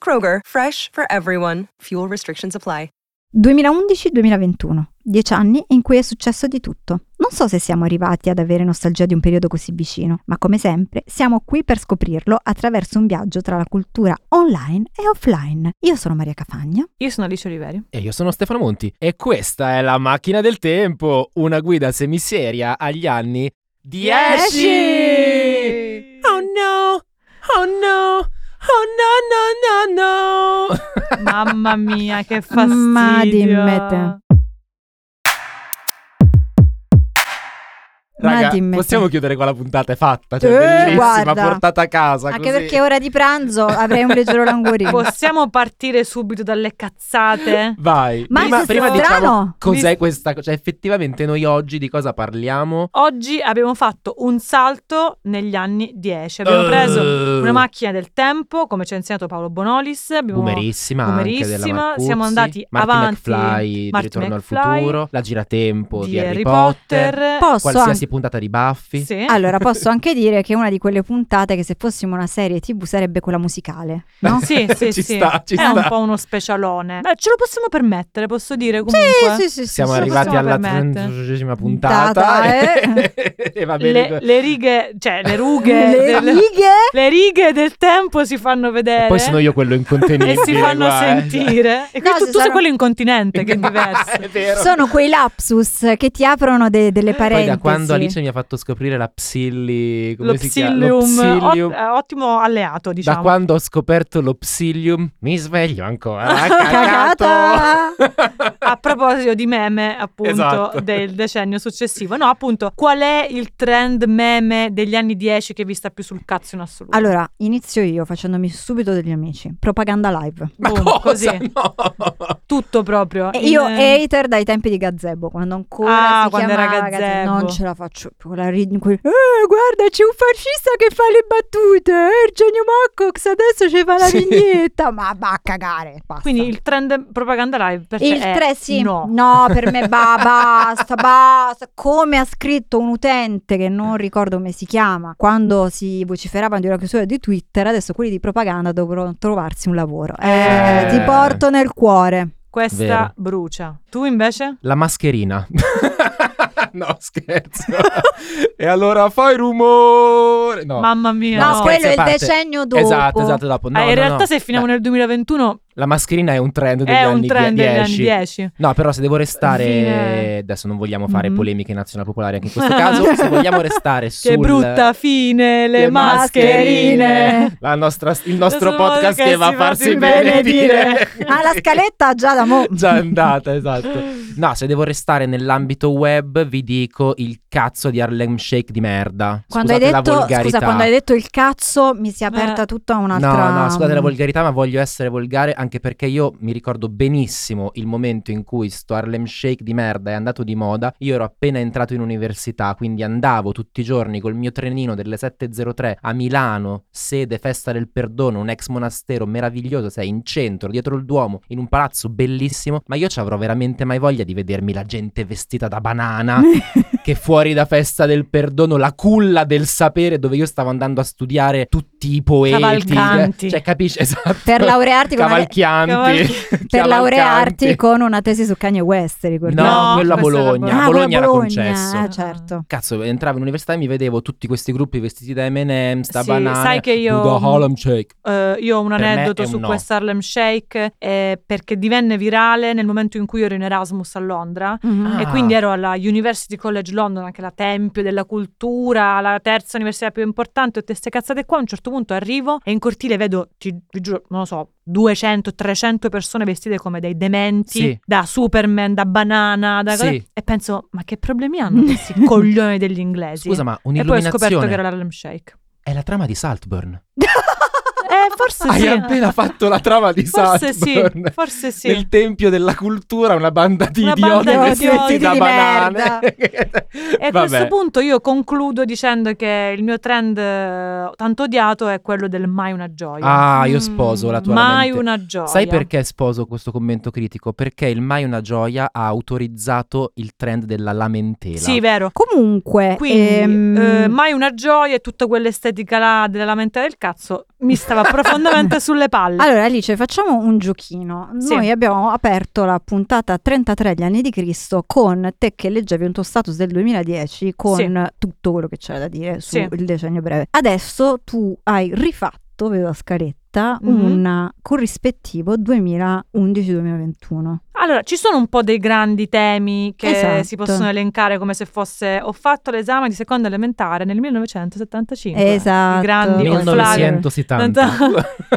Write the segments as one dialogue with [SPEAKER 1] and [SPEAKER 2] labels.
[SPEAKER 1] Kroger, fresh for everyone. Fuel restrictions apply.
[SPEAKER 2] 2011-2021, dieci anni in cui è successo di tutto. Non so se siamo arrivati ad avere nostalgia di un periodo così vicino, ma come sempre siamo qui per scoprirlo attraverso un viaggio tra la cultura online e offline. Io sono Maria Cafagna.
[SPEAKER 3] Io sono Alice Oliveri.
[SPEAKER 4] E io sono Stefano Monti e questa è la macchina del tempo, una guida semiseria agli anni 10! Oh no! Oh no! Oh no no no no!
[SPEAKER 3] Mamma mia, che fastidio.
[SPEAKER 2] Ma dimmi te. Ma
[SPEAKER 4] Raga,
[SPEAKER 2] dimmi te.
[SPEAKER 4] possiamo chiudere qua la puntata, è fatta,
[SPEAKER 2] Eh,
[SPEAKER 4] cioè bellissima,
[SPEAKER 2] guarda.
[SPEAKER 4] portata a casa
[SPEAKER 2] Anche
[SPEAKER 4] così.
[SPEAKER 2] perché ora di pranzo avrei un leggero languorino.
[SPEAKER 3] Possiamo partire subito dalle cazzate?
[SPEAKER 4] Vai,
[SPEAKER 2] Ma
[SPEAKER 4] prima,
[SPEAKER 2] se
[SPEAKER 4] prima
[SPEAKER 2] sono strano.
[SPEAKER 4] diciamo cos'è
[SPEAKER 3] Mi-
[SPEAKER 4] questa cosa, cioè effettivamente noi oggi di cosa parliamo?
[SPEAKER 3] Oggi abbiamo fatto un salto negli anni 10. Abbiamo
[SPEAKER 4] Eh.
[SPEAKER 3] preso una macchina del tempo, come ci ha insegnato Paolo Bonolis. Abbiamo
[SPEAKER 4] Boomerissima, anche della
[SPEAKER 3] Boomerissima,
[SPEAKER 4] Marcuzzi,
[SPEAKER 3] siamo andati
[SPEAKER 4] Marty
[SPEAKER 3] avanti,
[SPEAKER 4] McFly di
[SPEAKER 3] Marty
[SPEAKER 4] Ritorno al
[SPEAKER 3] McFly,
[SPEAKER 4] futuro, la giratempo di,
[SPEAKER 3] di Harry
[SPEAKER 4] Potter,
[SPEAKER 3] Potter.
[SPEAKER 2] Posso
[SPEAKER 4] qualsiasi
[SPEAKER 2] anche-
[SPEAKER 4] puntata di Buffy.
[SPEAKER 3] Sì.
[SPEAKER 2] Allora, posso anche dire che è una di quelle puntate che se fossimo una serie TV sarebbe quella musicale, no?
[SPEAKER 3] Sì, sì,
[SPEAKER 4] Ci
[SPEAKER 3] sì.
[SPEAKER 4] sta, ci
[SPEAKER 3] È
[SPEAKER 4] sta.
[SPEAKER 3] un po' uno specialone. Beh, ce lo possiamo permettere, posso dire comunque.
[SPEAKER 2] Sì, sì, sì, sì,
[SPEAKER 4] Siamo
[SPEAKER 2] sì,
[SPEAKER 3] lo
[SPEAKER 4] arrivati
[SPEAKER 3] possiamo
[SPEAKER 4] alla
[SPEAKER 3] permettere. eh.
[SPEAKER 4] 32esima puntata
[SPEAKER 2] Puntata,
[SPEAKER 4] e... e va bene. ecco.
[SPEAKER 3] Le, le righe, cioè le rughe,
[SPEAKER 2] Le
[SPEAKER 3] del-
[SPEAKER 2] righe?
[SPEAKER 3] le righe del tempo si fanno vedere.
[SPEAKER 4] Poi sono io quello incontenibile.
[SPEAKER 3] e si fanno
[SPEAKER 4] guarda.
[SPEAKER 3] sentire. E qui
[SPEAKER 2] No, se
[SPEAKER 3] tu, tu sei
[SPEAKER 2] sono-
[SPEAKER 3] quello incontinente, che è
[SPEAKER 4] è
[SPEAKER 3] diverso.
[SPEAKER 4] vero.
[SPEAKER 2] Sono quei lapsus che ti aprono de- delle
[SPEAKER 4] Poi
[SPEAKER 2] parentesi.
[SPEAKER 4] da quando Alice mi ha fatto scoprire la psilli, come
[SPEAKER 3] Lo
[SPEAKER 4] si chiama? Lo
[SPEAKER 3] psillium,
[SPEAKER 4] psillium.
[SPEAKER 3] ot- eh, ottimo alleato,
[SPEAKER 4] da
[SPEAKER 3] diciamo.
[SPEAKER 4] quando ho scoperto lo psillium, mi sveglio ancora. ah,
[SPEAKER 2] Cagata!
[SPEAKER 4] cagato.
[SPEAKER 3] A proposito di meme, appunto,
[SPEAKER 4] Esatto.
[SPEAKER 3] del decennio successivo, no, appunto, qual è il trend meme degli anni 10 che vi sta più sul cazzo in assoluto?
[SPEAKER 2] Allora, inizio io facendomi subito degli amici. Propaganda live.
[SPEAKER 4] Ma
[SPEAKER 3] Boom,
[SPEAKER 4] cosa?
[SPEAKER 3] così,
[SPEAKER 4] No.
[SPEAKER 3] tutto proprio.
[SPEAKER 2] E
[SPEAKER 3] in-
[SPEAKER 2] eh, io esatto. hater dai tempi di Gazebo, quando ancora
[SPEAKER 3] Ah,
[SPEAKER 2] si
[SPEAKER 3] quando era
[SPEAKER 2] chiamava
[SPEAKER 3] Gazebo.
[SPEAKER 2] Non ce la faccio più. quella ri- quel- "Eh, guarda, c'è un fascista che fa le battute. eh, Eugenio Moccox adesso ci fa la
[SPEAKER 4] Sì.
[SPEAKER 2] vignetta. Ma va a cagare. basta.
[SPEAKER 3] Quindi il trend propaganda live
[SPEAKER 4] Eh,
[SPEAKER 3] per te
[SPEAKER 2] Il
[SPEAKER 4] cioè,
[SPEAKER 3] è
[SPEAKER 2] 3 sì,
[SPEAKER 3] no.
[SPEAKER 2] per me ba- basta, basta. Come ha scritto un utente che non ricordo come si chiama, quando si vociferavano di una chiusura di Twitter, adesso quelli di propaganda dovranno trovarsi un lavoro. Eh,
[SPEAKER 4] Eh.
[SPEAKER 2] ti porto nel cuore.
[SPEAKER 3] Questa
[SPEAKER 4] Vero.
[SPEAKER 3] brucia. Tu invece?
[SPEAKER 4] La mascherina. no, scherzo. e allora fai rumore. No.
[SPEAKER 3] Mamma mia.
[SPEAKER 2] No,
[SPEAKER 3] no.
[SPEAKER 2] quello è
[SPEAKER 4] scherzi
[SPEAKER 2] il
[SPEAKER 4] a parte.
[SPEAKER 2] decennio dopo.
[SPEAKER 4] Esatto, esatto, dopo. No,
[SPEAKER 3] Ah, in
[SPEAKER 4] no,
[SPEAKER 3] realtà
[SPEAKER 4] no.
[SPEAKER 3] se finiamo
[SPEAKER 4] Beh,
[SPEAKER 3] nel 2021
[SPEAKER 4] La mascherina è un trend degli
[SPEAKER 3] è
[SPEAKER 4] anni
[SPEAKER 3] un trend
[SPEAKER 4] die-
[SPEAKER 3] degli anni
[SPEAKER 4] 10.
[SPEAKER 3] 10.
[SPEAKER 4] No, però se devo restare
[SPEAKER 3] Fine.
[SPEAKER 4] adesso non vogliamo fare
[SPEAKER 3] Mhm.
[SPEAKER 4] polemiche nazionali popolari anche in questo caso, se vogliamo restare sul
[SPEAKER 3] Che brutta fine le,
[SPEAKER 4] le
[SPEAKER 3] mascherine.
[SPEAKER 2] mascherine.
[SPEAKER 4] la nostra- il nostro
[SPEAKER 3] Lo so
[SPEAKER 4] podcast
[SPEAKER 3] che
[SPEAKER 4] che va a
[SPEAKER 3] si fa
[SPEAKER 4] farsi
[SPEAKER 3] più
[SPEAKER 4] bene
[SPEAKER 3] bene
[SPEAKER 4] dire.
[SPEAKER 3] dire.
[SPEAKER 2] Ah, la scaletta già da mo.
[SPEAKER 4] Già è andata, esatto. No, se devo restare nell'ambito web, vi dico il cazzo di Harlem Shake di merda.
[SPEAKER 2] Quando hai,
[SPEAKER 4] Scusate la
[SPEAKER 2] detto,
[SPEAKER 4] volgarità.
[SPEAKER 2] scusa, quando hai detto il cazzo mi si è aperta
[SPEAKER 3] Eh.
[SPEAKER 2] tutta un'altra... mm.
[SPEAKER 4] No, no, scusate la volgarità, ma voglio essere volgare anche perché io mi ricordo benissimo il momento in cui sto Harlem Shake di merda è andato di moda. Io ero appena entrato in università, quindi andavo tutti i giorni col mio trenino delle 703 a Milano, sede Festa del Perdono, un ex monastero meraviglioso, sei in centro, dietro il Duomo, in un palazzo bellissimo, ma io ci avrò veramente mai voglia di vedermi la gente vestita da banana che fuori da Festa del Perdono, la culla del sapere dove io stavo andando a studiare tutti i poeti.
[SPEAKER 3] Cavalcanti.
[SPEAKER 4] Cioè, capisci? Esatto.
[SPEAKER 2] Per laurearti con una-
[SPEAKER 4] Cavalchianti.
[SPEAKER 3] Cavalchi-
[SPEAKER 2] per
[SPEAKER 4] Cavalcanti.
[SPEAKER 2] laurearti con una tesi su Kanye West,
[SPEAKER 4] No,
[SPEAKER 2] ricordiamo.
[SPEAKER 3] No,
[SPEAKER 4] quello a
[SPEAKER 3] questo era
[SPEAKER 4] Bologna.
[SPEAKER 3] Bologna. eh,
[SPEAKER 4] A
[SPEAKER 2] Ah,
[SPEAKER 4] Bologna
[SPEAKER 2] quella
[SPEAKER 4] era
[SPEAKER 2] Bologna,
[SPEAKER 4] concesso.
[SPEAKER 2] ah, certo.
[SPEAKER 4] Cazzo, entravo in università e mi vedevo tutti questi gruppi vestiti da M&M, sta
[SPEAKER 3] Sì,
[SPEAKER 4] banana,
[SPEAKER 3] sai che io-
[SPEAKER 4] Buddha Harlem Shake.
[SPEAKER 3] Eh, io ho un
[SPEAKER 4] Per me
[SPEAKER 3] aneddoto
[SPEAKER 4] è un
[SPEAKER 3] su
[SPEAKER 4] no.
[SPEAKER 3] questo Harlem Shake eh, perché divenne virale nel momento in cui ero in Erasmus a Londra
[SPEAKER 2] Mhm.
[SPEAKER 4] Ah.
[SPEAKER 3] E quindi ero alla University College London, anche la tempio della cultura, la terza università più importante, ho queste cazzate qua. A un certo punto arrivo e in cortile vedo, ti, vi giuro, non lo so, 200, 300 persone vestite come dei dementi,
[SPEAKER 4] Sì.
[SPEAKER 3] da Superman, da banana, da
[SPEAKER 4] Sì.
[SPEAKER 3] cose- E penso, ma che problemi hanno questi coglioni degli inglesi?
[SPEAKER 4] Scusa, ma
[SPEAKER 3] e poi ho
[SPEAKER 4] un'illuminazione
[SPEAKER 3] scoperto che era l'Harlem Shake.
[SPEAKER 4] è la trama di Saltburn.
[SPEAKER 3] Eh, forse
[SPEAKER 4] Hai
[SPEAKER 3] sì.
[SPEAKER 4] appena fatto la trama di
[SPEAKER 3] Forse sì,
[SPEAKER 4] Saltburn.
[SPEAKER 3] forse sì.
[SPEAKER 4] Nel tempio della cultura una banda di
[SPEAKER 3] Una
[SPEAKER 4] idioti
[SPEAKER 3] banda di
[SPEAKER 4] vestiti
[SPEAKER 3] idioti
[SPEAKER 4] da
[SPEAKER 3] di
[SPEAKER 4] banane.
[SPEAKER 2] merda.
[SPEAKER 3] E a questo punto io concludo dicendo che il mio trend eh, tanto odiato è quello del mai una gioia.
[SPEAKER 4] Ah, io
[SPEAKER 2] Mm,
[SPEAKER 4] sposo la tua
[SPEAKER 3] mai
[SPEAKER 4] lamentela.
[SPEAKER 3] una gioia.
[SPEAKER 4] Sai perché sposo questo commento critico? Perché il Mai una gioia ha autorizzato il trend della lamentela.
[SPEAKER 3] Sì, vero.
[SPEAKER 2] Comunque,
[SPEAKER 3] Quindi,
[SPEAKER 2] ehm,
[SPEAKER 3] eh, mai una gioia e tutta quell'estetica là della lamentela del cazzo mi stava profondamente sulle palle.
[SPEAKER 2] Allora Alice, facciamo un giochino.
[SPEAKER 3] Sì.
[SPEAKER 2] Noi abbiamo aperto la puntata 33 gli anni di Cristo con te che leggevi un tuo status del 2010 con
[SPEAKER 3] Sì.
[SPEAKER 2] tutto quello che c'era da dire
[SPEAKER 3] Sì.
[SPEAKER 2] sul decennio breve. Adesso tu hai rifatto, vedo la scaletta,
[SPEAKER 3] Mhm.
[SPEAKER 2] un corrispettivo 2011-2021.
[SPEAKER 3] Allora, ci sono un po' dei grandi temi che
[SPEAKER 2] Esatto.
[SPEAKER 3] si possono elencare come se fosse ho fatto l'esame di seconda elementare nel 1975.
[SPEAKER 2] Esatto.
[SPEAKER 3] I grandi
[SPEAKER 2] Io
[SPEAKER 4] 1900
[SPEAKER 3] offlaga.
[SPEAKER 4] si tanto.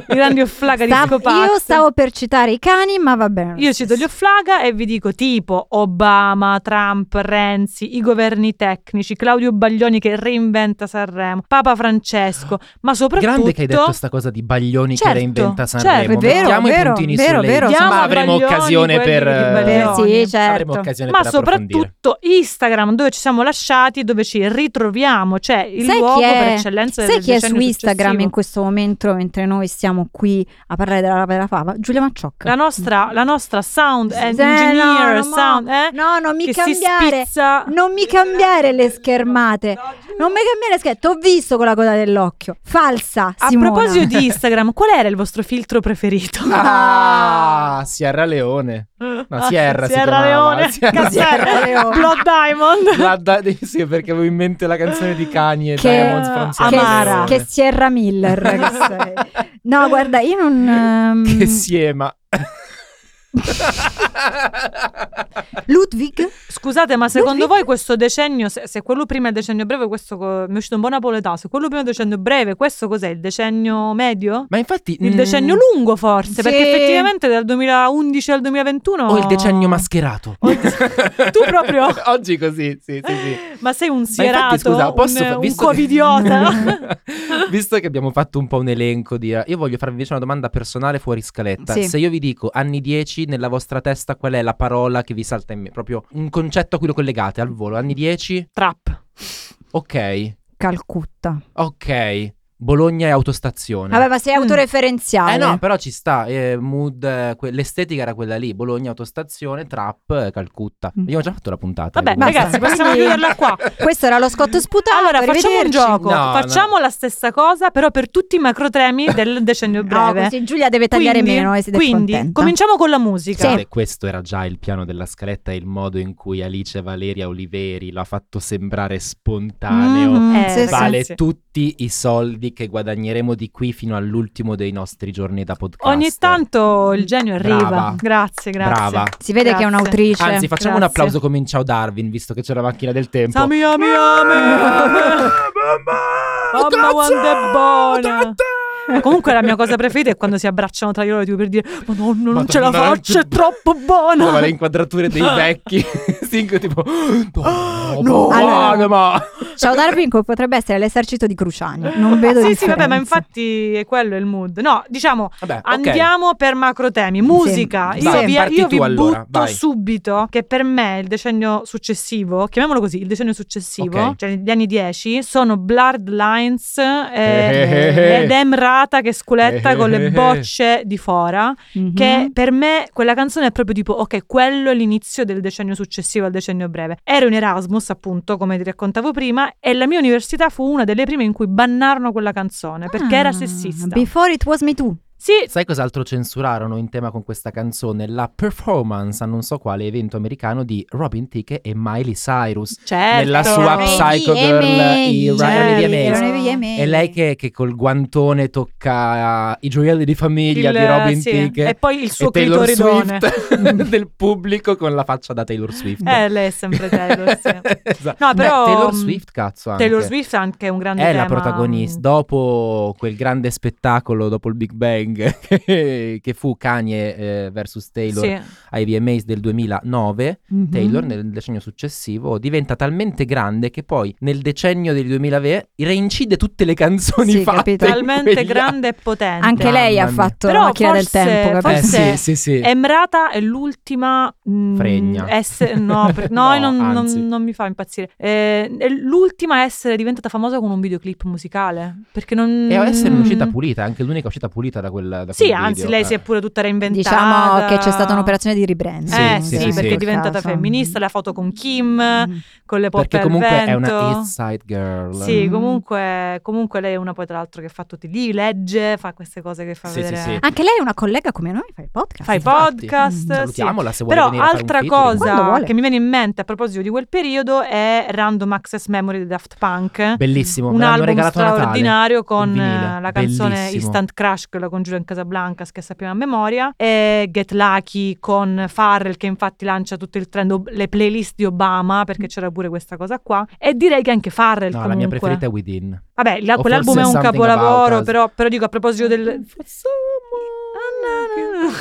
[SPEAKER 3] I grandi offlaga di
[SPEAKER 2] Stavo-
[SPEAKER 3] psicopatici.
[SPEAKER 2] io stavo per citare i cani, ma va bene.
[SPEAKER 3] Io cito gli offlaga e vi dico tipo Obama, Trump, Renzi, i governi tecnici, Claudio Baglioni che reinventa Sanremo, Papa Francesco, ma soprattutto...
[SPEAKER 4] Grande che hai detto sta cosa di Baglioni
[SPEAKER 3] Certo,
[SPEAKER 4] che reinventa
[SPEAKER 3] certo,
[SPEAKER 4] Sanremo.
[SPEAKER 3] è vero,
[SPEAKER 4] Mettiamo
[SPEAKER 2] vero,
[SPEAKER 4] i puntini
[SPEAKER 2] vero,
[SPEAKER 4] sulle
[SPEAKER 2] vero,
[SPEAKER 4] i. Ma
[SPEAKER 3] Diamo a
[SPEAKER 4] avremo
[SPEAKER 3] Baglioni
[SPEAKER 4] occasione
[SPEAKER 3] quelli
[SPEAKER 4] per...
[SPEAKER 3] di
[SPEAKER 4] eh,
[SPEAKER 3] Baglioni.
[SPEAKER 2] sì,
[SPEAKER 4] Avremo
[SPEAKER 2] certo.
[SPEAKER 4] occasione
[SPEAKER 3] Ma
[SPEAKER 4] per approfondire.
[SPEAKER 3] soprattutto Instagram dove ci siamo lasciati, dove ci ritroviamo, cioè il
[SPEAKER 2] Sai
[SPEAKER 3] luogo
[SPEAKER 2] chi è-
[SPEAKER 3] per eccellenza
[SPEAKER 2] Sai
[SPEAKER 3] del
[SPEAKER 2] chi è su
[SPEAKER 3] decennio
[SPEAKER 2] Instagram
[SPEAKER 3] successivo.
[SPEAKER 2] in questo momento mentre noi stiamo qui a parlare della rapa e della fava? Giulia Macciocca.
[SPEAKER 3] La nostra, la nostra sound
[SPEAKER 2] Eh,
[SPEAKER 3] engineer,
[SPEAKER 2] no, no,
[SPEAKER 3] sound, eh,
[SPEAKER 2] no, non mi
[SPEAKER 3] che si
[SPEAKER 2] cambiare.
[SPEAKER 3] spizza.
[SPEAKER 2] Non mi cambiare le schermate. Non mi cambiare le schermate. T'ho visto con la coda dell'occhio. Falsa.
[SPEAKER 3] A
[SPEAKER 2] Simona.
[SPEAKER 3] proposito di Instagram, qual era il vostro filtro preferito?
[SPEAKER 4] Ah, Sierra Leone. No, Sierra si
[SPEAKER 3] Ah, Sierra
[SPEAKER 4] chiamava,
[SPEAKER 3] Leone,
[SPEAKER 4] Sierra-
[SPEAKER 3] Caserra
[SPEAKER 2] Sierra Leone.
[SPEAKER 3] Blood Diamond.
[SPEAKER 4] La da- sì, perché avevo in mente la canzone di Kanye
[SPEAKER 2] Che-
[SPEAKER 4] Diamonds from Sierra
[SPEAKER 2] che,
[SPEAKER 3] Amara.
[SPEAKER 4] Leone.
[SPEAKER 2] che Sierra Miller. che sei. No, guarda, io non. ehm,
[SPEAKER 4] Che siema.
[SPEAKER 2] Ludwig?
[SPEAKER 3] Scusate, ma
[SPEAKER 2] Ludwig?
[SPEAKER 3] secondo voi questo decennio, se, se quello prima è il decennio breve, questo co- mi è uscito un buon napoletano, se quello prima è il decennio breve, questo cos'è? Il decennio medio?
[SPEAKER 4] Ma infatti...
[SPEAKER 3] Il
[SPEAKER 4] mm,
[SPEAKER 3] decennio lungo forse,
[SPEAKER 2] Sì.
[SPEAKER 3] perché effettivamente dal 2011 al 2021...
[SPEAKER 4] O il decennio mascherato.
[SPEAKER 3] O il de- tu proprio...
[SPEAKER 4] Oggi così, sì, sì, sì.
[SPEAKER 3] Ma sei un
[SPEAKER 4] Ma
[SPEAKER 3] sierato,
[SPEAKER 4] infatti, scusa, posso
[SPEAKER 3] un,
[SPEAKER 4] fa-
[SPEAKER 3] un
[SPEAKER 4] visto che-
[SPEAKER 3] covidiota.
[SPEAKER 4] visto che abbiamo fatto un po' un elenco di... Io voglio farvi invece una domanda personale fuori scaletta.
[SPEAKER 2] Sì.
[SPEAKER 4] Se io vi dico anni 10, nella vostra testa qual è la parola che vi salta in me? Proprio un concetto a cui lo collegate al volo. Anni 10?
[SPEAKER 3] Trap.
[SPEAKER 4] Ok,
[SPEAKER 2] Calcutta.
[SPEAKER 4] ok. Bologna e autostazione.
[SPEAKER 2] Vabbè, ma sei
[SPEAKER 3] Mm.
[SPEAKER 2] autoreferenziale.
[SPEAKER 4] eh no, però ci sta, eh, mood, eh, que- l'estetica era quella lì, Bologna, autostazione, trap, eh, Calcutta.
[SPEAKER 2] Mm.
[SPEAKER 4] Abbiamo già fatto la puntata. eh,
[SPEAKER 3] Vabbè,
[SPEAKER 4] Basta.
[SPEAKER 3] ragazzi, possiamo
[SPEAKER 2] Quindi-
[SPEAKER 3] chiuderla qua.
[SPEAKER 2] Questo era lo scotto sputato.
[SPEAKER 3] Allora, facciamo un
[SPEAKER 2] arrivederci.
[SPEAKER 3] gioco.
[SPEAKER 4] No,
[SPEAKER 3] facciamo la stessa cosa, però per tutti i macrotremi del decennio
[SPEAKER 2] No,
[SPEAKER 3] breve.
[SPEAKER 2] così Giulia deve tagliare
[SPEAKER 3] Quindi-
[SPEAKER 2] meno e eh, siete
[SPEAKER 3] Quindi,
[SPEAKER 2] contenta.
[SPEAKER 3] cominciamo con la musica.
[SPEAKER 4] Scusate, questo era già il piano della scaletta e il modo in cui Alice Valeria Oliveri l'ha fatto sembrare spontaneo.
[SPEAKER 2] Mhm,
[SPEAKER 3] Eh,
[SPEAKER 2] sì, sì.
[SPEAKER 3] ragazzi.
[SPEAKER 4] Vale tutti i soldi che guadagneremo di qui fino all'ultimo dei nostri giorni da podcast.
[SPEAKER 3] Ogni tanto il genio arriva.
[SPEAKER 4] Brava.
[SPEAKER 3] Grazie, grazie.
[SPEAKER 4] Brava.
[SPEAKER 2] Si vede che è
[SPEAKER 3] Grazie.
[SPEAKER 2] un'autrice.
[SPEAKER 4] Anzi, facciamo
[SPEAKER 3] Grazie.
[SPEAKER 4] un applauso come in Ciao Darwin, visto che c'è la macchina del tempo.
[SPEAKER 3] Sami, ami, ami. Mamma, quanto è buona. Comunque la mia cosa preferita è quando si abbracciano tra loro tipo per dire Madonna non ce la
[SPEAKER 4] Madonna,
[SPEAKER 3] faccio, è
[SPEAKER 4] non ci-
[SPEAKER 3] troppo buona
[SPEAKER 4] Trova le inquadrature dei vecchi. Stinco tipo. "Oh, No,
[SPEAKER 2] Allora-
[SPEAKER 4] buono, ma.
[SPEAKER 2] Ciao Darwin, come potrebbe essere l'esercito di Cruciani. Non vedo
[SPEAKER 3] Sì, sì,
[SPEAKER 2] differenze.
[SPEAKER 3] vabbè, ma infatti è quello il mood. No, diciamo,
[SPEAKER 4] Vabbè, ok.
[SPEAKER 3] andiamo per macro temi. Musica.
[SPEAKER 2] Sì.
[SPEAKER 3] Io
[SPEAKER 2] Vai,
[SPEAKER 3] vi,
[SPEAKER 4] parti
[SPEAKER 3] io
[SPEAKER 4] tu
[SPEAKER 3] vi
[SPEAKER 4] allora,
[SPEAKER 3] butto
[SPEAKER 4] vai.
[SPEAKER 3] subito che per me il decennio successivo, chiamiamolo così, il decennio successivo,
[SPEAKER 4] Ok.
[SPEAKER 3] cioè gli anni 10, sono Blurred Lines eh,
[SPEAKER 4] eh, eh.
[SPEAKER 3] ed Emrata che sculetta
[SPEAKER 4] Eh,
[SPEAKER 3] con
[SPEAKER 4] eh, Mm-hmm. eh.
[SPEAKER 3] le bocce di fora
[SPEAKER 2] Mhm.
[SPEAKER 3] che per me quella canzone è proprio tipo ok quello è l'inizio del decennio successivo al decennio breve ero in Erasmus appunto come ti raccontavo prima e la mia università fu una delle prime in cui bannarono quella canzone perché era
[SPEAKER 2] Ah,
[SPEAKER 3] sessista
[SPEAKER 2] Before it was me too.
[SPEAKER 3] sì
[SPEAKER 4] Sai cos'altro censurarono in tema con questa canzone? La performance a non so quale evento americano di Robin Thicke e Miley Cyrus.
[SPEAKER 3] certo
[SPEAKER 4] Nella sua Psycho Girl, i Ryan
[SPEAKER 3] Certo.
[SPEAKER 4] Amazing.
[SPEAKER 3] Ryan
[SPEAKER 4] E lei che, che col guantone tocca eh, i gioielli di famiglia
[SPEAKER 3] Il-
[SPEAKER 4] di Robin
[SPEAKER 3] sì,
[SPEAKER 4] Thicke
[SPEAKER 3] e poi il suo
[SPEAKER 4] e Taylor
[SPEAKER 3] clitoridone.
[SPEAKER 4] Swift del pubblico con la faccia da Taylor Swift.
[SPEAKER 3] eh lei è sempre Taylor sì.
[SPEAKER 4] Esatto.
[SPEAKER 3] No, però,
[SPEAKER 4] Beh, Taylor
[SPEAKER 3] mm,
[SPEAKER 4] Swift, cazzo. Anche.
[SPEAKER 3] Taylor Swift anche è un grande
[SPEAKER 4] è
[SPEAKER 3] tema
[SPEAKER 4] la protagonista. Dopo quel grande spettacolo, dopo il Big Bang, King, che che fu Kanye eh, versus Taylor
[SPEAKER 3] Sì.
[SPEAKER 4] ai VMAs del 2009,
[SPEAKER 2] Mhm.
[SPEAKER 4] Taylor nel decennio successivo diventa talmente grande che poi nel decennio del 2020 reincide tutte le canzoni
[SPEAKER 2] Sì,
[SPEAKER 4] fatte.
[SPEAKER 2] capito.
[SPEAKER 4] in
[SPEAKER 3] Talmente
[SPEAKER 4] quegli
[SPEAKER 3] grande e potente.
[SPEAKER 2] Anche
[SPEAKER 4] Mamma
[SPEAKER 2] lei ha
[SPEAKER 4] mia.
[SPEAKER 2] fatto
[SPEAKER 3] Però
[SPEAKER 2] la macchina
[SPEAKER 3] forse-
[SPEAKER 2] del tempo,
[SPEAKER 4] anni. Eh,
[SPEAKER 2] capito?
[SPEAKER 3] forse-
[SPEAKER 4] sì, sì, sì.
[SPEAKER 3] Emrata è l'ultima mm,
[SPEAKER 4] Fregna.
[SPEAKER 3] essere- no, per- no,
[SPEAKER 4] No,
[SPEAKER 3] non, non-
[SPEAKER 4] anzi.
[SPEAKER 3] non mi fa impazzire. Eh, è l'ultima a essere diventata famosa con un videoclip musicale. Perché non.
[SPEAKER 4] E a essere
[SPEAKER 3] mm,
[SPEAKER 4] un'uscita pulita, anche l'unica uscita pulita da quel, da quel
[SPEAKER 3] Sì,
[SPEAKER 4] video.
[SPEAKER 3] anzi, lei si è
[SPEAKER 4] Eh.
[SPEAKER 3] pure tutta reinventata.
[SPEAKER 2] Diciamo che c'è stata un'operazione di ribranding.
[SPEAKER 3] Eh
[SPEAKER 4] Sì,
[SPEAKER 3] sì,
[SPEAKER 4] sì, sì,
[SPEAKER 3] perché
[SPEAKER 4] sì.
[SPEAKER 3] è diventata
[SPEAKER 2] Caso. Mhm.
[SPEAKER 3] femminista, la foto con Kim, con le poppe
[SPEAKER 4] Perché
[SPEAKER 3] al
[SPEAKER 4] comunque è
[SPEAKER 3] vento.
[SPEAKER 4] una East Side Girl.
[SPEAKER 3] Sì,
[SPEAKER 2] Mm.
[SPEAKER 3] comunque, comunque lei è una poi tra l'altro che fa tutti lì, legge, fa queste cose che fa
[SPEAKER 4] Sì, sì,
[SPEAKER 3] vedere.
[SPEAKER 4] sì.
[SPEAKER 2] Anche lei è una collega come noi, fa il podcast.
[SPEAKER 3] Fai
[SPEAKER 4] Infatti.
[SPEAKER 2] Mm.
[SPEAKER 3] podcast, sì.
[SPEAKER 4] Salutiamola se vuole
[SPEAKER 3] Però
[SPEAKER 4] venire a fare un
[SPEAKER 3] altra
[SPEAKER 4] featuring.
[SPEAKER 2] Quando
[SPEAKER 3] cosa
[SPEAKER 2] vuole.
[SPEAKER 3] che mi viene in mente a proposito di quel periodo è Random Access Memory di Daft Punk.
[SPEAKER 4] Bellissimo, me
[SPEAKER 3] eh. Un
[SPEAKER 4] l'hanno
[SPEAKER 3] album
[SPEAKER 4] regalato a Natale.
[SPEAKER 3] straordinario con
[SPEAKER 4] il vinile,
[SPEAKER 3] eh, la canzone
[SPEAKER 4] bellissimo.
[SPEAKER 3] Instant Crash, quella con Giulio in Casablanca che sappiamo a memoria, e Get Lucky con Farrell che infatti lancia tutto il trend, ob- le playlist di Obama perché c'era pure questa cosa qua. E direi che anche Farrell
[SPEAKER 4] No, la
[SPEAKER 3] comunque...
[SPEAKER 4] mia preferita è Within.
[SPEAKER 3] Vabbè, la-
[SPEAKER 4] O
[SPEAKER 3] quell'album è
[SPEAKER 4] forse
[SPEAKER 3] un
[SPEAKER 4] Something About
[SPEAKER 3] capolavoro,
[SPEAKER 4] Us.
[SPEAKER 3] però, però dico a proposito del... Ah, no, no, no.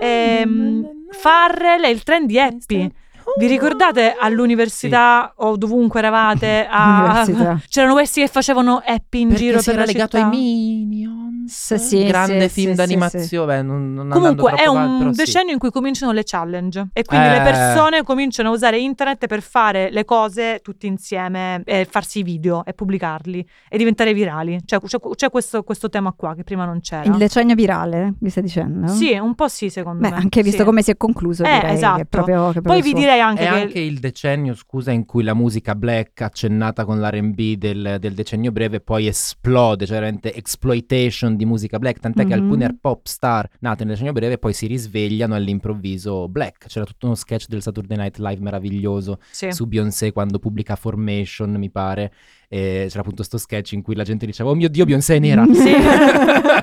[SPEAKER 3] Ehm, Farrell è il trend di Happy. Vi ricordate all'università o dovunque eravate? a-
[SPEAKER 2] Università.
[SPEAKER 3] C'erano questi che facevano Happy in
[SPEAKER 4] Perché
[SPEAKER 3] giro
[SPEAKER 4] si
[SPEAKER 3] per
[SPEAKER 4] era
[SPEAKER 3] la
[SPEAKER 4] legato
[SPEAKER 3] città.
[SPEAKER 4] ai Minions.
[SPEAKER 2] Sì, sì,
[SPEAKER 4] grande
[SPEAKER 2] sì,
[SPEAKER 4] film
[SPEAKER 2] sì,
[SPEAKER 4] d'animazione.
[SPEAKER 2] sì,
[SPEAKER 4] Beh, non, non andando
[SPEAKER 3] Comunque è
[SPEAKER 4] troppo
[SPEAKER 3] un
[SPEAKER 4] avanti, però sì.
[SPEAKER 3] decennio in cui cominciano le challenge e quindi
[SPEAKER 4] Eh.
[SPEAKER 3] le persone cominciano a usare internet per fare le cose tutti insieme, e farsi i video e pubblicarli e diventare virali. Cioè, c'è, c'è questo, questo tema qua che prima non c'era.
[SPEAKER 2] Il decennio virale, mi stai dicendo?
[SPEAKER 3] Sì, un po' sì secondo
[SPEAKER 2] Beh,
[SPEAKER 3] me.
[SPEAKER 2] anche visto
[SPEAKER 3] sì.
[SPEAKER 2] come si è concluso,
[SPEAKER 3] Eh,
[SPEAKER 2] direi che è
[SPEAKER 3] esatto.
[SPEAKER 2] proprio, che è proprio
[SPEAKER 3] Poi
[SPEAKER 2] il
[SPEAKER 3] vi
[SPEAKER 2] suo.
[SPEAKER 3] direi anche
[SPEAKER 4] È
[SPEAKER 3] che...
[SPEAKER 4] anche il decennio, scusa, in cui la musica black accennata con l'R&B del, del decennio breve poi esplode, cioè veramente exploitation di musica black, tant'è che
[SPEAKER 2] Mhm.
[SPEAKER 3] Mm-hmm.
[SPEAKER 4] alcune pop star nate nel decennio breve poi si risvegliano all'improvviso black. C'era tutto uno sketch del Saturday Night Live meraviglioso
[SPEAKER 3] sì.
[SPEAKER 4] su Beyoncé quando pubblica Formation, mi pare. E c'era appunto sto sketch in cui la gente diceva: Oh mio dio, Beyoncé è nera.
[SPEAKER 3] Sì.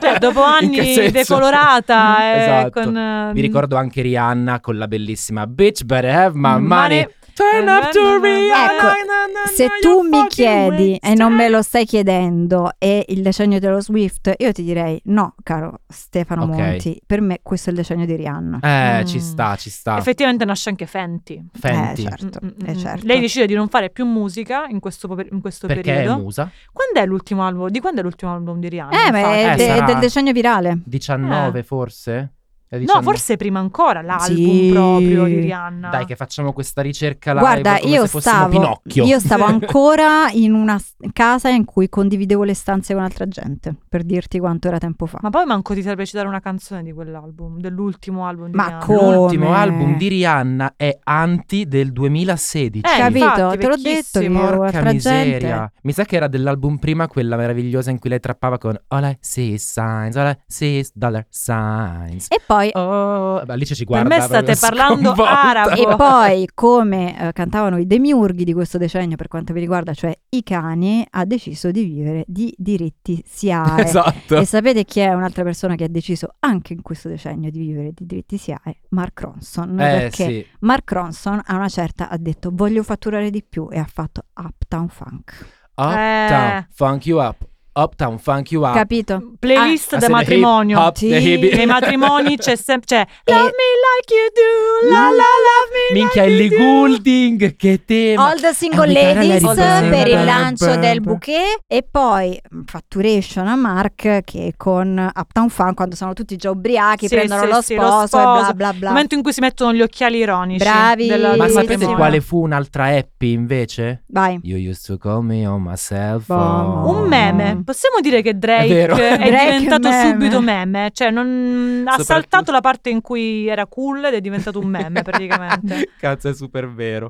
[SPEAKER 3] Cioè, dopo
[SPEAKER 4] In che
[SPEAKER 3] anni
[SPEAKER 4] senso?
[SPEAKER 3] decolorata eh,
[SPEAKER 4] Esatto.
[SPEAKER 3] con, eh,
[SPEAKER 4] Mi ricordo anche Rihanna con la bellissima Bitch Better Have My
[SPEAKER 3] Mm.
[SPEAKER 4] Money.
[SPEAKER 3] Money.
[SPEAKER 4] Turn up to Rihanna.
[SPEAKER 3] Ah,
[SPEAKER 2] Ecco,
[SPEAKER 4] na, na,
[SPEAKER 2] Se
[SPEAKER 4] na,
[SPEAKER 2] tu
[SPEAKER 4] you
[SPEAKER 2] mi
[SPEAKER 4] fucking
[SPEAKER 2] chiedi e
[SPEAKER 4] waste.
[SPEAKER 2] non
[SPEAKER 3] cioè".
[SPEAKER 2] me lo stai chiedendo e il decennio dello Swift, io ti direi no, caro Stefano
[SPEAKER 4] Ok.
[SPEAKER 2] Monti, per me questo è il decennio di Rihanna.
[SPEAKER 4] Eh,
[SPEAKER 3] Mm.
[SPEAKER 4] ci sta, ci sta.
[SPEAKER 3] Effettivamente nasce anche Fenty.
[SPEAKER 4] Fenty.
[SPEAKER 2] Eh, certo,
[SPEAKER 3] Mm, mm,
[SPEAKER 2] eh,
[SPEAKER 3] mm.
[SPEAKER 2] certo.
[SPEAKER 3] Lei decide di non fare più musica in questo, poper- in questo
[SPEAKER 4] Perché è
[SPEAKER 3] periodo.
[SPEAKER 4] musa?
[SPEAKER 3] Quando è l'ultimo album? Di quando è l'ultimo album di Rihanna?
[SPEAKER 2] Eh, ma è,
[SPEAKER 4] Eh,
[SPEAKER 2] de-
[SPEAKER 4] sarà-
[SPEAKER 2] del decennio virale.
[SPEAKER 4] 19
[SPEAKER 3] Eh.
[SPEAKER 4] forse? È
[SPEAKER 3] No,
[SPEAKER 4] 19?
[SPEAKER 3] forse prima ancora l'album
[SPEAKER 2] Sì.
[SPEAKER 3] proprio di Rihanna.
[SPEAKER 4] Dai, che facciamo questa ricerca live
[SPEAKER 2] Guarda,
[SPEAKER 4] come
[SPEAKER 2] io
[SPEAKER 4] se fossimo
[SPEAKER 2] stavo,
[SPEAKER 4] Pinocchio.
[SPEAKER 2] io stavo ancora in una s- casa in cui condividevo le stanze con altra gente, per dirti quanto era tempo fa.
[SPEAKER 3] Ma poi manco ti sarebbe citare una canzone di quell'album, dell'ultimo album di
[SPEAKER 2] Ma
[SPEAKER 3] Rihanna.
[SPEAKER 2] co-
[SPEAKER 4] L'ultimo
[SPEAKER 2] Come?
[SPEAKER 4] album di Rihanna è Anti del 2016.
[SPEAKER 3] Eh,
[SPEAKER 2] Capito?
[SPEAKER 3] infatti,
[SPEAKER 2] Te l'ho detto che
[SPEAKER 3] vecchissimo.
[SPEAKER 2] ero
[SPEAKER 4] Porca
[SPEAKER 2] altra
[SPEAKER 4] miseria.
[SPEAKER 2] gente.
[SPEAKER 4] Mi sa che era dell'album prima quella meravigliosa in cui lei trappava con All I see is signs, all I see is dollar signs.
[SPEAKER 2] E poi
[SPEAKER 4] Oh, beh, Alice ci
[SPEAKER 3] Per
[SPEAKER 4] guarda.
[SPEAKER 3] me
[SPEAKER 4] proprio
[SPEAKER 3] state parlando
[SPEAKER 4] sconvolta.
[SPEAKER 3] arabo.
[SPEAKER 4] Oh.
[SPEAKER 2] E poi, come eh, cantavano i demiurghi di questo decennio per quanto mi riguarda, cioè i cani, ha deciso di vivere di diritti SIAE.
[SPEAKER 4] Esatto.
[SPEAKER 2] E sapete chi è un'altra persona che ha deciso anche in questo decennio di vivere di diritti SIAE? Mark Ronson.
[SPEAKER 4] Eh
[SPEAKER 2] perché
[SPEAKER 4] sì.
[SPEAKER 2] Mark Ronson a una certa ha detto voglio fatturare di più e ha fatto Uptown Funk.
[SPEAKER 4] Uptown,
[SPEAKER 3] Eh.
[SPEAKER 4] funk you up. Uptown, funk you up.
[SPEAKER 2] Capito?
[SPEAKER 3] Playlist
[SPEAKER 4] Ah,
[SPEAKER 3] da
[SPEAKER 4] se le hip
[SPEAKER 3] matrimonio.
[SPEAKER 4] hop, le
[SPEAKER 2] Sì. Eh.
[SPEAKER 4] hip-
[SPEAKER 3] Nei matrimoni c'è sempre c'è
[SPEAKER 2] E-
[SPEAKER 3] Love me like you do, la la love me
[SPEAKER 4] Minchia,
[SPEAKER 3] like you
[SPEAKER 4] Ellie
[SPEAKER 3] do.
[SPEAKER 4] Goulding, che tema.
[SPEAKER 2] All the single
[SPEAKER 4] Eh, mi pare la
[SPEAKER 2] ladies
[SPEAKER 4] ricordo.
[SPEAKER 2] per il
[SPEAKER 4] Ba,
[SPEAKER 2] lancio
[SPEAKER 4] ba,
[SPEAKER 2] del
[SPEAKER 4] ba.
[SPEAKER 2] bouquet e poi mm, Facturation a Mark che con Uptown Fun quando sono tutti già ubriachi
[SPEAKER 3] Sì,
[SPEAKER 2] prendono
[SPEAKER 3] sì,
[SPEAKER 2] lo,
[SPEAKER 3] sì, lo
[SPEAKER 2] sposo
[SPEAKER 3] sposo.
[SPEAKER 2] e bla bla
[SPEAKER 3] Il
[SPEAKER 2] bla.
[SPEAKER 3] momento in cui si mettono gli occhiali ironici.
[SPEAKER 2] Bravi.
[SPEAKER 3] della-
[SPEAKER 4] Ma
[SPEAKER 2] Sì,
[SPEAKER 4] sapete
[SPEAKER 2] sì.
[SPEAKER 4] quale fu un'altra happy invece?
[SPEAKER 2] Vai.
[SPEAKER 4] You used to call me on my cell
[SPEAKER 2] Bom.
[SPEAKER 4] phone.
[SPEAKER 3] Un meme. Possiamo dire che Drake
[SPEAKER 4] È vero.
[SPEAKER 3] è,
[SPEAKER 2] Drake è
[SPEAKER 3] diventato
[SPEAKER 2] meme.
[SPEAKER 3] subito meme. Cioè, non- ha
[SPEAKER 4] Soprattutto-
[SPEAKER 3] saltato la parte in cui era cool ed è diventato un meme praticamente.
[SPEAKER 4] Cazzo, è super vero.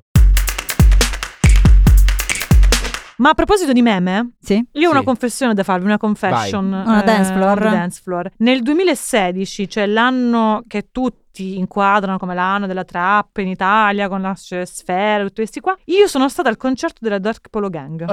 [SPEAKER 3] Ma a proposito di meme,
[SPEAKER 2] Sì.
[SPEAKER 3] Io ho
[SPEAKER 4] Sì.
[SPEAKER 3] una confessione da farvi, una confession. eh,
[SPEAKER 2] Una dance floor.
[SPEAKER 3] on the dance floor. Nel 2016, cioè l'anno che tutti ti inquadrano come l'anno della trap in Italia con la cioè, sfera, tutti questi qua. Io sono stata al concerto della Dark Polo Gang.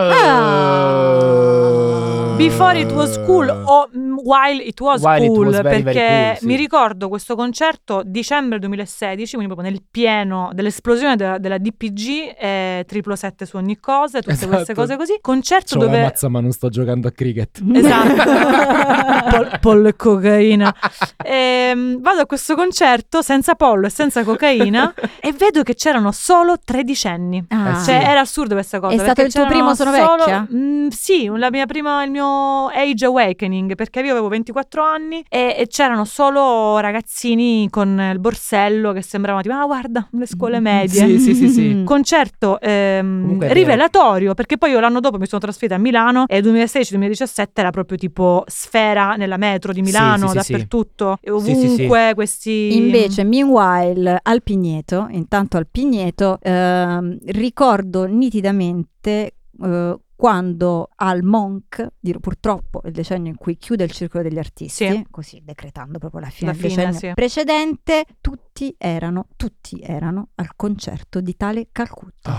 [SPEAKER 2] Ah.
[SPEAKER 3] Before it was cool o mm, while it was
[SPEAKER 4] While it
[SPEAKER 3] cool,
[SPEAKER 4] was very, very
[SPEAKER 3] perché
[SPEAKER 4] cool, sì.
[SPEAKER 3] mi ricordo questo concerto dicembre 2016, quindi proprio nel pieno dell'esplosione della, della DPG, eh, 777 su ogni cosa, tutte queste
[SPEAKER 4] Esatto.
[SPEAKER 3] cose così. Concerto
[SPEAKER 4] Cioè,
[SPEAKER 3] dove...
[SPEAKER 4] ammazza, ma non sto giocando a cricket.
[SPEAKER 3] Esatto, Pol- pollo e cocaina. Ehm, vado a questo concerto senza pollo e senza cocaina e vedo che c'erano solo tredicenni.
[SPEAKER 2] Ah.
[SPEAKER 4] Eh,
[SPEAKER 3] Cioè,
[SPEAKER 4] sì.
[SPEAKER 3] era assurdo questa cosa.
[SPEAKER 2] È stato
[SPEAKER 3] perché
[SPEAKER 2] il tuo primo
[SPEAKER 3] c'erano
[SPEAKER 2] sono
[SPEAKER 3] solo-
[SPEAKER 2] vecchia?
[SPEAKER 3] Mm, sì, la mia prima, il mio age awakening, perché io avevo 24 anni e, e c'erano solo ragazzini con il borsello che sembravano tipo, ah guarda, le scuole
[SPEAKER 2] Mm,
[SPEAKER 3] medie. Mm.
[SPEAKER 4] Sì, sì, sì, sì.
[SPEAKER 3] Concerto ehm,
[SPEAKER 4] Comunque è vero.
[SPEAKER 3] rivelatorio, perché poi io l'anno dopo mi sono trasferita a Milano e 2016-2017 era proprio tipo sfera nella metro di
[SPEAKER 4] Sì,
[SPEAKER 3] Milano,
[SPEAKER 4] sì, sì, sì.
[SPEAKER 3] dappertutto, e
[SPEAKER 4] Sì, sì, sì.
[SPEAKER 3] ovunque questi...
[SPEAKER 2] Invece, meanwhile, al Pigneto, intanto al Pigneto, ehm, ricordo nitidamente eh, quando al Monk, dir- purtroppo il decennio in cui chiude il circolo degli artisti,
[SPEAKER 3] Sì.
[SPEAKER 2] così decretando proprio la fine
[SPEAKER 3] La
[SPEAKER 2] del
[SPEAKER 3] fine,
[SPEAKER 2] decennio
[SPEAKER 3] sì.
[SPEAKER 2] precedente, tutti erano, tutti erano al concerto di tale
[SPEAKER 4] Ah.
[SPEAKER 2] Calcutta.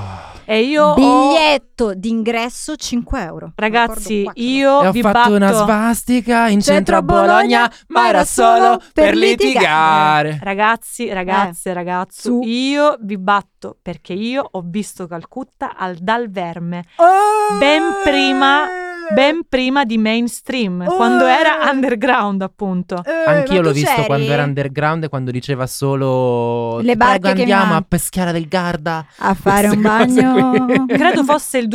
[SPEAKER 3] E io... ho-
[SPEAKER 2] Biglietto d'ingresso 5 euro.
[SPEAKER 3] Ragazzi,
[SPEAKER 2] Ricordo quattro.
[SPEAKER 4] E
[SPEAKER 3] io
[SPEAKER 4] ho
[SPEAKER 3] vi
[SPEAKER 4] fatto
[SPEAKER 3] batto...
[SPEAKER 4] una svastica in centro, a Bologna, ma era solo per litigare.
[SPEAKER 3] Ragazzi, ragazze, ragazzi,
[SPEAKER 2] su.
[SPEAKER 3] io vi batto perché io ho visto Calcutta al Dal Verme,
[SPEAKER 4] Oh!
[SPEAKER 3] Ben prima-
[SPEAKER 1] Eh.
[SPEAKER 3] ben prima di mainstream,
[SPEAKER 4] Oh,
[SPEAKER 3] quando
[SPEAKER 4] eh.
[SPEAKER 3] era underground, appunto.
[SPEAKER 4] Anch'io
[SPEAKER 2] Eh, ma
[SPEAKER 4] l'ho
[SPEAKER 2] tu
[SPEAKER 4] visto
[SPEAKER 2] c'eri?
[SPEAKER 4] quando era underground e quando diceva solo
[SPEAKER 2] Le
[SPEAKER 4] "Ti
[SPEAKER 2] barche
[SPEAKER 4] prego,
[SPEAKER 2] che
[SPEAKER 4] andiamo
[SPEAKER 2] man-
[SPEAKER 4] a Peschiera del Garda.
[SPEAKER 2] a fare un
[SPEAKER 4] Queste cose
[SPEAKER 2] bagno.
[SPEAKER 4] qui.
[SPEAKER 3] Credo fosse il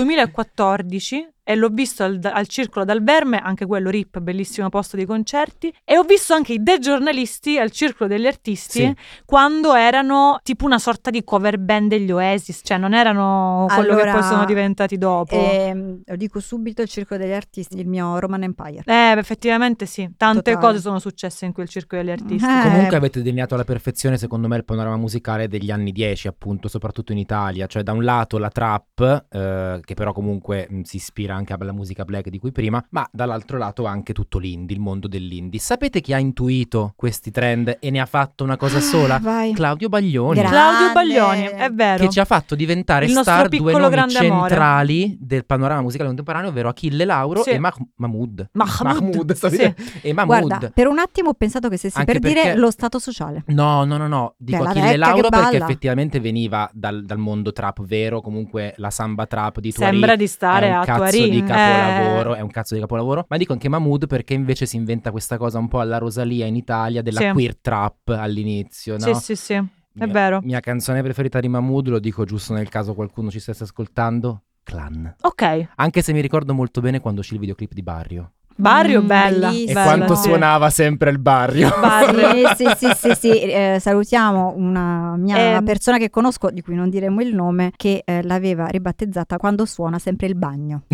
[SPEAKER 3] 2014 e l'ho visto al, al Circolo dal Verme, anche quello RIP, bellissimo posto dei concerti, e ho visto anche i De Giornalisti al Circolo degli Artisti
[SPEAKER 4] Sì.
[SPEAKER 3] quando erano tipo una sorta di cover band degli Oasis, cioè non erano quello
[SPEAKER 2] Allora,
[SPEAKER 3] che poi sono diventati dopo. Eh,
[SPEAKER 2] Ehm, lo dico subito, il circolo degli artisti, il mio Roman Empire.
[SPEAKER 3] Eh, beh, effettivamente sì, tante
[SPEAKER 2] Totale.
[SPEAKER 3] cose sono successe in quel Circolo degli Artisti.
[SPEAKER 2] Eh,
[SPEAKER 4] Comunque avete delineato alla perfezione, secondo me, il panorama musicale degli anni 10, appunto, soprattutto in Italia. Cioè, da un lato la trap, eh, che però comunque mh, si ispira anche alla musica black di cui prima, ma dall'altro lato anche tutto l'indie, il mondo dell'indie. Sapete chi ha intuito questi trend e ne ha fatto una cosa sola?
[SPEAKER 2] Vai.
[SPEAKER 4] Claudio Baglioni.
[SPEAKER 2] Gra-
[SPEAKER 3] Claudio
[SPEAKER 2] Grande.
[SPEAKER 3] Baglioni, è vero.
[SPEAKER 4] che ci ha fatto diventare
[SPEAKER 3] Il nostro
[SPEAKER 4] star due
[SPEAKER 3] piccolo
[SPEAKER 4] nomi
[SPEAKER 3] grande amore.
[SPEAKER 4] centrali del panorama musicale contemporaneo, ovvero Achille Lauro
[SPEAKER 3] Sì.
[SPEAKER 4] e Mah- Mahmood.
[SPEAKER 3] Mahmood,
[SPEAKER 4] stavo
[SPEAKER 3] sì.
[SPEAKER 4] dicendo. E Mahmood.
[SPEAKER 2] Guarda, per un attimo ho pensato che stessi
[SPEAKER 4] Anche
[SPEAKER 2] per dire
[SPEAKER 4] perché-
[SPEAKER 2] lo stato sociale.
[SPEAKER 4] No, no, no, no, dico
[SPEAKER 2] Bella
[SPEAKER 4] Achille
[SPEAKER 2] vecchia che
[SPEAKER 4] Lauro perché
[SPEAKER 2] balla.
[SPEAKER 4] effettivamente veniva dal, dal mondo trap vero, comunque la samba trap di Tuareg
[SPEAKER 3] Sembra di stare
[SPEAKER 4] è un
[SPEAKER 3] a
[SPEAKER 4] cazzo
[SPEAKER 3] Tuareg.
[SPEAKER 4] di
[SPEAKER 3] eh.
[SPEAKER 4] capolavoro, è un cazzo di capolavoro, ma dico anche Mahmood perché invece si inventa questa cosa un po' alla Rosalia in Italia della
[SPEAKER 3] Sì.
[SPEAKER 4] queer trap all'inizio, no?
[SPEAKER 3] Eh, Sì, sì, sì, è
[SPEAKER 4] Mia-
[SPEAKER 3] vero.
[SPEAKER 4] Mia canzone preferita di Mahmood, lo dico giusto nel caso qualcuno ci stesse ascoltando, Clan.
[SPEAKER 3] Ok,
[SPEAKER 4] Anche se mi ricordo molto bene quando uscì il videoclip di Barrio.
[SPEAKER 3] Barrio
[SPEAKER 2] Mm,
[SPEAKER 3] bella.
[SPEAKER 2] bellissimo.
[SPEAKER 4] E
[SPEAKER 3] bella,
[SPEAKER 4] quanto
[SPEAKER 3] sì.
[SPEAKER 4] suonava sempre il Barrio.
[SPEAKER 3] Barrio.
[SPEAKER 2] Sì, sì, sì, sì, sì, eh, salutiamo una mia
[SPEAKER 3] Eh,
[SPEAKER 2] persona che conosco, di cui non diremo il nome, che eh, l'aveva ribattezzata quando suona sempre il bagno.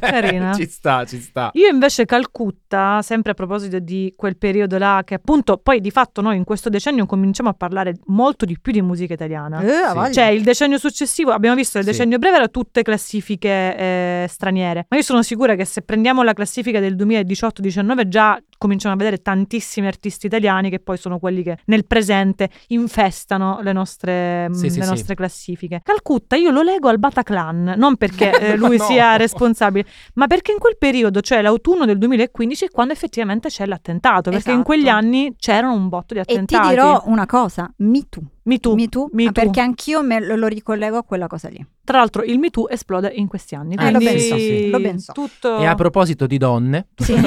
[SPEAKER 3] Carina.
[SPEAKER 4] ci sta, ci sta.
[SPEAKER 3] Io invece Calcutta, sempre a proposito di quel periodo là, che appunto poi di fatto noi in questo decennio cominciamo a parlare molto di più di musica italiana.
[SPEAKER 2] Eh, ha
[SPEAKER 4] Ah, Sì.
[SPEAKER 2] voglia.
[SPEAKER 3] Cioè, il decennio successivo, abbiamo visto il
[SPEAKER 4] Sì.
[SPEAKER 3] decennio breve, era tutte classifiche eh, straniere. Ma io sono sicura che se prendiamo la classifica del 2018-19 già cominciamo a vedere tantissimi artisti italiani che poi sono quelli che nel presente infestano le nostre, mh,
[SPEAKER 4] Sì, sì,
[SPEAKER 3] le
[SPEAKER 4] sì.
[SPEAKER 3] nostre classifiche. Calcutta io lo lego al Bataclan, non perché eh, lui
[SPEAKER 4] No.
[SPEAKER 3] sia responsabile, ma perché in quel periodo, cioè l'autunno del 2015, è quando effettivamente c'è l'attentato, perché in
[SPEAKER 2] Esatto.
[SPEAKER 3] quegli anni c'erano un botto di
[SPEAKER 2] E
[SPEAKER 3] attentati.
[SPEAKER 2] ti dirò una cosa, Me Too.
[SPEAKER 3] Me Too.
[SPEAKER 2] Me Too,
[SPEAKER 3] Me
[SPEAKER 2] ah,
[SPEAKER 3] Too.
[SPEAKER 2] perché anch'io me lo, lo ricollego a quella cosa lì.
[SPEAKER 3] Tra l'altro il Me Too esplode in questi anni.
[SPEAKER 4] Eh, lo
[SPEAKER 3] quindi
[SPEAKER 4] penso, sì.
[SPEAKER 2] lo penso.
[SPEAKER 3] Tutto...
[SPEAKER 4] E a proposito di donne,
[SPEAKER 2] Sì.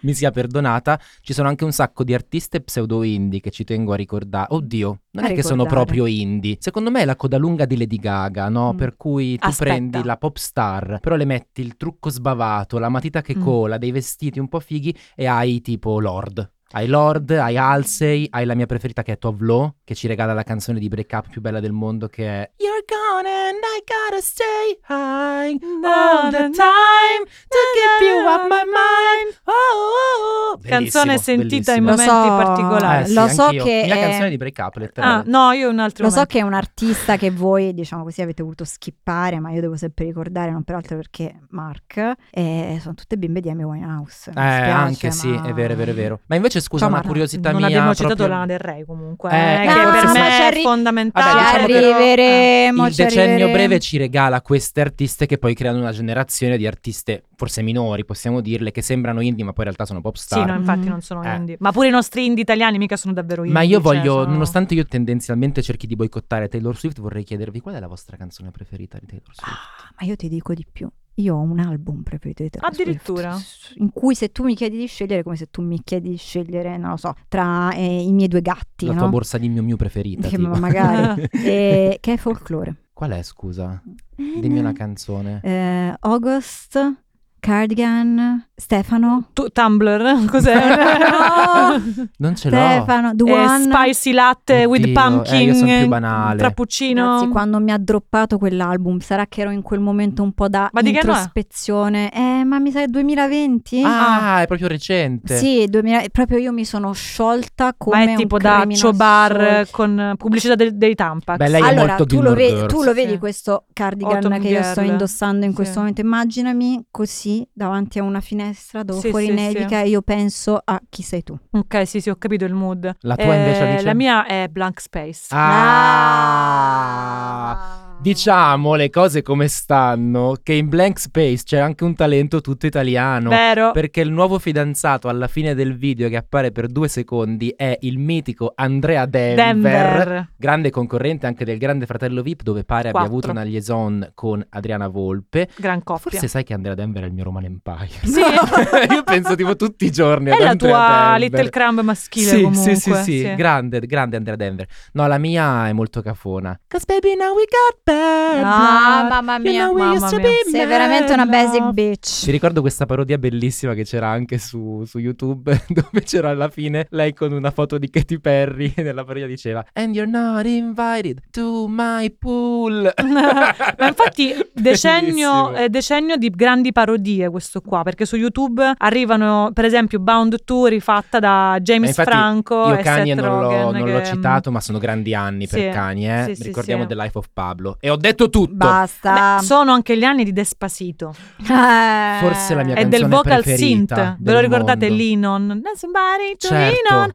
[SPEAKER 4] mi sia perdonata, ci sono anche un sacco di artiste pseudo indie che ci tengo a ricordare. Oddio, non
[SPEAKER 2] A
[SPEAKER 4] è che sono
[SPEAKER 2] ricordare.
[SPEAKER 4] proprio indie. Secondo me è la coda lunga di Lady Gaga, no?
[SPEAKER 2] Mm.
[SPEAKER 4] Per cui tu
[SPEAKER 3] Aspetta.
[SPEAKER 4] prendi la pop star, però le metti il trucco sbavato, la matita che
[SPEAKER 3] Mm.
[SPEAKER 4] cola, dei vestiti un po' fighi e hai tipo Lord. Hai Lord, hai Halsey, hai la mia preferita che è Tove Lo, che ci regala la canzone di break up più bella del mondo che è You're gone and I gotta stay high all the time to keep you off my mind. Oh, oh, oh.
[SPEAKER 3] Canzone
[SPEAKER 4] Bellissimo,
[SPEAKER 3] sentita in
[SPEAKER 4] bellissimo.
[SPEAKER 2] Lo
[SPEAKER 3] momenti
[SPEAKER 2] so.
[SPEAKER 3] particolari.
[SPEAKER 2] Eh, sì. lo so
[SPEAKER 4] anch'io.
[SPEAKER 2] che
[SPEAKER 4] Mia
[SPEAKER 2] è-
[SPEAKER 4] canzone di eh. break up,
[SPEAKER 3] Ah,
[SPEAKER 4] letteralmente.
[SPEAKER 3] no, io un altro
[SPEAKER 2] Lo so
[SPEAKER 3] momento.
[SPEAKER 2] che è un artista che voi, diciamo così, avete voluto skippare, ma io devo sempre ricordare, non peraltro perché Mark, eh, sono tutte bimbe di Amy Winehouse. mi
[SPEAKER 4] Eh,
[SPEAKER 2] spiace,
[SPEAKER 4] anche sì,
[SPEAKER 2] ma-
[SPEAKER 4] è vero, è vero, è vero. Ma invece scusa,
[SPEAKER 2] Ciao,
[SPEAKER 4] una
[SPEAKER 2] Marta.
[SPEAKER 4] curiosità
[SPEAKER 3] non
[SPEAKER 4] mia.
[SPEAKER 3] abbiamo citato
[SPEAKER 4] proprio-
[SPEAKER 3] Lana Del Rey comunque,
[SPEAKER 4] Eh,
[SPEAKER 3] eh,
[SPEAKER 4] no,
[SPEAKER 3] che per
[SPEAKER 4] insomma,
[SPEAKER 3] me
[SPEAKER 2] ci
[SPEAKER 3] è
[SPEAKER 2] arri-
[SPEAKER 3] fondamentale.
[SPEAKER 4] Vabbè, diciamo
[SPEAKER 2] ci
[SPEAKER 4] che-
[SPEAKER 2] arriveremo.
[SPEAKER 4] il
[SPEAKER 2] ci
[SPEAKER 4] decennio
[SPEAKER 2] arriveremo.
[SPEAKER 4] breve ci regala queste artiste che poi creano una generazione di artiste forse minori, possiamo dirle, che sembrano indie ma poi in realtà sono pop star.
[SPEAKER 3] Sì, no, infatti
[SPEAKER 2] Mm.
[SPEAKER 3] non sono
[SPEAKER 4] Eh.
[SPEAKER 3] indie. Ma pure i nostri indie italiani mica sono davvero indie.
[SPEAKER 4] Ma io
[SPEAKER 3] cioè,
[SPEAKER 4] voglio,
[SPEAKER 3] sono-
[SPEAKER 4] nonostante io tendenzialmente cerchi di boicottare Taylor Swift, vorrei chiedervi qual è la vostra canzone preferita di Taylor Swift?
[SPEAKER 2] Ah, ma io ti dico di più. Io ho un album preferito di Taylor Swift,
[SPEAKER 3] Addirittura?
[SPEAKER 2] s- in cui se tu mi chiedi di scegliere, è come se tu mi chiedi di scegliere, non lo so, tra eh, i miei due gatti,
[SPEAKER 4] La
[SPEAKER 2] no?
[SPEAKER 4] tua borsa di Miu Miu preferita.
[SPEAKER 2] Che
[SPEAKER 4] tipo.
[SPEAKER 2] ma- magari. Eh, che è folklore.
[SPEAKER 4] qual è, scusa? Dimmi una canzone.
[SPEAKER 2] Mm. Eh, August, Cardigan, Stefano,
[SPEAKER 3] Tu- Tumblr, cos'è?
[SPEAKER 2] No!
[SPEAKER 4] Non ce l'ho.
[SPEAKER 2] Stefano,
[SPEAKER 3] Ah! Eh,
[SPEAKER 2] Duan.
[SPEAKER 3] spicy latte with
[SPEAKER 4] Oddio,
[SPEAKER 3] pumpkin.
[SPEAKER 4] eh, io sono più banale.
[SPEAKER 3] Trappuccino.
[SPEAKER 2] Ragazzi, quando mi ha droppato quell'album, sarà che ero in quel momento un po' da
[SPEAKER 3] Ma di che anno è?
[SPEAKER 2] introspezione. Eh, ma mi sa che 2020?
[SPEAKER 4] Ah, è proprio recente.
[SPEAKER 2] Sì, 2000 proprio io mi sono sciolta come
[SPEAKER 3] ma è tipo
[SPEAKER 2] un
[SPEAKER 3] da
[SPEAKER 2] criminal
[SPEAKER 3] Chobar
[SPEAKER 2] solo.
[SPEAKER 3] con eh, pubblicità del- dei Tampax.
[SPEAKER 4] Beh, lei è
[SPEAKER 2] allora,
[SPEAKER 4] molto
[SPEAKER 2] tu lo,
[SPEAKER 4] Gilmore
[SPEAKER 2] vedi,
[SPEAKER 4] Girls.
[SPEAKER 2] tu lo
[SPEAKER 3] Sì.
[SPEAKER 2] vedi questo cardigan
[SPEAKER 3] Autumn
[SPEAKER 2] che io sto
[SPEAKER 3] Girl.
[SPEAKER 2] indossando in
[SPEAKER 3] Sì.
[SPEAKER 2] questo momento. Immaginami così davanti a una finestra dove
[SPEAKER 3] Sì,
[SPEAKER 2] fuori
[SPEAKER 3] sì,
[SPEAKER 2] nevica e io penso a chi sei tu.
[SPEAKER 3] Ok, sì, sì, ho capito il mood. Eh,
[SPEAKER 4] La tua invece, Alice?
[SPEAKER 3] La mia è Blank Space. Ah,
[SPEAKER 4] Ah. Diciamo le cose come stanno, che in Blank Space c'è anche un talento tutto italiano.
[SPEAKER 3] Vero?
[SPEAKER 4] Perché il nuovo fidanzato alla fine del video che appare per due secondi è il mitico Andrea
[SPEAKER 3] Denver.
[SPEAKER 4] grande concorrente anche del Grande Fratello VIP, dove pare abbia
[SPEAKER 3] Quattro.
[SPEAKER 4] avuto una liaison con Adriana Volpe.
[SPEAKER 3] Gran coppia.
[SPEAKER 4] Forse sai che Andrea Denver è il mio Roman Empire.
[SPEAKER 3] Sì.
[SPEAKER 4] Io penso tipo tutti i giorni ad
[SPEAKER 3] È la
[SPEAKER 4] Andrea
[SPEAKER 3] tua
[SPEAKER 4] Denver.
[SPEAKER 3] Little Crumb maschile
[SPEAKER 4] sì,
[SPEAKER 3] comunque.
[SPEAKER 4] sì, sì, sì, grande, grande Andrea Denver. No, la mia è molto cafona. Cause baby now we got bad
[SPEAKER 2] Ah,
[SPEAKER 4] blood.
[SPEAKER 2] mamma
[SPEAKER 4] You
[SPEAKER 2] mia,
[SPEAKER 4] know we
[SPEAKER 3] mamma
[SPEAKER 4] used to
[SPEAKER 3] mia.
[SPEAKER 4] be
[SPEAKER 2] sei
[SPEAKER 4] mad
[SPEAKER 2] veramente una
[SPEAKER 4] love.
[SPEAKER 2] basic bitch.
[SPEAKER 4] Ti ricordo questa parodia bellissima che c'era anche su, su YouTube, dove c'era alla fine lei con una foto di Katy Perry e nella parodia diceva And you're not invited to my pool.
[SPEAKER 3] Ma infatti decennio,
[SPEAKER 4] Bellissimo.
[SPEAKER 3] eh, decennio di grandi parodie questo qua, perché su YouTube arrivano per esempio Bound to rifatta da
[SPEAKER 4] Ma
[SPEAKER 3] James
[SPEAKER 4] infatti
[SPEAKER 3] Franco
[SPEAKER 4] Io
[SPEAKER 3] e
[SPEAKER 4] Kanye
[SPEAKER 3] Seth
[SPEAKER 4] non l'ho,
[SPEAKER 3] Rogen,
[SPEAKER 4] non
[SPEAKER 3] che- mm,
[SPEAKER 4] l'ho citato, ma sono grandi anni
[SPEAKER 3] Sì,
[SPEAKER 4] per Kanye. eh.
[SPEAKER 3] sì, sì,
[SPEAKER 4] Ricordiamo
[SPEAKER 3] sì.
[SPEAKER 4] The Life of Pablo. E ho detto tutto.
[SPEAKER 2] Basta.
[SPEAKER 3] Beh, sono anche gli anni di Despacito
[SPEAKER 2] Eh.
[SPEAKER 4] Forse la mia
[SPEAKER 3] e del
[SPEAKER 4] canzone
[SPEAKER 3] vocal
[SPEAKER 4] preferita
[SPEAKER 3] synth. Ve
[SPEAKER 4] del
[SPEAKER 3] lo ricordate
[SPEAKER 4] mondo.
[SPEAKER 3] Linon? Somebody to
[SPEAKER 4] Certo.
[SPEAKER 3] Linon.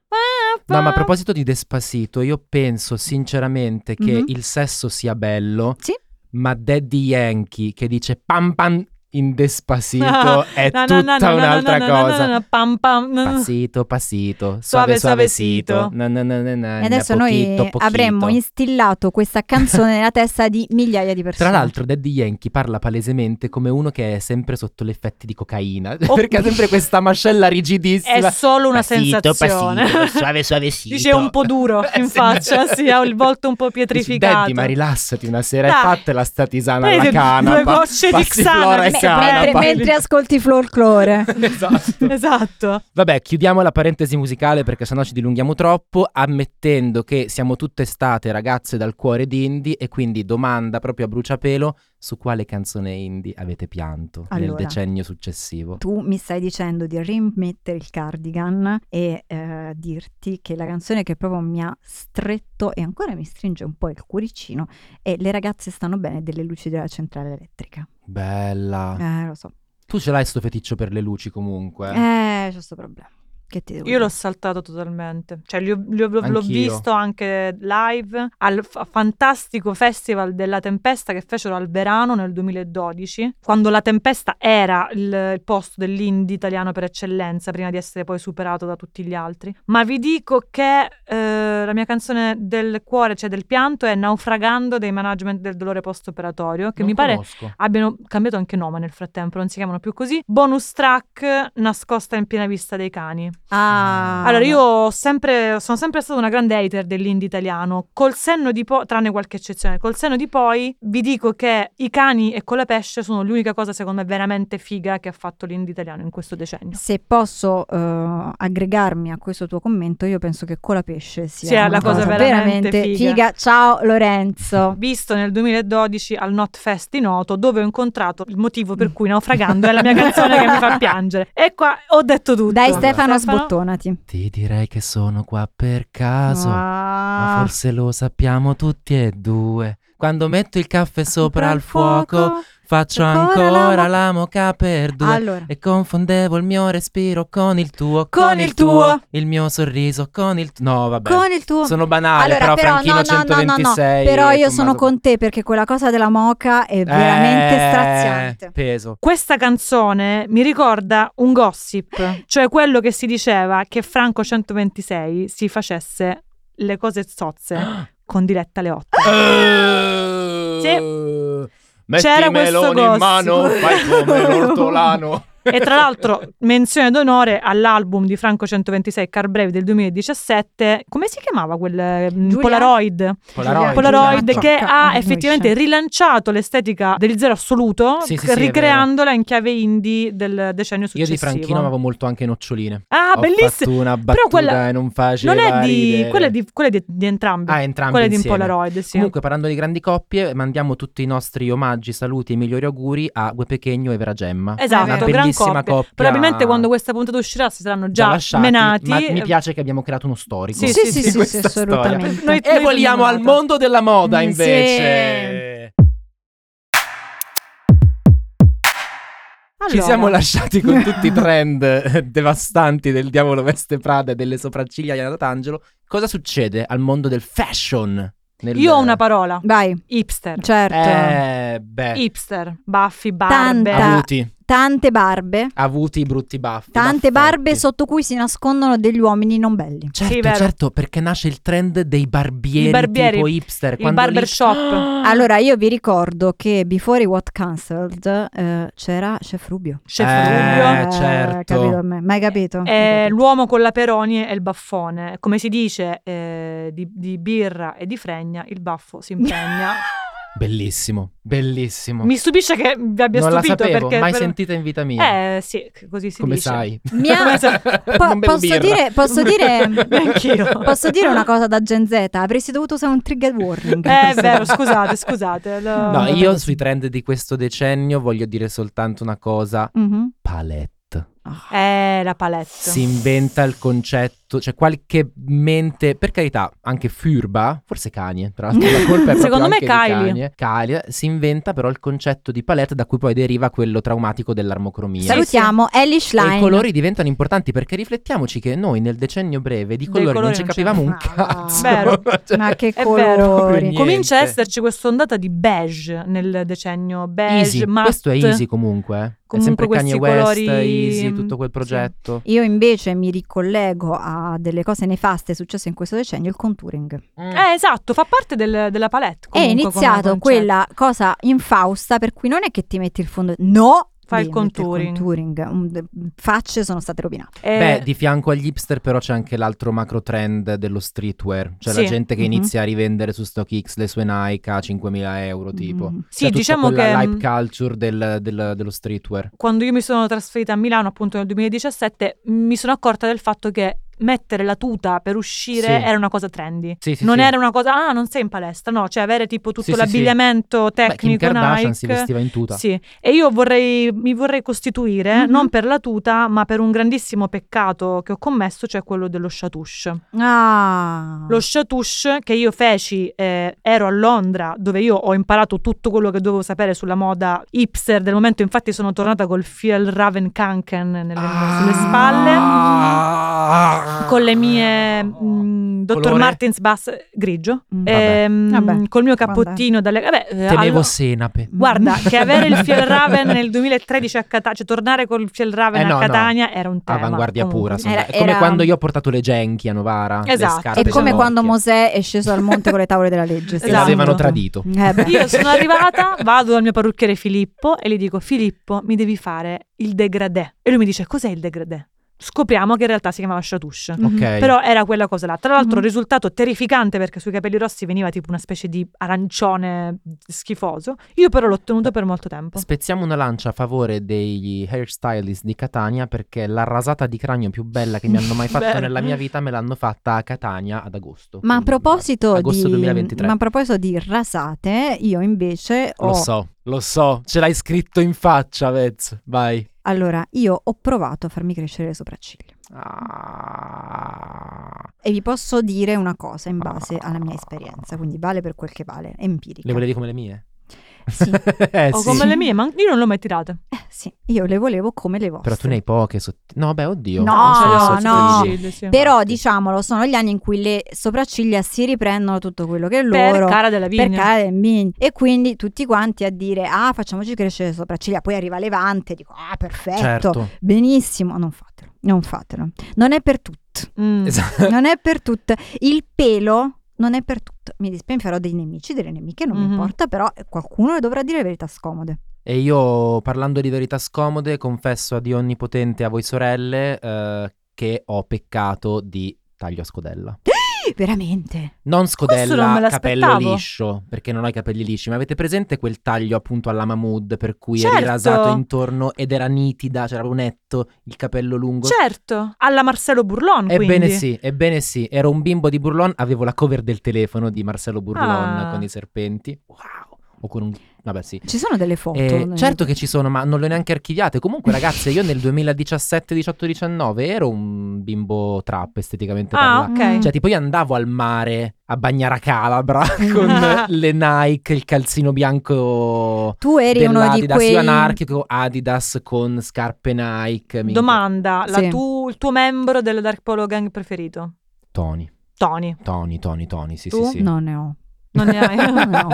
[SPEAKER 4] No, ma a proposito di Despacito, io penso sinceramente che
[SPEAKER 2] Mhm.
[SPEAKER 4] il sesso sia bello,
[SPEAKER 2] Sì.
[SPEAKER 4] ma Daddy Yankee che dice pam pam in Despacito è
[SPEAKER 3] No, no, no,
[SPEAKER 4] tutta
[SPEAKER 3] no, no,
[SPEAKER 4] un'altra
[SPEAKER 3] no, no, no,
[SPEAKER 4] cosa.
[SPEAKER 3] no, no, pam, pam, no, no.
[SPEAKER 4] Passito, passito,
[SPEAKER 3] Suave,
[SPEAKER 4] suave,
[SPEAKER 3] suavecito.
[SPEAKER 4] suavecito. Na, na, na, na, na,
[SPEAKER 2] E adesso
[SPEAKER 4] pochito,
[SPEAKER 2] noi
[SPEAKER 4] pochito.
[SPEAKER 2] avremmo instillato questa canzone nella testa di migliaia di persone.
[SPEAKER 4] Tra l'altro, Daddy Yankee parla palesemente come uno che è sempre sotto l'effetto di cocaina.
[SPEAKER 3] Oh.
[SPEAKER 4] Perché ha sempre questa mascella rigidissima.
[SPEAKER 3] È solo una
[SPEAKER 4] Passito,
[SPEAKER 3] sensazione.
[SPEAKER 4] passito, suave, suavecito.
[SPEAKER 3] Dice un po' duro
[SPEAKER 4] Eh,
[SPEAKER 3] in
[SPEAKER 4] sì.
[SPEAKER 3] faccia, sì, ha il volto un po'
[SPEAKER 4] Dici,
[SPEAKER 3] pietrificato.
[SPEAKER 4] Daddy, ma rilassati una sera
[SPEAKER 3] Dai.
[SPEAKER 4] e fattela sta tisana alla
[SPEAKER 3] Prende
[SPEAKER 4] canapa.
[SPEAKER 3] due gocce di
[SPEAKER 4] Passi
[SPEAKER 3] Xanax.
[SPEAKER 4] flora e
[SPEAKER 3] Me-
[SPEAKER 4] canapa.
[SPEAKER 2] mentre,
[SPEAKER 3] canapa.
[SPEAKER 2] mentre ascolti folklore.
[SPEAKER 4] Esatto.
[SPEAKER 3] Esatto.
[SPEAKER 4] Vabbè, chiudiamo la parentesi musicale perché sennò ci dilunghiamo troppo, ammettendo che siamo tutte state ragazze dal cuore d'indie e quindi domanda proprio a bruciapelo su quale canzone indie avete pianto nel
[SPEAKER 2] Allora.
[SPEAKER 4] decennio successivo.
[SPEAKER 2] Tu mi stai dicendo di rimettere il cardigan e eh, dirti che la canzone che proprio mi ha stretto e ancora mi stringe un po' il cuoricino è Le ragazze stanno bene delle luci della centrale elettrica.
[SPEAKER 4] Bella.
[SPEAKER 2] Eh, lo so.
[SPEAKER 4] Tu ce l'hai sto feticcio per le luci comunque.
[SPEAKER 2] Eh, c'ho questo problema. Che ti devo
[SPEAKER 3] Io l'ho
[SPEAKER 2] dire?
[SPEAKER 3] saltato totalmente. Cioè, li ho- li ho- l'ho
[SPEAKER 4] Anch'io.
[SPEAKER 3] visto anche live al f- fantastico festival della tempesta che fecero al verano nel 2012, quando la tempesta era il, il posto dell'indie italiano per eccellenza, prima di essere poi superato da tutti gli altri. Ma vi dico che eh, la mia canzone del cuore, cioè del pianto, è Naufragando dei management del dolore post-operatorio, che
[SPEAKER 4] Non
[SPEAKER 3] mi pare
[SPEAKER 4] conosco.
[SPEAKER 3] abbiano cambiato anche nome nel frattempo, non si chiamano più così. Bonus track nascosta in piena vista dei cani.
[SPEAKER 2] Ah,
[SPEAKER 3] Allora, io ho sempre, sono sempre stata una grande hater dell'indie italiano. Col senno di poi, tranne qualche eccezione, col senno di poi vi dico che i cani e con la pesce sono l'unica cosa, secondo me, veramente figa che ha fatto l'indie italiano in questo decennio.
[SPEAKER 2] Se posso eh, aggregarmi a questo tuo commento, io penso che con la pesce sia
[SPEAKER 3] Sì, è
[SPEAKER 2] una
[SPEAKER 3] la cosa veramente figa.
[SPEAKER 2] Ciao Lorenzo.
[SPEAKER 3] Visto nel 2012 al Not Fest di Noto, dove ho incontrato il motivo per cui Naufragando è la mia canzone che mi fa piangere. E qua ho detto tutto.
[SPEAKER 2] Dai Stefano, sbottonati.
[SPEAKER 4] Ti direi che sono qua per caso,
[SPEAKER 2] Ah.
[SPEAKER 4] ma forse lo sappiamo tutti e due. Quando metto il caffè sopra al fuoco, faccio ancora la moca per due.
[SPEAKER 2] Allora,
[SPEAKER 4] E confondevo il mio respiro con il tuo,
[SPEAKER 3] Eh. Con il tuo.
[SPEAKER 4] il mio sorriso con il tuo. No, vabbè.
[SPEAKER 2] con il tuo...
[SPEAKER 4] Sono banale,
[SPEAKER 2] allora, però,
[SPEAKER 4] però, Franchino
[SPEAKER 2] no, no, no, no,
[SPEAKER 4] 126.
[SPEAKER 2] no, però
[SPEAKER 4] e
[SPEAKER 2] io sono
[SPEAKER 4] Tommaso-
[SPEAKER 2] con te perché quella cosa della moca è veramente
[SPEAKER 4] Eh,
[SPEAKER 2] straziante.
[SPEAKER 4] Peso.
[SPEAKER 3] Questa canzone mi ricorda un gossip, cioè quello che si diceva che Franco 126 si facesse le cose zozze con Diletta Leotta. C'era questo gossip. E tra l'altro, menzione d'onore all'album di Franco 126 Car Brave del 2017, come si chiamava quel eh,
[SPEAKER 2] Giulia?
[SPEAKER 3] Polaroid?
[SPEAKER 4] Polaroid.
[SPEAKER 3] Polaroid
[SPEAKER 4] esatto.
[SPEAKER 3] che
[SPEAKER 2] Giacca,
[SPEAKER 3] ha effettivamente
[SPEAKER 2] Moisce.
[SPEAKER 3] rilanciato l'estetica del zero assoluto,
[SPEAKER 4] Sì, sì,
[SPEAKER 3] c-
[SPEAKER 4] sì, è
[SPEAKER 3] ricreandola in chiave indie del decennio
[SPEAKER 4] Io
[SPEAKER 3] successivo.
[SPEAKER 4] di Franchino avevo molto anche noccioline.
[SPEAKER 3] Ah,
[SPEAKER 4] Ho
[SPEAKER 3] bellissimo.
[SPEAKER 4] fatto una battuta
[SPEAKER 3] Però quella
[SPEAKER 4] e non faceva
[SPEAKER 3] non è di
[SPEAKER 4] ridere.
[SPEAKER 3] quella, è di quella è di, di entrambi.
[SPEAKER 4] Ah, entrambi
[SPEAKER 3] quella è di
[SPEAKER 4] insieme.
[SPEAKER 3] Polaroid, sì.
[SPEAKER 4] Comunque, parlando di grandi coppie, mandiamo tutti i nostri omaggi, saluti e migliori auguri a Gue Pechegno e Vera Gemma.
[SPEAKER 3] Esatto,
[SPEAKER 4] Una
[SPEAKER 3] gran coppia.
[SPEAKER 4] bellissima coppia.
[SPEAKER 3] Probabilmente quando questa puntata uscirà si saranno
[SPEAKER 4] già
[SPEAKER 3] già,
[SPEAKER 4] lasciati,
[SPEAKER 3] menati.
[SPEAKER 4] Ma mi piace che abbiamo creato uno storico.
[SPEAKER 3] Sì,
[SPEAKER 2] Sì, sì,
[SPEAKER 3] sì, sì,
[SPEAKER 2] sì, sì,
[SPEAKER 4] questa storia.
[SPEAKER 2] assolutamente.
[SPEAKER 3] Noi-
[SPEAKER 4] E vogliamo
[SPEAKER 3] torniamo
[SPEAKER 4] al
[SPEAKER 3] alla-
[SPEAKER 4] mondo della moda
[SPEAKER 2] Mm,
[SPEAKER 4] invece. Ci
[SPEAKER 3] Allora.
[SPEAKER 4] siamo lasciati con tutti i trend eh, devastanti del diavolo veste Prada e delle sopracciglia di Natangelo. Cosa succede al mondo del fashion? Nel-
[SPEAKER 3] Io ho una parola,
[SPEAKER 2] Vai,
[SPEAKER 3] hipster.
[SPEAKER 2] certo.
[SPEAKER 4] Cioè, Eh, beh,
[SPEAKER 3] Hipster, baffi, barbe.
[SPEAKER 2] Tanta-
[SPEAKER 4] avuti,
[SPEAKER 2] Tante barbe,
[SPEAKER 4] avuti i brutti baffi.
[SPEAKER 2] tante
[SPEAKER 4] baffetti.
[SPEAKER 2] barbe sotto cui si nascondono degli uomini non belli.
[SPEAKER 4] Certo,
[SPEAKER 3] Sì, vero.
[SPEAKER 4] certo, perché nasce il trend dei barbieri,
[SPEAKER 3] I barbieri,
[SPEAKER 4] tipo hipster.
[SPEAKER 3] il
[SPEAKER 4] quando
[SPEAKER 3] barbershop.
[SPEAKER 4] Ah!
[SPEAKER 2] Allora, io vi ricordo che before he was cancelled eh, c'era Chef Rubio.
[SPEAKER 3] Chef
[SPEAKER 4] Eh,
[SPEAKER 3] Rubio.
[SPEAKER 4] certo.
[SPEAKER 2] Capito, me- mai capito?
[SPEAKER 3] È
[SPEAKER 2] Mai capito.
[SPEAKER 3] l'uomo con la peronie e il baffone. Come si dice eh, di, di birra e di fregna, il baffo si impegna.
[SPEAKER 4] Bellissimo, bellissimo.
[SPEAKER 3] Mi stupisce che vi abbia
[SPEAKER 4] non la
[SPEAKER 3] stupito
[SPEAKER 4] sapevo,
[SPEAKER 3] perché
[SPEAKER 4] mai
[SPEAKER 3] per-
[SPEAKER 4] sentita in vita mia.
[SPEAKER 3] Eh, sì, c- così si
[SPEAKER 4] Come
[SPEAKER 3] dice.
[SPEAKER 4] sai?
[SPEAKER 2] Mi ha- po-
[SPEAKER 4] Non bevo
[SPEAKER 2] posso
[SPEAKER 4] birra.
[SPEAKER 2] dire- posso dire-
[SPEAKER 3] Anch'io.
[SPEAKER 2] Posso dire una cosa da Gen Z? Avresti dovuto usare un trigger warning.
[SPEAKER 3] Eh, è vero, scusate, scusate. lo-
[SPEAKER 4] No, io sui trend di questo decennio voglio dire soltanto una cosa,
[SPEAKER 2] Mhm.
[SPEAKER 4] palette.
[SPEAKER 3] Eh, la palette.
[SPEAKER 4] Si inventa il concetto, cioè qualche mente, per carità, anche furba, forse Kanye, tra l'altro la colpa è proprio
[SPEAKER 3] Secondo me
[SPEAKER 4] anche di
[SPEAKER 3] Kylie.
[SPEAKER 4] Kanye. Kylie si inventa però il concetto di palette da cui poi deriva quello traumatico dell'armocromia.
[SPEAKER 3] Sì,
[SPEAKER 2] Salutiamo Ellie
[SPEAKER 4] E i
[SPEAKER 2] Schlein.
[SPEAKER 4] colori diventano importanti perché riflettiamoci che noi nel decennio breve di colori,
[SPEAKER 3] colori
[SPEAKER 4] non ci
[SPEAKER 3] non ce
[SPEAKER 4] capivamo
[SPEAKER 2] ne-
[SPEAKER 4] un
[SPEAKER 2] Ma va.
[SPEAKER 4] cazzo.
[SPEAKER 3] Vero.
[SPEAKER 4] Cioè,
[SPEAKER 2] Ma che
[SPEAKER 3] È vero.
[SPEAKER 4] Proprio
[SPEAKER 2] colori.
[SPEAKER 4] niente.
[SPEAKER 3] Comincia a esserci questa ondata di beige nel decennio beige,
[SPEAKER 4] Easy.
[SPEAKER 3] matte.
[SPEAKER 4] Questo è easy comunque. eh.
[SPEAKER 3] Comunque
[SPEAKER 4] è sempre Kanye
[SPEAKER 3] questi
[SPEAKER 4] West,
[SPEAKER 3] colori-
[SPEAKER 4] easy, tutto quel
[SPEAKER 3] sì.
[SPEAKER 4] progetto.
[SPEAKER 2] Io invece mi ricollego a delle cose nefaste successe in questo decennio, il contouring.
[SPEAKER 4] Mm.
[SPEAKER 3] Eh, esatto, fa parte del- della palette.
[SPEAKER 2] È
[SPEAKER 3] comunque, come
[SPEAKER 2] iniziato
[SPEAKER 3] concetto.
[SPEAKER 2] quella cosa infausta per cui non è che ti metti il fondo, no,
[SPEAKER 3] Fai
[SPEAKER 2] devi
[SPEAKER 3] il
[SPEAKER 2] mettere
[SPEAKER 3] contouring.
[SPEAKER 2] contouring. Un- Facce sono state rovinate.
[SPEAKER 3] Eh,
[SPEAKER 4] Beh, di fianco agli hipster però c'è anche l'altro macro trend dello streetwear, cioè
[SPEAKER 3] Sì. mm-hmm.
[SPEAKER 4] la gente che
[SPEAKER 2] Mhm.
[SPEAKER 4] inizia a rivendere su StockX le sue Nike a 5.000 euro tipo.
[SPEAKER 2] Mm.
[SPEAKER 3] Mm-hmm. Sì,
[SPEAKER 4] C'è tutta
[SPEAKER 3] diciamo
[SPEAKER 4] quella
[SPEAKER 3] che,
[SPEAKER 4] hype
[SPEAKER 3] mm,
[SPEAKER 4] culture del- del- dello streetwear.
[SPEAKER 3] quando io mi sono trasferita a Milano appunto nel 2017 mi sono accorta del fatto che mettere la tuta per uscire
[SPEAKER 4] Sì.
[SPEAKER 3] era una cosa trendy.
[SPEAKER 4] Sì, sì,
[SPEAKER 3] non
[SPEAKER 4] sì.
[SPEAKER 3] era una cosa, ah, non sei in palestra, no, cioè avere tipo tutto
[SPEAKER 4] Sì, sì, sì.
[SPEAKER 3] l'abbigliamento
[SPEAKER 4] Beh, Kim
[SPEAKER 3] tecnico
[SPEAKER 4] Kardashian
[SPEAKER 3] Nike.
[SPEAKER 4] si vestiva in tuta.
[SPEAKER 3] Sì, e io vorrei, mi vorrei costituire
[SPEAKER 2] Mhm.
[SPEAKER 3] non per la tuta, ma per un grandissimo peccato che ho commesso, cioè quello dello chatouche.
[SPEAKER 2] Mm. Ah.
[SPEAKER 3] Lo chatouche che io feci, eh, ero a Londra, dove io ho imparato tutto quello che dovevo sapere sulla moda hipster del momento. Infatti, sono tornata col Fiel Raven Kanken nelle- sulle
[SPEAKER 4] Ah.
[SPEAKER 3] spalle. Con le mie mm, Dr.
[SPEAKER 4] Colore?
[SPEAKER 3] Martins Bass grigio,
[SPEAKER 2] Mm.
[SPEAKER 4] Vabbè.
[SPEAKER 3] ehm,
[SPEAKER 2] Vabbè.
[SPEAKER 3] col mio cappottino dalle. Vabbè, eh,
[SPEAKER 4] Temevo
[SPEAKER 3] allo-
[SPEAKER 4] senape.
[SPEAKER 3] Guarda, che avere il Fjellraven nel 2013 a Catania, cioè tornare col Fjellraven
[SPEAKER 4] Eh, no,
[SPEAKER 3] a
[SPEAKER 4] no.
[SPEAKER 3] Catania era
[SPEAKER 2] Eh,
[SPEAKER 3] un tema.
[SPEAKER 4] Avanguardia
[SPEAKER 3] comunque.
[SPEAKER 4] pura, insomma.
[SPEAKER 2] Era-
[SPEAKER 4] è come
[SPEAKER 2] era-
[SPEAKER 4] quando io ho portato le genchi a Novara. le
[SPEAKER 3] Esatto.
[SPEAKER 4] scarpe
[SPEAKER 2] È
[SPEAKER 4] da
[SPEAKER 2] come quando
[SPEAKER 4] Pinocchio,
[SPEAKER 2] Mosè è sceso al monte con le tavole della legge.
[SPEAKER 4] che
[SPEAKER 3] Esatto.
[SPEAKER 4] l'avevano tradito.
[SPEAKER 2] Eh beh.
[SPEAKER 3] Io sono arrivata, vado dal mio parrucchiere Filippo e gli dico: Filippo, mi devi fare il degradé. E lui mi dice: Cos'è il degradé? Scopriamo che in realtà si chiamava chatouche.
[SPEAKER 2] Mhm.
[SPEAKER 4] Ok.
[SPEAKER 3] Però era quella cosa là. Tra l'altro,
[SPEAKER 4] Mm.
[SPEAKER 2] Mhm.
[SPEAKER 3] risultato terrificante perché sui capelli rossi veniva tipo una specie di arancione schifoso. Io, però, l'ho ottenuto per molto tempo.
[SPEAKER 4] Spezziamo una lancia a favore degli hairstylist di Catania perché la rasata di cranio più bella che mi hanno mai fatto
[SPEAKER 3] Vero.
[SPEAKER 4] nella mia vita me l'hanno fatta a Catania ad agosto.
[SPEAKER 2] Ma a
[SPEAKER 4] Quindi,
[SPEAKER 2] proposito
[SPEAKER 4] agosto
[SPEAKER 2] di
[SPEAKER 4] 2023.
[SPEAKER 2] ma a proposito di rasate, io invece ho
[SPEAKER 4] Lo so, lo so, ce l'hai scritto in faccia, Vez. Vai.
[SPEAKER 2] allora, io ho provato a farmi crescere le sopracciglia.
[SPEAKER 4] Ah.
[SPEAKER 2] E vi posso dire una cosa in base alla mia esperienza, quindi vale per quel che vale, è empirica.
[SPEAKER 4] Le volevi come le mie?
[SPEAKER 2] Sì,
[SPEAKER 4] eh,
[SPEAKER 3] o
[SPEAKER 4] sì.
[SPEAKER 3] come le mie, ma io non l'ho mai tirata.
[SPEAKER 2] Eh, sì, io le volevo come le vostre.
[SPEAKER 4] Però tu ne hai poche sotti- No, beh, oddio.
[SPEAKER 2] No,
[SPEAKER 4] Nel senso,
[SPEAKER 2] no, no.
[SPEAKER 4] sottili.
[SPEAKER 2] Però
[SPEAKER 4] Infatti.
[SPEAKER 2] diciamolo, sono gli anni in cui le sopracciglia si riprendono tutto quello che è
[SPEAKER 3] Per
[SPEAKER 2] loro.
[SPEAKER 3] cara della vigna.
[SPEAKER 2] per cara del mini. E quindi tutti quanti a dire: Ah, facciamoci crescere le sopracciglia. Poi arriva Levante, dico: Ah, perfetto,
[SPEAKER 4] Certo.
[SPEAKER 2] benissimo. Non fatelo, non fatelo. Non è per tutti.
[SPEAKER 3] Mm.
[SPEAKER 4] Esatto.
[SPEAKER 2] Non è per tutti. Il pelo non è per tutti. Mi dispiace, farò dei nemici, delle nemiche, non
[SPEAKER 3] Mhm.
[SPEAKER 2] mi importa, però qualcuno le dovrà dire verità scomode.
[SPEAKER 4] E io, parlando di verità scomode, confesso a Dio Onnipotente e a voi sorelle eh, che ho peccato di taglio a scodella.
[SPEAKER 2] Eh, Veramente.
[SPEAKER 4] Non
[SPEAKER 3] non me
[SPEAKER 4] scodella, capello
[SPEAKER 3] l'aspettavo.
[SPEAKER 4] liscio, perché non ho i capelli lisci, ma avete presente quel taglio appunto alla Mahmood per cui eri
[SPEAKER 3] Certo.
[SPEAKER 4] rasato intorno ed era nitida, c'era proprio netto il capello lungo?
[SPEAKER 3] Certo, alla Marcello Burlon,
[SPEAKER 4] Ebbene
[SPEAKER 3] quindi.
[SPEAKER 4] sì, ebbene sì, ero un bimbo di Burlon, avevo la cover del telefono di Marcello Burlon
[SPEAKER 3] Ah.
[SPEAKER 4] con i serpenti. Wow! O con un... Vabbè sì.
[SPEAKER 2] Ci sono delle foto.
[SPEAKER 4] Eh,
[SPEAKER 2] nel-
[SPEAKER 4] certo che ci sono, ma non le ho neanche archiviate. Comunque, ragazze, io nel 2017, 18, 19 ero un bimbo trap esteticamente
[SPEAKER 3] Ah,
[SPEAKER 4] parlando.
[SPEAKER 3] ok.
[SPEAKER 2] Mm.
[SPEAKER 4] Cioè, tipo, io andavo al mare a bagnare a Calabra con le Nike, il calzino bianco
[SPEAKER 2] Tu eri uno di
[SPEAKER 4] dell'Adidas,
[SPEAKER 2] quei.
[SPEAKER 4] io anarchico, Adidas con scarpe Nike. minchia.
[SPEAKER 3] Domanda, la
[SPEAKER 2] Sì.
[SPEAKER 3] tu- il tuo membro della Dark Polo Gang preferito?
[SPEAKER 4] Tony,
[SPEAKER 3] Tony,
[SPEAKER 4] Tony, Tony, Tony, sì,
[SPEAKER 3] Tu?
[SPEAKER 4] sì, sì.
[SPEAKER 2] No, ne ho.
[SPEAKER 3] non ne hai?
[SPEAKER 2] No.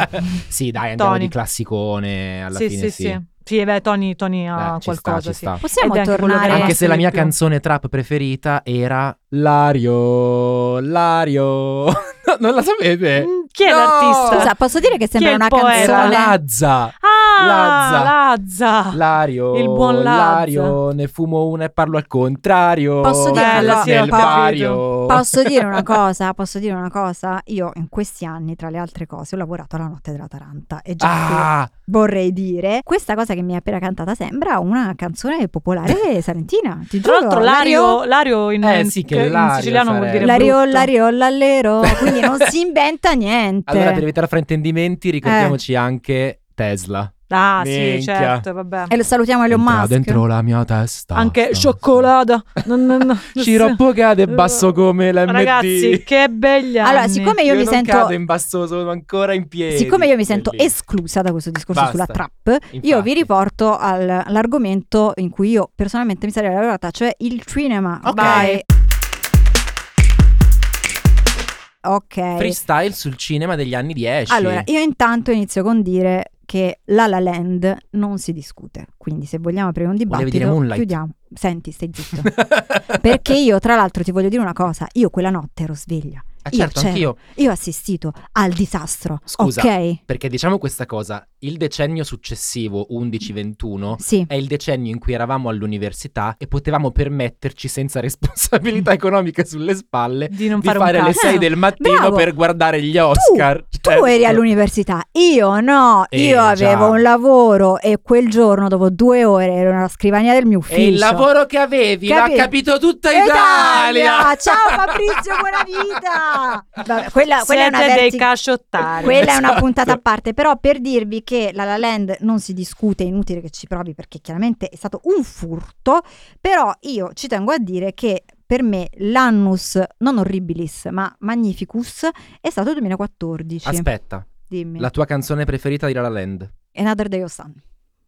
[SPEAKER 4] sì, dai, andiamo
[SPEAKER 3] Tony.
[SPEAKER 4] di classicone alla
[SPEAKER 3] sì,
[SPEAKER 4] fine,
[SPEAKER 3] sì,
[SPEAKER 4] sì.
[SPEAKER 3] sì. Sì, beh, Tony, Tony ha
[SPEAKER 4] Dai, ci sta,
[SPEAKER 3] qualcosa,
[SPEAKER 4] ci
[SPEAKER 3] sì.
[SPEAKER 4] sta.
[SPEAKER 2] Possiamo
[SPEAKER 3] Ed è anche quello
[SPEAKER 2] tornare.
[SPEAKER 3] che
[SPEAKER 4] Anche se la mia
[SPEAKER 3] più.
[SPEAKER 4] canzone trap preferita era Lario, Lario. No, non la sapete?
[SPEAKER 3] Mm, Chi è
[SPEAKER 4] Eh, No!
[SPEAKER 3] l'artista?
[SPEAKER 2] Scusa, posso dire che sembra
[SPEAKER 3] Chi è il
[SPEAKER 2] una
[SPEAKER 3] poeta?
[SPEAKER 4] Era
[SPEAKER 3] sole.
[SPEAKER 2] canzone?
[SPEAKER 4] Lazza.
[SPEAKER 3] Ah,
[SPEAKER 4] Lazza.
[SPEAKER 3] Lazza.
[SPEAKER 4] Lario,
[SPEAKER 3] Il buon Lazza.
[SPEAKER 4] Lario, ne fumo una e parlo al contrario.
[SPEAKER 2] Posso dire una
[SPEAKER 4] Bella,
[SPEAKER 2] cosa?
[SPEAKER 4] sì, nel
[SPEAKER 2] Posso-
[SPEAKER 4] bario.
[SPEAKER 2] Posso dire una cosa? Posso dire una cosa? Io in questi anni, tra le altre cose, ho lavorato alla notte della Taranta e già
[SPEAKER 4] Ah,
[SPEAKER 2] qui vorrei dire, questa cosa che mi hai appena cantata sembra una canzone popolare salentina, ti
[SPEAKER 3] Tra
[SPEAKER 2] giuro.
[SPEAKER 3] l'altro Lario, Lario in,
[SPEAKER 4] Eh, sì, che
[SPEAKER 3] in
[SPEAKER 4] Lario
[SPEAKER 3] siciliano vuol
[SPEAKER 4] sarebbe.
[SPEAKER 3] dire
[SPEAKER 2] Lario,
[SPEAKER 3] brutto.
[SPEAKER 2] Lario, l'allero, quindi non si inventa niente.
[SPEAKER 4] allora per evitare fraintendimenti ricordiamoci
[SPEAKER 3] Eh.
[SPEAKER 4] anche Tesla.
[SPEAKER 3] Ah,
[SPEAKER 4] Minchia.
[SPEAKER 3] sì, certo,
[SPEAKER 4] Eh,
[SPEAKER 3] vabbè.
[SPEAKER 2] E lo salutiamo Elon
[SPEAKER 4] Entra
[SPEAKER 2] Musk.
[SPEAKER 4] dentro la mia testa.
[SPEAKER 3] Anche
[SPEAKER 4] Sta-
[SPEAKER 3] cioccolata. Non- non- non-
[SPEAKER 4] Sciroppo cade basso come l'MD.
[SPEAKER 3] Ragazzi, che begli anni.
[SPEAKER 2] Allora, siccome io, mi
[SPEAKER 4] non
[SPEAKER 2] sento
[SPEAKER 4] cado in basso, sono ancora in piedi.
[SPEAKER 2] Siccome io mi sento
[SPEAKER 4] Bellissimo.
[SPEAKER 2] esclusa da questo discorso
[SPEAKER 4] Basta.
[SPEAKER 2] sulla trap, io vi
[SPEAKER 4] Infatti.
[SPEAKER 2] riporto al- all'argomento in cui io personalmente mi sarei lavorata, cioè il cinema.
[SPEAKER 4] Ok.
[SPEAKER 2] Vai. Ok.
[SPEAKER 4] freestyle sul cinema degli anni 10.
[SPEAKER 2] Allora, io intanto inizio con dire che La La Land non si discute, quindi se vogliamo aprire un
[SPEAKER 4] Volevi
[SPEAKER 2] dibattito,
[SPEAKER 4] dire Moonlight?
[SPEAKER 2] chiudiamo. Senti, stai zitto. Perché io, tra l'altro, ti voglio dire una cosa, io quella notte ero sveglia.
[SPEAKER 4] Ah,
[SPEAKER 2] io cioè
[SPEAKER 4] certo,
[SPEAKER 2] c'ero.
[SPEAKER 4] anch'io.
[SPEAKER 2] Io ho assistito al disastro.
[SPEAKER 4] Scusa.
[SPEAKER 2] Ok?
[SPEAKER 4] Perché diciamo questa cosa, il decennio successivo, 11-21,
[SPEAKER 2] Sì.
[SPEAKER 4] è il decennio in cui eravamo all'università e potevamo permetterci senza responsabilità economiche sulle spalle
[SPEAKER 3] di non
[SPEAKER 4] di
[SPEAKER 3] fare,
[SPEAKER 4] fare
[SPEAKER 3] un
[SPEAKER 4] alle
[SPEAKER 3] cazzo.
[SPEAKER 4] 6 del mattino
[SPEAKER 2] Bravo.
[SPEAKER 4] per guardare gli Oscar. Certo.
[SPEAKER 2] Tu eri all'università, io no,
[SPEAKER 4] Cioè, Eh,
[SPEAKER 2] io avevo
[SPEAKER 4] già.
[SPEAKER 2] un lavoro e quel giorno dopo due ore ero nella scrivania del mio ufficio.
[SPEAKER 4] E il lavoro che avevi
[SPEAKER 2] Capi-
[SPEAKER 4] l'ha capito tutta
[SPEAKER 2] Italia!
[SPEAKER 4] Italia!
[SPEAKER 2] Ciao Fabrizio, buona vita! Vabbè, quella, quella è una
[SPEAKER 3] Siete dei
[SPEAKER 2] vertig-
[SPEAKER 3] casciottari.
[SPEAKER 2] quella è una
[SPEAKER 4] Esatto.
[SPEAKER 2] puntata a parte, però per dirvi che la La Land non si discute, è inutile che ci provi perché chiaramente è stato un furto, però io ci tengo a dire che per me l'annus non horribilis ma magnificus è stato 2014.
[SPEAKER 4] Aspetta,
[SPEAKER 2] Dimmi.
[SPEAKER 4] la tua canzone preferita di La La Land?
[SPEAKER 2] Another Day of Sun.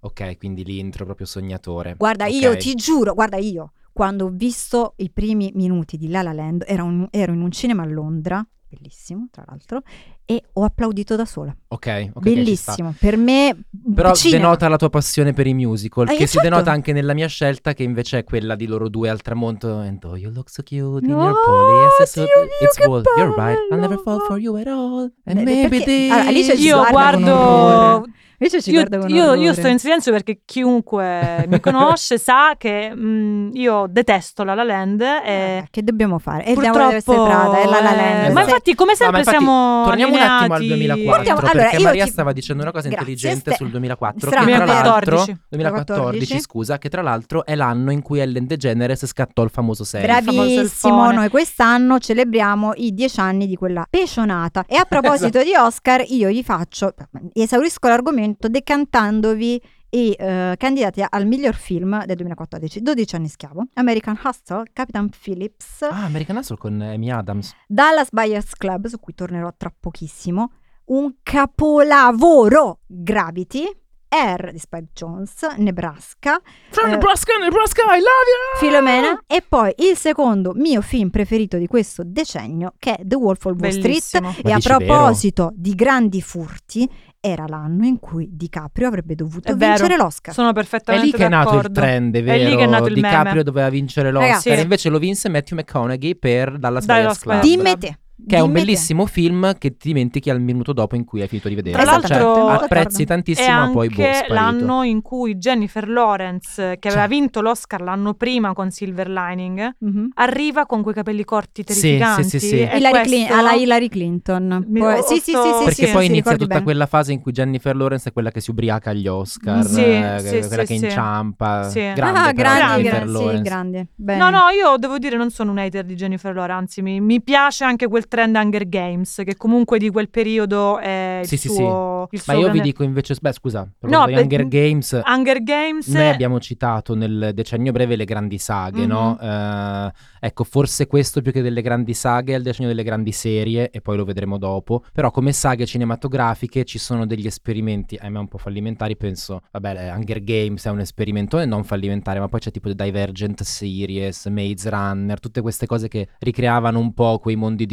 [SPEAKER 4] Ok, quindi l'intro proprio sognatore.
[SPEAKER 2] Guarda,
[SPEAKER 4] Ok.
[SPEAKER 2] io ti giuro, guarda io, quando ho visto i primi minuti di La La Land, era un- ero in un cinema a Londra, bellissimo tra l'altro, e ho applaudito da sola.
[SPEAKER 4] Ok, ok, ci sta.
[SPEAKER 2] bellissimo, per me...
[SPEAKER 4] Però
[SPEAKER 2] cinema.
[SPEAKER 4] denota la tua passione per i musical,
[SPEAKER 2] Eh,
[SPEAKER 4] che si
[SPEAKER 2] certo.
[SPEAKER 4] denota anche nella mia scelta, che invece è quella di loro due al tramonto. And oh, you look so cute in
[SPEAKER 2] No,
[SPEAKER 4] your polyester suit.
[SPEAKER 2] Dio mio,
[SPEAKER 4] It's
[SPEAKER 2] Oh, che
[SPEAKER 4] wool. You're right. I'll never fall
[SPEAKER 2] bello.
[SPEAKER 4] for you at all. And
[SPEAKER 2] Beh,
[SPEAKER 4] maybe
[SPEAKER 2] perché- allora, Alice Cioè, ci
[SPEAKER 3] Io
[SPEAKER 2] guarda con
[SPEAKER 3] guardo
[SPEAKER 2] orrore. Invece ci
[SPEAKER 3] Io,
[SPEAKER 2] guarda con
[SPEAKER 3] io- io
[SPEAKER 2] orrore.
[SPEAKER 3] sto in silenzio perché chiunque mi conosce sa che mm, io detesto la La Land e
[SPEAKER 2] Eh, Che dobbiamo fare? E
[SPEAKER 3] purtroppo...
[SPEAKER 2] diamo essere prada, è La La Land.
[SPEAKER 3] eh, Ma
[SPEAKER 4] Esatto.
[SPEAKER 3] infatti come sempre
[SPEAKER 4] infatti,
[SPEAKER 3] siamo
[SPEAKER 4] Torniamo un attimo al
[SPEAKER 3] allineati.
[SPEAKER 4] 2004,
[SPEAKER 2] Guardiamo- allora,
[SPEAKER 4] perché
[SPEAKER 2] io
[SPEAKER 4] Maria
[SPEAKER 2] ti-
[SPEAKER 4] stava dicendo una cosa
[SPEAKER 2] Grazie,
[SPEAKER 4] intelligente
[SPEAKER 2] ste-
[SPEAKER 4] sul 2004,
[SPEAKER 2] strano,
[SPEAKER 4] che tra
[SPEAKER 3] vero?
[SPEAKER 4] l'altro
[SPEAKER 3] 2014,
[SPEAKER 4] 2014, scusa, che tra l'altro è l'anno in cui Ellen DeGeneres scattò il famoso 6.
[SPEAKER 3] il
[SPEAKER 2] Bravissimo,
[SPEAKER 3] famoso
[SPEAKER 2] noi quest'anno celebriamo i dieci anni di quella pecionata.
[SPEAKER 4] Esatto.
[SPEAKER 2] E a proposito di Oscar, io gli faccio, esaurisco l'argomento decantandovi e eh, candidati al miglior film del 2014, 12 anni schiavo, American Hustle, Capitan Phillips,
[SPEAKER 4] Ah, American Hustle con Amy Adams.
[SPEAKER 2] Dallas Buyers Club, su cui tornerò tra pochissimo, un capolavoro Gravity, Air di Spike Jones, Nebraska,
[SPEAKER 4] From
[SPEAKER 2] Eh,
[SPEAKER 4] Nebraska, Nebraska, I love you!
[SPEAKER 2] Filomena e poi il secondo mio film preferito di questo decennio che è The Wolf of Wall Street.
[SPEAKER 3] Bellissimo.
[SPEAKER 2] E
[SPEAKER 4] Ma
[SPEAKER 2] a
[SPEAKER 4] dici vero?
[SPEAKER 2] proposito di grandi furti, era l'anno in cui DiCaprio avrebbe dovuto
[SPEAKER 3] È vero.
[SPEAKER 2] vincere l'Oscar.
[SPEAKER 3] Sono
[SPEAKER 4] È lì
[SPEAKER 3] perfettamente
[SPEAKER 4] che è nato il
[SPEAKER 3] d'accordo.
[SPEAKER 4] trend, è
[SPEAKER 3] È lì
[SPEAKER 4] vero?
[SPEAKER 3] che è nato il meme.
[SPEAKER 4] DiCaprio doveva vincere l'Oscar,
[SPEAKER 2] Ragazzi.
[SPEAKER 4] e invece lo vinse Matthew McConaughey per
[SPEAKER 3] Dallas
[SPEAKER 4] Dallas Buyers Club.
[SPEAKER 3] Buyers Club.
[SPEAKER 2] Dimmi te.
[SPEAKER 4] Che è un
[SPEAKER 2] dimmi te.
[SPEAKER 4] bellissimo film che ti dimentichi al minuto dopo in cui hai finito di vederlo.
[SPEAKER 2] Esatto.
[SPEAKER 3] Tra l'altro-
[SPEAKER 4] cioè,
[SPEAKER 3] Esattamente,
[SPEAKER 4] apprezzi
[SPEAKER 2] d'accordo.
[SPEAKER 3] E
[SPEAKER 4] tantissimo, ma
[SPEAKER 3] anche
[SPEAKER 4] poi boh, sparito.
[SPEAKER 3] l'anno in cui Jennifer Lawrence, che aveva
[SPEAKER 4] Cioè.
[SPEAKER 3] vinto l'Oscar l'anno prima con Silver Lining,
[SPEAKER 2] Mhm.
[SPEAKER 3] arriva con quei capelli corti
[SPEAKER 4] Sì,
[SPEAKER 3] terrificanti.
[SPEAKER 4] sì, sì, sì.
[SPEAKER 3] e
[SPEAKER 2] Hillary
[SPEAKER 3] questo-
[SPEAKER 2] Clin- alla Hillary Clinton.
[SPEAKER 3] Mi-
[SPEAKER 2] Poi-
[SPEAKER 3] ho-
[SPEAKER 2] sì, sì, sì,
[SPEAKER 3] sto-
[SPEAKER 2] sì,
[SPEAKER 4] Perché
[SPEAKER 2] sì,
[SPEAKER 4] poi
[SPEAKER 2] sì,
[SPEAKER 4] inizia
[SPEAKER 2] ricordi
[SPEAKER 4] tutta
[SPEAKER 2] bene.
[SPEAKER 4] quella fase in cui Jennifer Lawrence è quella che si ubriaca agli Oscar,
[SPEAKER 2] Sì,
[SPEAKER 4] eh,
[SPEAKER 3] Mm, sì,
[SPEAKER 4] quella
[SPEAKER 3] sì,
[SPEAKER 4] che
[SPEAKER 3] sì.
[SPEAKER 4] inciampa.
[SPEAKER 3] Sì.
[SPEAKER 4] Grande,
[SPEAKER 2] Ah,
[SPEAKER 4] però,
[SPEAKER 2] grande,
[SPEAKER 4] Jennifer
[SPEAKER 2] grande, sì,
[SPEAKER 4] Lawrence.
[SPEAKER 2] grande. Bene.
[SPEAKER 3] No, no, io devo dire non sono un hater di Jennifer Lawrence, anzi mi, mi piace anche quel trend Hunger Games, che comunque di quel periodo è il
[SPEAKER 4] Sì, sì, sì.
[SPEAKER 3] suo... il suo
[SPEAKER 4] Ma io vi
[SPEAKER 3] grande-
[SPEAKER 4] dico invece, beh, scusa, per
[SPEAKER 3] No,
[SPEAKER 4] no,
[SPEAKER 3] beh,
[SPEAKER 4] Hunger
[SPEAKER 3] m-
[SPEAKER 4] Games
[SPEAKER 3] Hunger Games...
[SPEAKER 4] Noi abbiamo citato nel decennio breve le grandi saghe, no?
[SPEAKER 3] Mhm.
[SPEAKER 4] Eh, ecco, forse questo più che delle grandi saghe è il decennio delle grandi serie, e poi lo vedremo dopo. Però come saghe cinematografiche ci sono degli esperimenti, ahimè un po' fallimentari, penso, vabbè, eh, Hunger Games è un esperimento e non fallimentare, ma poi c'è tipo The Divergent Series, Maze Runner, tutte queste cose che ricreavano un po' quei mondi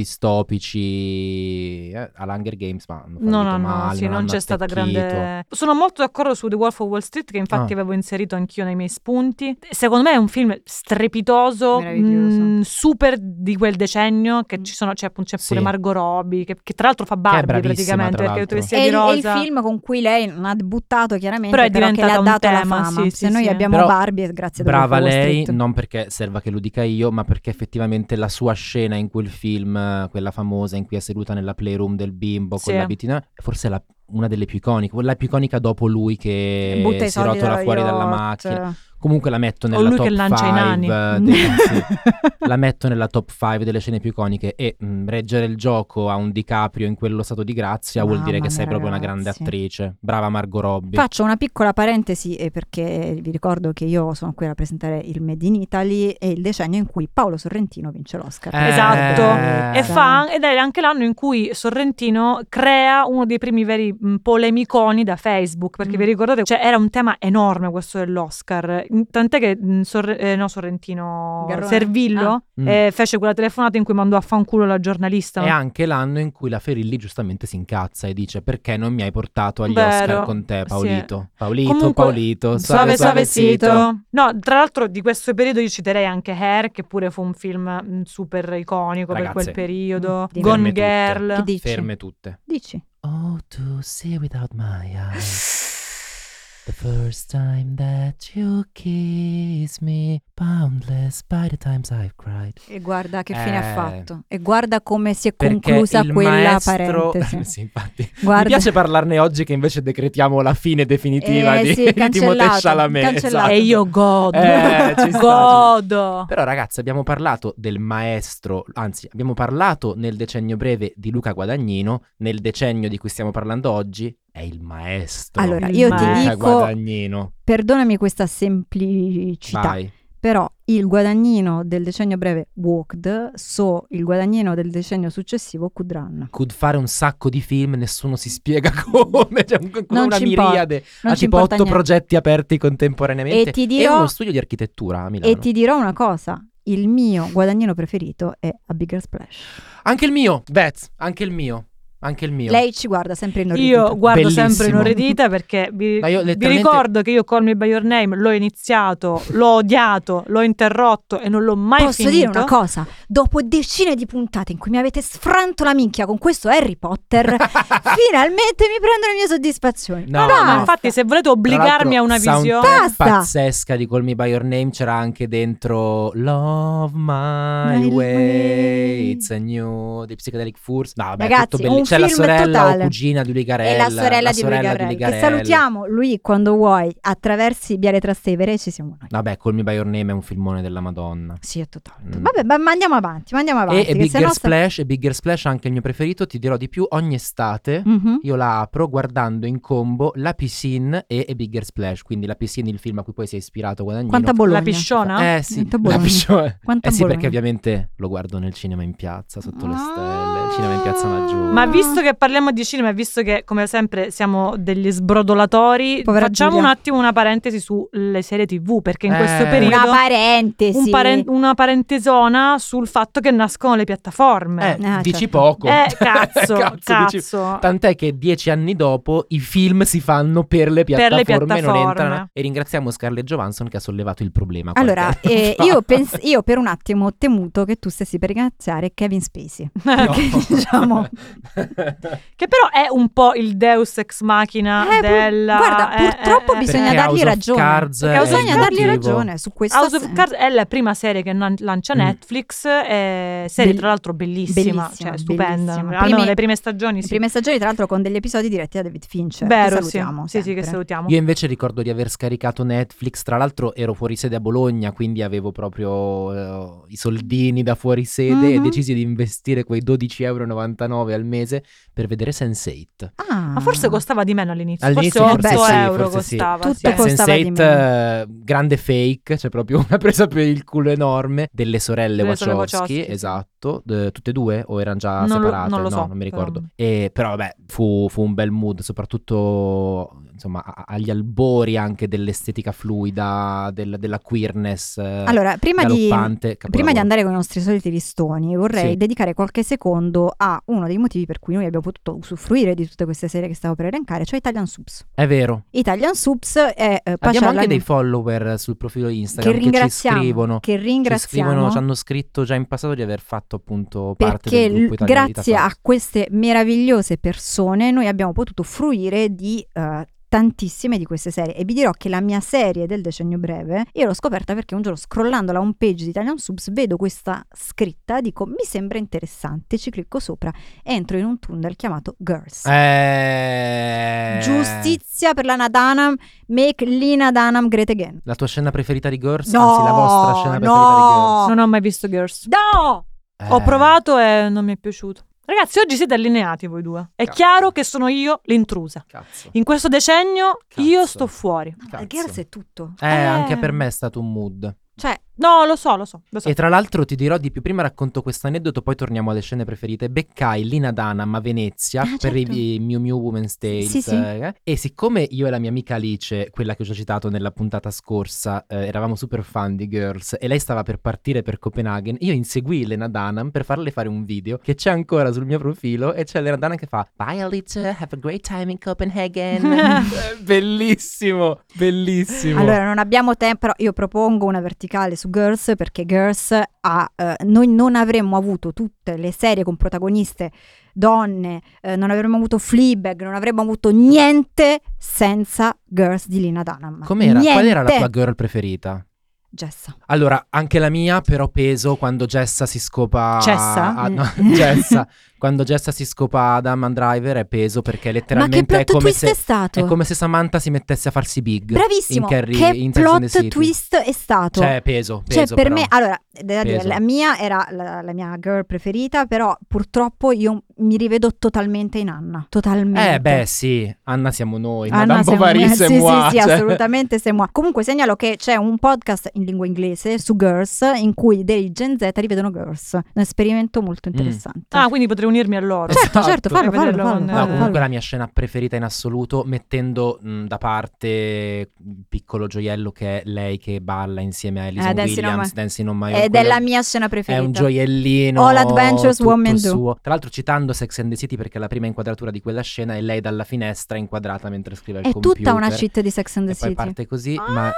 [SPEAKER 4] distopici eh, alla Hunger Games, ma hanno
[SPEAKER 3] No, no,
[SPEAKER 4] fallito
[SPEAKER 3] no,
[SPEAKER 4] male,
[SPEAKER 3] sì, non
[SPEAKER 4] hanno
[SPEAKER 3] c'è stata
[SPEAKER 4] attecchito.
[SPEAKER 3] grande... Sono molto d'accordo su The Wolf of Wall Street, che infatti
[SPEAKER 4] Ah.
[SPEAKER 3] avevo inserito anch'io nei miei spunti. Secondo me è un film strepitoso,
[SPEAKER 2] Meraviglioso.
[SPEAKER 3] mh, super di quel decennio, che
[SPEAKER 2] Mm.
[SPEAKER 3] ci sono, c'è appunto c'è
[SPEAKER 4] Sì.
[SPEAKER 3] pure Margot Robbie, che, che tra l'altro fa Barbie
[SPEAKER 4] bravissima,
[SPEAKER 3] praticamente,
[SPEAKER 4] tra
[SPEAKER 3] perché tutti
[SPEAKER 4] l'altro.
[SPEAKER 3] vestiti
[SPEAKER 2] È
[SPEAKER 3] di
[SPEAKER 2] il, è il
[SPEAKER 3] rosa.
[SPEAKER 2] film con cui lei non ha debuttato chiaramente, però,
[SPEAKER 3] Però è
[SPEAKER 2] che le ha
[SPEAKER 3] diventato un
[SPEAKER 2] dato la
[SPEAKER 3] tema,
[SPEAKER 2] fama.
[SPEAKER 3] sì,
[SPEAKER 2] Se
[SPEAKER 3] sì,
[SPEAKER 2] noi
[SPEAKER 3] sì.
[SPEAKER 2] abbiamo
[SPEAKER 4] Però
[SPEAKER 2] Barbie è grazie a The
[SPEAKER 4] Brava
[SPEAKER 2] Wolf of Wall
[SPEAKER 4] lei,
[SPEAKER 2] Street.
[SPEAKER 4] non perché serva che lo dica io, ma perché effettivamente la sua scena in quel film, eh, quella famosa in cui è seduta nella playroom del bimbo
[SPEAKER 3] Sì.
[SPEAKER 4] con la vitina, forse è la- una delle più iconiche, quella più iconica dopo lui che
[SPEAKER 2] Butta i
[SPEAKER 4] si
[SPEAKER 2] soldi
[SPEAKER 4] rotola
[SPEAKER 2] dallo
[SPEAKER 4] fuori dalla
[SPEAKER 2] yacht.
[SPEAKER 4] macchina. Comunque la metto
[SPEAKER 3] O
[SPEAKER 4] nella
[SPEAKER 3] lui
[SPEAKER 4] top
[SPEAKER 3] che lancia i
[SPEAKER 4] 5
[SPEAKER 3] nani.
[SPEAKER 4] la metto nella top 5 delle scene più iconiche e mh, reggere il gioco a un DiCaprio in quello stato di grazia vuol dire
[SPEAKER 2] Mamma
[SPEAKER 4] che sei
[SPEAKER 2] mia,
[SPEAKER 4] proprio una grande
[SPEAKER 2] ragazzi.
[SPEAKER 4] attrice. Brava Margot Robbie.
[SPEAKER 2] Faccio una piccola parentesi eh, perché vi ricordo che io sono qui a rappresentare il Made in Italy e il decennio in cui Paolo Sorrentino vince l'Oscar.
[SPEAKER 4] Eh,
[SPEAKER 3] Esatto.
[SPEAKER 4] Eh.
[SPEAKER 3] E fa, ed è anche l'anno in cui Sorrentino crea uno dei primi veri mh, polemiconi da Facebook, perché
[SPEAKER 2] Mm.
[SPEAKER 3] vi ricordate, cioè era un tema enorme questo dell'Oscar, Mm, tant'è che mh, Sorre- eh, no, Sorrentino
[SPEAKER 2] Garrone.
[SPEAKER 3] Servillo
[SPEAKER 2] Ah.
[SPEAKER 4] Mm.
[SPEAKER 3] eh, fece quella telefonata in cui mandò a fanculo la giornalista.
[SPEAKER 4] È anche l'anno in cui la Ferilli giustamente si incazza e dice perché non mi hai portato agli
[SPEAKER 3] Vero,
[SPEAKER 4] Oscar con te
[SPEAKER 3] sì.
[SPEAKER 4] Paolito. Paolito,
[SPEAKER 3] Comunque,
[SPEAKER 4] Paolito,
[SPEAKER 3] Suave
[SPEAKER 4] suave
[SPEAKER 3] suave
[SPEAKER 4] suavecito.
[SPEAKER 3] sito. No, tra l'altro di questo periodo io citerei anche Hair, che pure fu un film mh, super iconico
[SPEAKER 4] Ragazze,
[SPEAKER 3] per quel periodo.
[SPEAKER 2] mm,
[SPEAKER 3] Gone
[SPEAKER 4] ferme tutte.
[SPEAKER 3] Girl.
[SPEAKER 2] Che dici?
[SPEAKER 4] Ferme tutte.
[SPEAKER 2] Dici?
[SPEAKER 4] Oh, to see without my eyes. The first time that you kiss me, boundless by the times I've cried.
[SPEAKER 2] E guarda che fine ha
[SPEAKER 4] Eh.
[SPEAKER 2] fatto. E guarda come si è
[SPEAKER 4] Perché
[SPEAKER 2] conclusa
[SPEAKER 4] il
[SPEAKER 2] quella
[SPEAKER 4] maestro...
[SPEAKER 2] parentesi.
[SPEAKER 4] sì, infatti.
[SPEAKER 2] Guarda.
[SPEAKER 4] Mi piace parlarne oggi che invece decretiamo la fine definitiva
[SPEAKER 2] Eh,
[SPEAKER 4] di,
[SPEAKER 2] sì,
[SPEAKER 4] di
[SPEAKER 2] cancellato,
[SPEAKER 4] Timothée Chalamet.
[SPEAKER 2] cancellato.
[SPEAKER 4] esatto.
[SPEAKER 3] E io godo.
[SPEAKER 4] Eh, ci sta,
[SPEAKER 3] godo.
[SPEAKER 4] Però ragazzi abbiamo parlato del maestro, anzi abbiamo parlato nel decennio breve di Luca Guadagnino, nel decennio di cui stiamo parlando oggi è il maestro.
[SPEAKER 2] Allora,
[SPEAKER 3] Il
[SPEAKER 2] io ti
[SPEAKER 4] Luca
[SPEAKER 3] maestro.
[SPEAKER 2] dico,
[SPEAKER 4] Guadagnino.
[SPEAKER 2] perdonami questa semplicità,
[SPEAKER 4] Vai.
[SPEAKER 2] però il guadagnino del decennio breve Walked so il guadagnino del decennio successivo Kudran.
[SPEAKER 4] Could fare un sacco di film, nessuno si spiega come, c'è un-
[SPEAKER 2] Non
[SPEAKER 4] una
[SPEAKER 2] ci importa,
[SPEAKER 4] miriade,
[SPEAKER 2] Non
[SPEAKER 4] ha
[SPEAKER 2] ci
[SPEAKER 4] Ah, tipo
[SPEAKER 2] importa
[SPEAKER 4] otto
[SPEAKER 2] niente.
[SPEAKER 4] progetti aperti contemporaneamente
[SPEAKER 2] E ti
[SPEAKER 4] e
[SPEAKER 2] dirò-
[SPEAKER 4] uno studio di architettura a Milano.
[SPEAKER 2] E ti dirò una cosa, il mio guadagnino preferito è A Bigger Splash.
[SPEAKER 4] Anche il mio, Beth, anche il mio, anche il mio.
[SPEAKER 2] Lei ci guarda sempre in
[SPEAKER 3] Io guardo
[SPEAKER 4] Bellissimo.
[SPEAKER 3] sempre inorridita perché vi,
[SPEAKER 4] Ma io
[SPEAKER 3] vi
[SPEAKER 4] letteralmente-
[SPEAKER 3] ricordo che io Call Me By Your Name l'ho iniziato, l'ho odiato, l'ho interrotto e non l'ho mai
[SPEAKER 2] Posso
[SPEAKER 3] finito.
[SPEAKER 2] dire una cosa? Dopo decine di puntate in cui mi avete sfranto la minchia con questo Harry Potter, finalmente mi prendo le mie soddisfazioni.
[SPEAKER 4] No,
[SPEAKER 3] No, ma
[SPEAKER 4] no.
[SPEAKER 3] infatti se volete
[SPEAKER 4] Tra
[SPEAKER 3] obbligarmi
[SPEAKER 4] l'altro,
[SPEAKER 3] a una visione...
[SPEAKER 4] soundtrack
[SPEAKER 2] Basta!
[SPEAKER 4] pazzesca di Call Me By Your Name c'era anche dentro Love My,
[SPEAKER 2] My
[SPEAKER 4] way,
[SPEAKER 2] Way.
[SPEAKER 4] It's a New dei Psychedelic Furs. No, vabbè,
[SPEAKER 2] Ragazzi,
[SPEAKER 4] tutto belli-
[SPEAKER 2] un
[SPEAKER 4] C'è la
[SPEAKER 2] film
[SPEAKER 4] sorella
[SPEAKER 2] totale.
[SPEAKER 4] o cugina di Lui Garella.
[SPEAKER 2] E la sorella, di, lui Garrel, Che salutiamo lui quando vuoi, attraversi Viale Trastevere e ci siamo noi.
[SPEAKER 4] Vabbè, Call Me By Your Name è un filmone della Madonna.
[SPEAKER 2] Sì, è totale.
[SPEAKER 4] Mm.
[SPEAKER 2] Vabbè, ma ma andiamo avanti, ma andiamo avanti.
[SPEAKER 4] E,
[SPEAKER 2] che
[SPEAKER 4] e Bigger
[SPEAKER 2] sennò sta-
[SPEAKER 4] Splash, e Bigger Splash è anche il mio preferito, ti dirò di più, ogni estate
[SPEAKER 2] Mhm.
[SPEAKER 4] io la apro guardando in combo La Piscine e, e Bigger Splash, quindi La Piscine il film a cui poi si è ispirato Guadagnino.
[SPEAKER 2] Quanta Bologna.
[SPEAKER 3] La pisciona?
[SPEAKER 4] Eh sì,
[SPEAKER 2] Quanto
[SPEAKER 4] La
[SPEAKER 2] Bologna.
[SPEAKER 4] Piscine.
[SPEAKER 2] Quanto
[SPEAKER 4] Eh sì,
[SPEAKER 2] Bologna.
[SPEAKER 4] perché ovviamente lo guardo nel cinema in piazza, sotto le
[SPEAKER 2] Ah.
[SPEAKER 4] stelle, il cinema in piazza Maggiore.
[SPEAKER 3] Ma visto che parliamo di cinema e visto che come sempre siamo degli sbrodolatori,
[SPEAKER 2] Povera
[SPEAKER 3] facciamo
[SPEAKER 2] Giulia.
[SPEAKER 3] un attimo una parentesi sulle serie TV perché in
[SPEAKER 4] Eh.
[SPEAKER 3] questo
[SPEAKER 4] Una
[SPEAKER 3] periodo
[SPEAKER 2] Una parentesi.
[SPEAKER 3] un paren- una parentesona sul fatto che nascono le
[SPEAKER 4] Eh,
[SPEAKER 3] piattaforme.
[SPEAKER 2] Ah,
[SPEAKER 4] dici
[SPEAKER 2] certo.
[SPEAKER 4] poco.
[SPEAKER 3] Eh, cazzo,
[SPEAKER 4] dici-
[SPEAKER 3] cazzo.
[SPEAKER 4] Tant'è che dieci anni dopo i film si fanno per le
[SPEAKER 3] Per le
[SPEAKER 4] piattaforme, non
[SPEAKER 3] piattaforme.
[SPEAKER 4] entrano. E ringraziamo Scarlett Johansson che ha sollevato il problema. qualche
[SPEAKER 2] Allora,
[SPEAKER 4] anno
[SPEAKER 2] eh,
[SPEAKER 4] fa.
[SPEAKER 2] io, pens- io per un attimo ho temuto che tu stessi per ringraziare Kevin Spacey. Perché, diciamo,
[SPEAKER 3] Che però è un po' il deus ex machina
[SPEAKER 2] Eh, pu-
[SPEAKER 3] della...
[SPEAKER 2] guarda,
[SPEAKER 3] eh,
[SPEAKER 2] purtroppo
[SPEAKER 3] eh,
[SPEAKER 2] bisogna
[SPEAKER 4] Perché
[SPEAKER 3] eh,
[SPEAKER 2] dargli
[SPEAKER 4] House of
[SPEAKER 2] ragione.
[SPEAKER 4] Cards
[SPEAKER 3] Perché House of
[SPEAKER 2] bisogna
[SPEAKER 3] Cards-
[SPEAKER 2] dargli
[SPEAKER 4] cattivo.
[SPEAKER 2] ragione su questo.
[SPEAKER 3] House of Cards è la prima serie che nan- lancia
[SPEAKER 4] Mm.
[SPEAKER 3] Netflix, eh, serie
[SPEAKER 2] Bell-
[SPEAKER 3] tra l'altro bellissima,
[SPEAKER 2] bellissima,
[SPEAKER 3] cioè stupenda.
[SPEAKER 2] bellissima.
[SPEAKER 3] Almeno
[SPEAKER 2] Primi-
[SPEAKER 3] le prime stagioni
[SPEAKER 2] Le
[SPEAKER 3] sì.
[SPEAKER 2] prime stagioni, tra l'altro, con degli episodi diretti da David Fincher. che
[SPEAKER 3] Vero, sì.
[SPEAKER 2] salutiamo
[SPEAKER 3] Sì, sì, che
[SPEAKER 2] sempre.
[SPEAKER 3] salutiamo.
[SPEAKER 4] Io invece ricordo di aver scaricato Netflix, tra l'altro ero fuori sede a Bologna, quindi avevo proprio eh, i soldini da fuori sede e
[SPEAKER 2] Mhm.
[SPEAKER 4] decisi di investire quei 12,99 euro al mese per vedere Sense8.
[SPEAKER 2] Ah.
[SPEAKER 3] Ma forse costava di meno all'inizio,
[SPEAKER 4] All'inizio
[SPEAKER 3] forse 8
[SPEAKER 2] forse sì,
[SPEAKER 3] euro
[SPEAKER 4] forse sì.
[SPEAKER 3] costava.
[SPEAKER 2] Tutto
[SPEAKER 3] sì.
[SPEAKER 2] Eh, costa- costava di
[SPEAKER 4] Sense8, eh, grande fake, c'è proprio una presa per il culo enorme delle sorelle
[SPEAKER 3] Delle sorelle
[SPEAKER 4] Wachowski,
[SPEAKER 3] Wachowski, sì.
[SPEAKER 4] esatto, eh, tutte e due o erano già
[SPEAKER 3] Non lo-
[SPEAKER 4] separate?
[SPEAKER 3] non lo
[SPEAKER 4] no,
[SPEAKER 3] so,
[SPEAKER 4] non mi
[SPEAKER 3] però-
[SPEAKER 4] ricordo. E, però vabbè, fu, fu un bel mood, soprattutto insomma a- agli albori anche dell'estetica fluida, del- della queerness. eh,
[SPEAKER 2] Allora, prima di,
[SPEAKER 4] galoppante,
[SPEAKER 2] prima
[SPEAKER 4] capolavoro.
[SPEAKER 2] di andare con i nostri soliti listoni, vorrei
[SPEAKER 4] Sì.
[SPEAKER 2] dedicare qualche secondo a uno dei motivi per cui noi abbiamo potuto usufruire di tutte queste serie che stavo per elencare, cioè Italian Subs.
[SPEAKER 4] È vero.
[SPEAKER 2] Italian Subs è eh, poi
[SPEAKER 4] Abbiamo
[SPEAKER 2] c'è
[SPEAKER 4] anche
[SPEAKER 2] la-
[SPEAKER 4] dei follower sul profilo
[SPEAKER 2] che
[SPEAKER 4] Instagram che, ci
[SPEAKER 2] ringraziamo,
[SPEAKER 4] scrivono.
[SPEAKER 2] che
[SPEAKER 4] Ci
[SPEAKER 2] ringraziamo
[SPEAKER 4] scrivono, ci hanno scritto già in passato di aver fatto appunto parte
[SPEAKER 2] perché
[SPEAKER 4] del gruppo
[SPEAKER 2] l-
[SPEAKER 4] italiano di
[SPEAKER 2] grazie
[SPEAKER 4] Tafas.
[SPEAKER 2] a queste meravigliose persone noi abbiamo potuto fruire di eh, tantissime di queste serie e vi dirò che la mia serie del decennio breve io l'ho scoperta perché un giorno scrollando la home page di Italian Subs vedo questa scritta dico mi sembra interessante ci clicco sopra entro in un tunnel chiamato Girls
[SPEAKER 4] Eh...
[SPEAKER 2] giustizia per Lana Dunham make Lina Dunham great again
[SPEAKER 4] La tua scena preferita di Girls?
[SPEAKER 2] No,
[SPEAKER 4] anzi, la vostra scena preferita
[SPEAKER 2] no.
[SPEAKER 4] di
[SPEAKER 3] Non ho mai visto Girls.
[SPEAKER 2] no
[SPEAKER 4] Girls?
[SPEAKER 3] Ho
[SPEAKER 4] Eh,
[SPEAKER 3] provato e non mi è piaciuto. Ragazzi, oggi siete allineati voi due. È
[SPEAKER 4] Cazzo.
[SPEAKER 3] chiaro che sono io l'intrusa.
[SPEAKER 4] Cazzo.
[SPEAKER 3] In questo decennio io
[SPEAKER 4] Cazzo.
[SPEAKER 3] sto fuori.
[SPEAKER 4] Cazzo.
[SPEAKER 2] Girls è tutto
[SPEAKER 4] Eh, anche per me è stato un mood.
[SPEAKER 2] cioè
[SPEAKER 3] No, lo so, lo so. Lo so.
[SPEAKER 4] E tra l'altro ti dirò di più, prima racconto questo aneddoto, poi torniamo alle scene preferite. Beccai Lina Dunham a Venezia
[SPEAKER 2] Ah,
[SPEAKER 4] per
[SPEAKER 2] certo.
[SPEAKER 4] i, i Miu Miu Women's Tales.
[SPEAKER 2] Sì, sì.
[SPEAKER 4] eh, e siccome io e la mia amica Alice, quella che ho già citato nella puntata scorsa, eh, eravamo super fan di Girls e lei stava per partire per Copenaghen, io inseguì Lena Dunham per farle fare un video che c'è ancora sul mio profilo e c'è Lena Dunham che fa Bye Alice, have a great time in Copenaghen. Eh, bellissimo, bellissimo.
[SPEAKER 2] Allora, non abbiamo tempo, però io propongo una verticale su Girls perché Girls ha, eh, noi non avremmo avuto tutte le serie con protagoniste donne, eh, non avremmo avuto Fleabag, non avremmo avuto niente senza Girls di Lina Dunham.
[SPEAKER 4] Com'era? Qual era la
[SPEAKER 2] Niente.
[SPEAKER 4] tua girl preferita?
[SPEAKER 2] Gessa.
[SPEAKER 4] Allora, anche la mia, però peso quando Jessa si scopa.
[SPEAKER 3] Cessa?
[SPEAKER 4] Ah, no,
[SPEAKER 2] Mm.
[SPEAKER 4] Jessa. Quando Jessa si scopa Adam Driver è peso
[SPEAKER 2] Ma che
[SPEAKER 4] perché letteralmente è
[SPEAKER 2] plot
[SPEAKER 4] come,
[SPEAKER 2] twist è
[SPEAKER 4] se,
[SPEAKER 2] stato?
[SPEAKER 4] è come se Samantha si mettesse a farsi big.
[SPEAKER 2] Bravissimo.
[SPEAKER 4] In Carrie,
[SPEAKER 2] che
[SPEAKER 4] in Sex and the
[SPEAKER 2] plot
[SPEAKER 4] City.
[SPEAKER 2] twist è stato?
[SPEAKER 4] Cioè, peso.
[SPEAKER 2] Cioè,
[SPEAKER 4] peso,
[SPEAKER 2] per
[SPEAKER 4] però.
[SPEAKER 2] me, allora, da dire,
[SPEAKER 4] Peso.
[SPEAKER 2] la mia era la, la mia girl preferita, però purtroppo io mi rivedo totalmente in Anna. Totalmente.
[SPEAKER 4] Eh, beh, sì. Anna siamo noi.
[SPEAKER 2] Anna
[SPEAKER 4] Madame Bovary,
[SPEAKER 2] Samuel.
[SPEAKER 4] c'est
[SPEAKER 2] Ah, sì,
[SPEAKER 4] moi,
[SPEAKER 2] sì, sì,
[SPEAKER 4] cioè.
[SPEAKER 2] assolutamente c'est moi. Comunque segnalo che c'è un podcast in lingua inglese su Girls in cui dei Gen Z rivedono Girls. Un esperimento molto
[SPEAKER 4] Mm.
[SPEAKER 2] interessante.
[SPEAKER 3] Ah, quindi potrei unirmi a loro.
[SPEAKER 2] certo,
[SPEAKER 4] esatto.
[SPEAKER 2] certo, fallo, fallo,
[SPEAKER 3] Rivederlo
[SPEAKER 2] fallo,
[SPEAKER 3] con-
[SPEAKER 4] No,
[SPEAKER 2] fallo,
[SPEAKER 4] comunque
[SPEAKER 2] fallo.
[SPEAKER 4] la mia scena preferita in assoluto, mettendo mh, da parte il piccolo gioiello che è lei che balla insieme a Alison
[SPEAKER 2] Eh, Dancing on
[SPEAKER 4] Williams,
[SPEAKER 2] My-
[SPEAKER 4] Dancing on My Own.
[SPEAKER 2] Ed è
[SPEAKER 4] quella-
[SPEAKER 2] la mia scena
[SPEAKER 4] È
[SPEAKER 2] preferita.
[SPEAKER 4] un gioiellino.
[SPEAKER 2] All Adventures
[SPEAKER 4] tutto
[SPEAKER 2] Women Do.
[SPEAKER 4] suo. Tra l'altro, citando Sex and the City, perché la prima inquadratura di quella scena è lei dalla finestra inquadrata mentre scrive al
[SPEAKER 2] È
[SPEAKER 4] computer.
[SPEAKER 2] tutta una cheat di Sex and the
[SPEAKER 4] E poi
[SPEAKER 2] City.
[SPEAKER 4] parte così,
[SPEAKER 2] Ah,
[SPEAKER 4] ma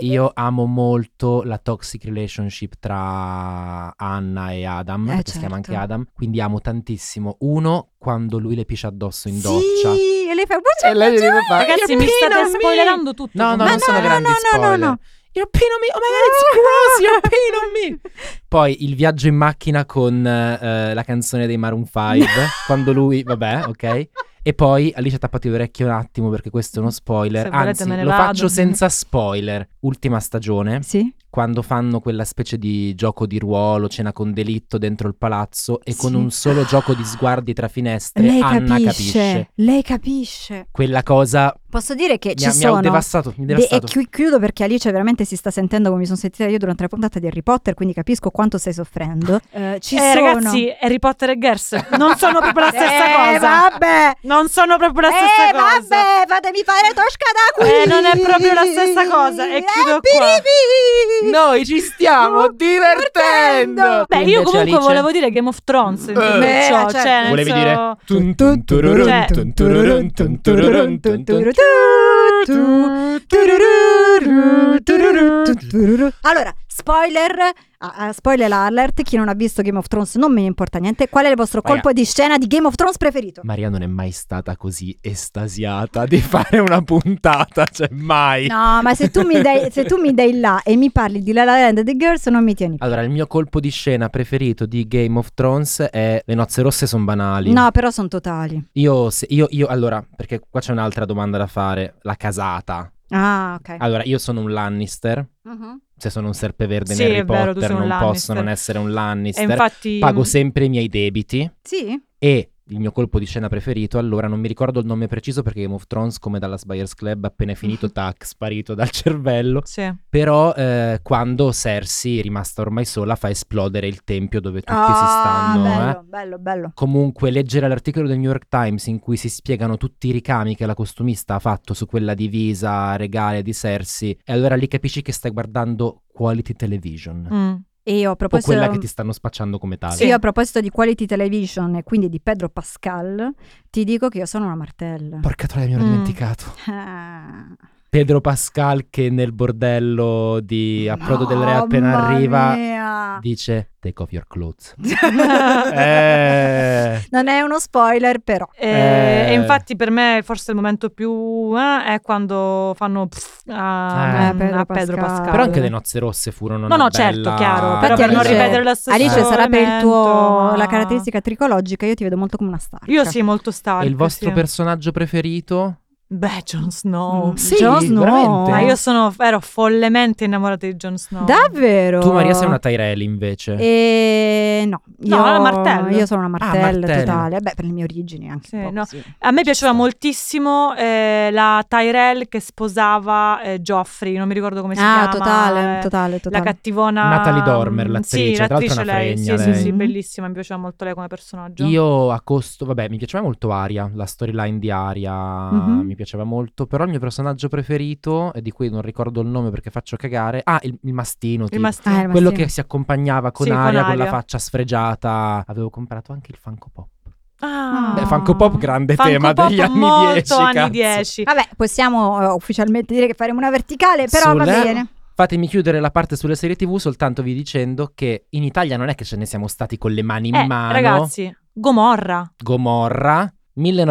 [SPEAKER 4] io amo molto la toxic relationship tra Anna e Adam,
[SPEAKER 2] Eh,
[SPEAKER 4] perché si chiama
[SPEAKER 2] certo.
[SPEAKER 4] anche Adam, quindi amo tantissimo. Uno, quando lui le piscia addosso in
[SPEAKER 2] sì,
[SPEAKER 4] doccia.
[SPEAKER 2] e lei fa
[SPEAKER 4] E Cioè, lei gli deve fare-
[SPEAKER 3] Certo, Ragazzi, mi state spoilerando tutto.
[SPEAKER 4] No, no,
[SPEAKER 3] comunque.
[SPEAKER 4] non
[SPEAKER 2] no,
[SPEAKER 4] sono
[SPEAKER 2] no,
[SPEAKER 4] grandi
[SPEAKER 2] no, no,
[SPEAKER 4] spoiler.
[SPEAKER 2] no.
[SPEAKER 4] You're peeing on me, oh my god, it's gross, you're peeing on me. Poi il viaggio in macchina con eh, la canzone dei Maroon 5, quando lui, vabbè, ok. E poi Alice tappati le orecchie un attimo perché questo è uno spoiler.
[SPEAKER 3] Se volete
[SPEAKER 4] Anzi,
[SPEAKER 3] me ne
[SPEAKER 4] lo
[SPEAKER 3] vado.
[SPEAKER 4] faccio senza spoiler. Ultima stagione,
[SPEAKER 2] Sì.
[SPEAKER 4] quando fanno quella specie di gioco di ruolo, cena con delitto dentro il palazzo e con
[SPEAKER 2] Sì.
[SPEAKER 4] un solo gioco di sguardi tra finestre
[SPEAKER 2] lei
[SPEAKER 4] Anna
[SPEAKER 2] capisce,
[SPEAKER 4] capisce.
[SPEAKER 2] Lei capisce.
[SPEAKER 4] Quella cosa
[SPEAKER 2] Posso dire che
[SPEAKER 4] mi
[SPEAKER 2] ci
[SPEAKER 4] ha, mi ha
[SPEAKER 2] sono...
[SPEAKER 4] devastato, mi ha
[SPEAKER 2] De- e
[SPEAKER 4] devastato.
[SPEAKER 2] chi- chiudo perché Alice veramente si sta sentendo come mi sono sentita io durante la puntata di Harry Potter, quindi capisco quanto stai soffrendo. Eh, ci
[SPEAKER 3] eh,
[SPEAKER 2] sono...
[SPEAKER 3] ragazzi, Harry Potter e Girls non sono proprio la stessa
[SPEAKER 2] eh,
[SPEAKER 3] cosa.
[SPEAKER 2] Vabbè.
[SPEAKER 3] Non sono proprio la stessa
[SPEAKER 2] eh,
[SPEAKER 3] cosa.
[SPEAKER 2] vabbè, fatemi fare Tosca da qui. Eh,
[SPEAKER 3] Eh, non è proprio la stessa cosa, e chiudo qua.
[SPEAKER 2] piripì.
[SPEAKER 4] Noi ci stiamo
[SPEAKER 2] Oh, divertendo!
[SPEAKER 4] divertendo!
[SPEAKER 3] Beh,
[SPEAKER 4] Tu
[SPEAKER 3] io
[SPEAKER 4] invece,
[SPEAKER 3] comunque
[SPEAKER 4] Alice?
[SPEAKER 3] volevo dire Game of Thrones. in tutto
[SPEAKER 2] Eh,
[SPEAKER 3] ciò,
[SPEAKER 2] certo.
[SPEAKER 3] cioè, nel
[SPEAKER 4] Volevi
[SPEAKER 3] senso-
[SPEAKER 4] dire-
[SPEAKER 2] Tun tun tururun,
[SPEAKER 3] Cioè-
[SPEAKER 2] tun tururun, tun tururun, tun tururun, tu, tu, turururu, turururu, tu, turururu. Allora, spoiler, ah, ah, spoiler alert, chi non ha visto Game of Thrones non me ne importa niente. Qual è il vostro
[SPEAKER 4] Raga.
[SPEAKER 2] colpo di scena di Game of Thrones preferito?
[SPEAKER 4] Maria non è mai stata così estasiata di fare una puntata, cioè mai.
[SPEAKER 2] No, ma se tu mi dai, se tu mi dai là e mi parli di La La Land e The Girls non mi tieni.
[SPEAKER 4] Allora, il mio colpo di scena preferito di Game of Thrones è Le nozze rosse sono banali.
[SPEAKER 2] No, però sono totali.
[SPEAKER 4] Io, se- io, io, allora, perché qua c'è un'altra domanda da fare, la casata.
[SPEAKER 2] Ah, ok.
[SPEAKER 4] Allora, io sono un Lannister,
[SPEAKER 2] Mhm.
[SPEAKER 4] se sono un serpeverde
[SPEAKER 3] Sì,
[SPEAKER 4] in
[SPEAKER 3] è
[SPEAKER 4] Harry
[SPEAKER 3] vero, tu
[SPEAKER 4] Potter
[SPEAKER 3] sei un
[SPEAKER 4] non posso
[SPEAKER 3] Lannister.
[SPEAKER 4] non essere un
[SPEAKER 3] E
[SPEAKER 4] Lannister.
[SPEAKER 3] infatti mm,
[SPEAKER 4] Pago sempre i miei debiti
[SPEAKER 2] Sì?
[SPEAKER 4] e il mio colpo di scena preferito, allora non mi ricordo il nome preciso perché Game of Thrones, come dalla Spires Club, appena è finito, tac, sparito dal cervello.
[SPEAKER 3] Sì.
[SPEAKER 4] Però eh, quando Cersei, rimasta ormai sola, fa esplodere il tempio dove tutti si
[SPEAKER 3] Ah,
[SPEAKER 4] stanno. eh.
[SPEAKER 2] Ah, bello, bello, bello.
[SPEAKER 4] Comunque, leggere l'articolo del New York Times in cui si spiegano tutti i ricami che la costumista ha fatto su quella divisa regale di Cersei, e allora lì capisci che stai guardando quality television.
[SPEAKER 3] Mm.
[SPEAKER 2] E io a
[SPEAKER 4] O
[SPEAKER 2] proposito...
[SPEAKER 4] quella che ti stanno spacciando come tale.
[SPEAKER 2] Sì, a proposito di quality television e quindi di Pedro Pascal, ti dico che io sono una martella.
[SPEAKER 4] Porca troia, mi ero
[SPEAKER 3] Mm.
[SPEAKER 4] dimenticato.
[SPEAKER 2] Ah.
[SPEAKER 4] Pedro Pascal che nel bordello di Approdo del Re appena
[SPEAKER 2] Mamma
[SPEAKER 4] arriva
[SPEAKER 2] mia.
[SPEAKER 4] dice take off your clothes. eh.
[SPEAKER 2] Non è uno spoiler, però.
[SPEAKER 3] E,
[SPEAKER 4] Eh.
[SPEAKER 3] e infatti per me forse il momento più eh, è quando fanno pff, a,
[SPEAKER 4] Eh.
[SPEAKER 3] a Pedro,
[SPEAKER 2] Pedro Pascal.
[SPEAKER 3] Pascal.
[SPEAKER 4] Però anche le nozze rosse furono
[SPEAKER 3] No,
[SPEAKER 4] una
[SPEAKER 3] no, certo,
[SPEAKER 4] bella-
[SPEAKER 3] chiaro,
[SPEAKER 2] però per non Alice- ripetere
[SPEAKER 3] la stessa-
[SPEAKER 2] Alice
[SPEAKER 3] Stesso
[SPEAKER 2] sarà per il
[SPEAKER 3] elemento,
[SPEAKER 2] tuo
[SPEAKER 3] ma-
[SPEAKER 2] la caratteristica tricologica, io ti vedo molto come una star.
[SPEAKER 3] Io sì, molto star.
[SPEAKER 4] E il vostro personaggio preferito?
[SPEAKER 3] Beh, Jon Snow.
[SPEAKER 2] Mm. Sì, Jon Snow.
[SPEAKER 4] veramente.
[SPEAKER 3] Ma io sono, ero follemente innamorata di Jon Snow.
[SPEAKER 2] Davvero?
[SPEAKER 4] Tu Maria
[SPEAKER 3] Ecco.
[SPEAKER 4] sei una Tyrell invece.
[SPEAKER 3] Eh,
[SPEAKER 2] E no, io,
[SPEAKER 3] No, la Martell.
[SPEAKER 2] io sono una martella
[SPEAKER 4] Ah, Martell.
[SPEAKER 2] totale. Beh, per le mie origini anche.
[SPEAKER 3] Sì,
[SPEAKER 2] un po'
[SPEAKER 3] no.
[SPEAKER 2] così.
[SPEAKER 3] A me
[SPEAKER 4] Ci
[SPEAKER 3] piaceva
[SPEAKER 4] sta.
[SPEAKER 3] moltissimo eh, la Tyrell che sposava eh, Joffrey, non mi ricordo come si
[SPEAKER 2] Ah,
[SPEAKER 3] chiama.
[SPEAKER 2] totale,
[SPEAKER 3] eh,
[SPEAKER 2] totale,
[SPEAKER 3] La
[SPEAKER 2] totale.
[SPEAKER 3] cattivona Mm,
[SPEAKER 4] Natalie Dormer, l'attrice,
[SPEAKER 3] Sì,
[SPEAKER 4] tra l'altro è
[SPEAKER 3] l'attrice
[SPEAKER 4] una
[SPEAKER 3] lei. Sì,
[SPEAKER 4] fregna,
[SPEAKER 3] sì, sì,
[SPEAKER 2] lei.
[SPEAKER 3] bellissima, mi piaceva molto lei come personaggio.
[SPEAKER 4] Io a costo, vabbè, mi piaceva molto Aria, la storyline di Aria
[SPEAKER 2] Mhm.
[SPEAKER 4] mi piaceva molto, però il mio personaggio preferito, e di cui non ricordo il nome perché faccio cagare, ah, il, il mastino,
[SPEAKER 3] il
[SPEAKER 4] tipo.
[SPEAKER 3] mastino.
[SPEAKER 2] Ah, il
[SPEAKER 4] quello
[SPEAKER 2] mastino.
[SPEAKER 4] che si accompagnava con
[SPEAKER 3] Sì, con
[SPEAKER 4] Aria, con, la
[SPEAKER 3] Aria.
[SPEAKER 4] faccia sfregiata. Avevo comprato anche il Funko Pop.
[SPEAKER 3] Ah.
[SPEAKER 2] Beh,
[SPEAKER 4] Eh, Funko Pop, grande
[SPEAKER 3] Funko
[SPEAKER 4] tema
[SPEAKER 3] Pop
[SPEAKER 4] degli anni
[SPEAKER 3] molto
[SPEAKER 4] 10.
[SPEAKER 3] anni
[SPEAKER 4] cazzo.
[SPEAKER 3] 10.
[SPEAKER 2] Vabbè, possiamo eh, ufficialmente dire che faremo una verticale, però va
[SPEAKER 4] Sulle-
[SPEAKER 2] bene.
[SPEAKER 4] Fatemi chiudere la parte sulle serie TV soltanto vi dicendo che in Italia non è che ce ne siamo stati con le mani in
[SPEAKER 3] Eh,
[SPEAKER 4] mano.
[SPEAKER 3] ragazzi, Gomorra.
[SPEAKER 4] Gomorra,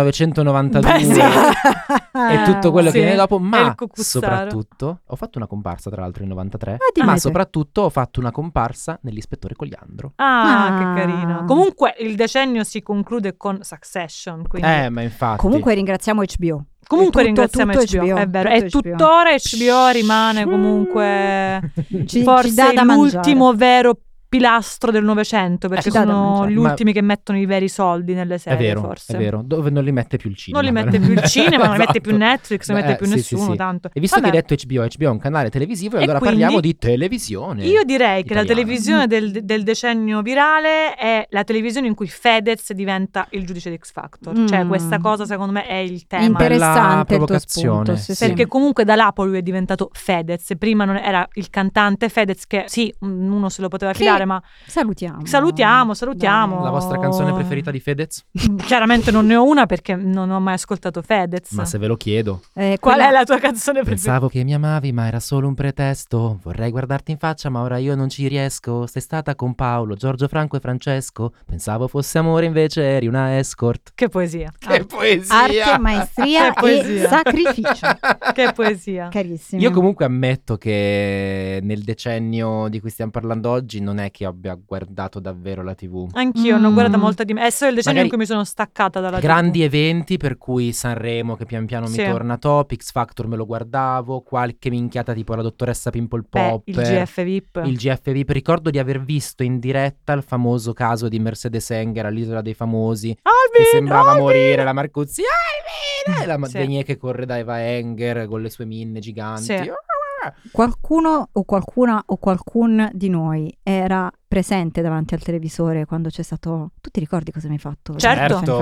[SPEAKER 4] 1992
[SPEAKER 3] Beh, Eh, sì.
[SPEAKER 4] e tutto quello
[SPEAKER 3] Sì,
[SPEAKER 4] che viene dopo,
[SPEAKER 3] e
[SPEAKER 4] ma
[SPEAKER 3] il Cucuzzaro. Ah,
[SPEAKER 4] soprattutto ho fatto una comparsa tra l'altro in 93,
[SPEAKER 2] dai.
[SPEAKER 4] ma soprattutto ho fatto una comparsa nell'ispettore Cogliandro.
[SPEAKER 3] Ah,
[SPEAKER 2] Ah.
[SPEAKER 3] che carino. Comunque il decennio si conclude con Succession, quindi
[SPEAKER 4] Eh, ma infatti.
[SPEAKER 2] Comunque ringraziamo HBO.
[SPEAKER 3] comunque
[SPEAKER 2] È tutto-
[SPEAKER 3] ringraziamo
[SPEAKER 2] tutto
[SPEAKER 3] HBO,
[SPEAKER 2] HBO,
[SPEAKER 3] è vero,
[SPEAKER 2] tutto
[SPEAKER 3] e
[SPEAKER 2] HBO.
[SPEAKER 3] tuttora HBO rimane comunque
[SPEAKER 2] Ci,
[SPEAKER 3] forse
[SPEAKER 2] ci dà da mangiare. Eh,
[SPEAKER 3] l'ultimo vero pilastro del Novecento, perché
[SPEAKER 2] ci dà da
[SPEAKER 3] sono
[SPEAKER 2] mangiare.
[SPEAKER 3] gli
[SPEAKER 4] Ma-
[SPEAKER 3] ultimi che mettono i veri soldi nelle
[SPEAKER 4] è
[SPEAKER 3] serie,
[SPEAKER 4] vero,
[SPEAKER 3] forse.
[SPEAKER 4] è vero, dove non li mette più il cinema.
[SPEAKER 3] Non li mette più il cinema, non li mette più
[SPEAKER 4] Esatto.
[SPEAKER 3] Netflix, non li mette
[SPEAKER 4] Eh,
[SPEAKER 3] più
[SPEAKER 4] sì, sì,
[SPEAKER 3] nessuno,
[SPEAKER 4] sì.
[SPEAKER 3] tanto.
[SPEAKER 4] E visto
[SPEAKER 3] Vabbè,
[SPEAKER 4] che hai detto HBO, HBO è un canale televisivo, e
[SPEAKER 3] E
[SPEAKER 4] allora
[SPEAKER 3] quindi-
[SPEAKER 4] parliamo di televisione.
[SPEAKER 3] Io direi che la
[SPEAKER 4] italiana. Mm.
[SPEAKER 3] televisione del, del decennio virale è la televisione in cui Fedez diventa il giudice di X Factor. Cioè,
[SPEAKER 2] Mm.
[SPEAKER 3] questa cosa, secondo me, è il tema.
[SPEAKER 4] Bella
[SPEAKER 2] Interessante il tuo
[SPEAKER 4] provocazione,
[SPEAKER 2] spunto. Sì, sì.
[SPEAKER 3] Perché comunque da là poi lui è diventato Fedez. Prima non era il cantante Fedez, che sì, un- uno se lo poteva
[SPEAKER 2] Che-
[SPEAKER 3] filare, ma
[SPEAKER 2] salutiamo.
[SPEAKER 3] Salutiamo, salutiamo. Mm,
[SPEAKER 4] La vostra canzone preferita di Fedez?
[SPEAKER 3] chiaramente non ne ho una perché non ho mai ascoltato Fedez.
[SPEAKER 4] Ma se ve lo chiedo.
[SPEAKER 2] Dai. Eh,
[SPEAKER 3] Qual
[SPEAKER 2] quella-
[SPEAKER 3] è la tua canzone preferita?
[SPEAKER 4] Pensavo che mi amavi, ma era solo un pretesto. Vorrei guardarti in faccia, ma ora io non ci riesco. Sei stata con Paolo, Giorgio Franco e Francesco. Pensavo fosse amore, invece eri una escort.
[SPEAKER 3] Che poesia.
[SPEAKER 4] Che poesia!
[SPEAKER 2] Arte, maestria
[SPEAKER 3] Che
[SPEAKER 2] e
[SPEAKER 3] poesia.
[SPEAKER 2] sacrificio.
[SPEAKER 3] Ah, che poesia.
[SPEAKER 2] Carissimi.
[SPEAKER 4] Io comunque ammetto che nel decennio di cui stiamo parlando oggi non è che abbia guardato davvero la TV.
[SPEAKER 3] Anch'io non
[SPEAKER 2] Mm.
[SPEAKER 3] ho guardato molta di me. È solo il decennio
[SPEAKER 4] Magari-
[SPEAKER 3] in cui mi sono staccata dalla TV.
[SPEAKER 4] Grandi eventi per cui Sanremo che pian piano
[SPEAKER 3] Sì.
[SPEAKER 4] mi torna top, X Factor me lo guardavo, qualche minchiata tipo la dottoressa Pimple
[SPEAKER 3] Beh,
[SPEAKER 4] Pop. eh.
[SPEAKER 3] il GF VIP.
[SPEAKER 4] Il GF VIP, ricordo di aver visto in diretta il famoso caso di Mercedes Enger all'Isola dei Famosi, che
[SPEAKER 3] Alvin,
[SPEAKER 4] sembrava
[SPEAKER 3] Alvin!
[SPEAKER 4] morire, la Marcuzzi, Alvin! E la
[SPEAKER 3] Sì.
[SPEAKER 4] Madegné che corre da Eva Enger con le sue minne giganti. Ah,
[SPEAKER 3] Sì.
[SPEAKER 2] Qualcuno o qualcuna o qualcun di noi era presente davanti al televisore quando c'è stato... Tu ti ricordi cosa mi hai fatto?
[SPEAKER 3] Certo.
[SPEAKER 2] Anni fa?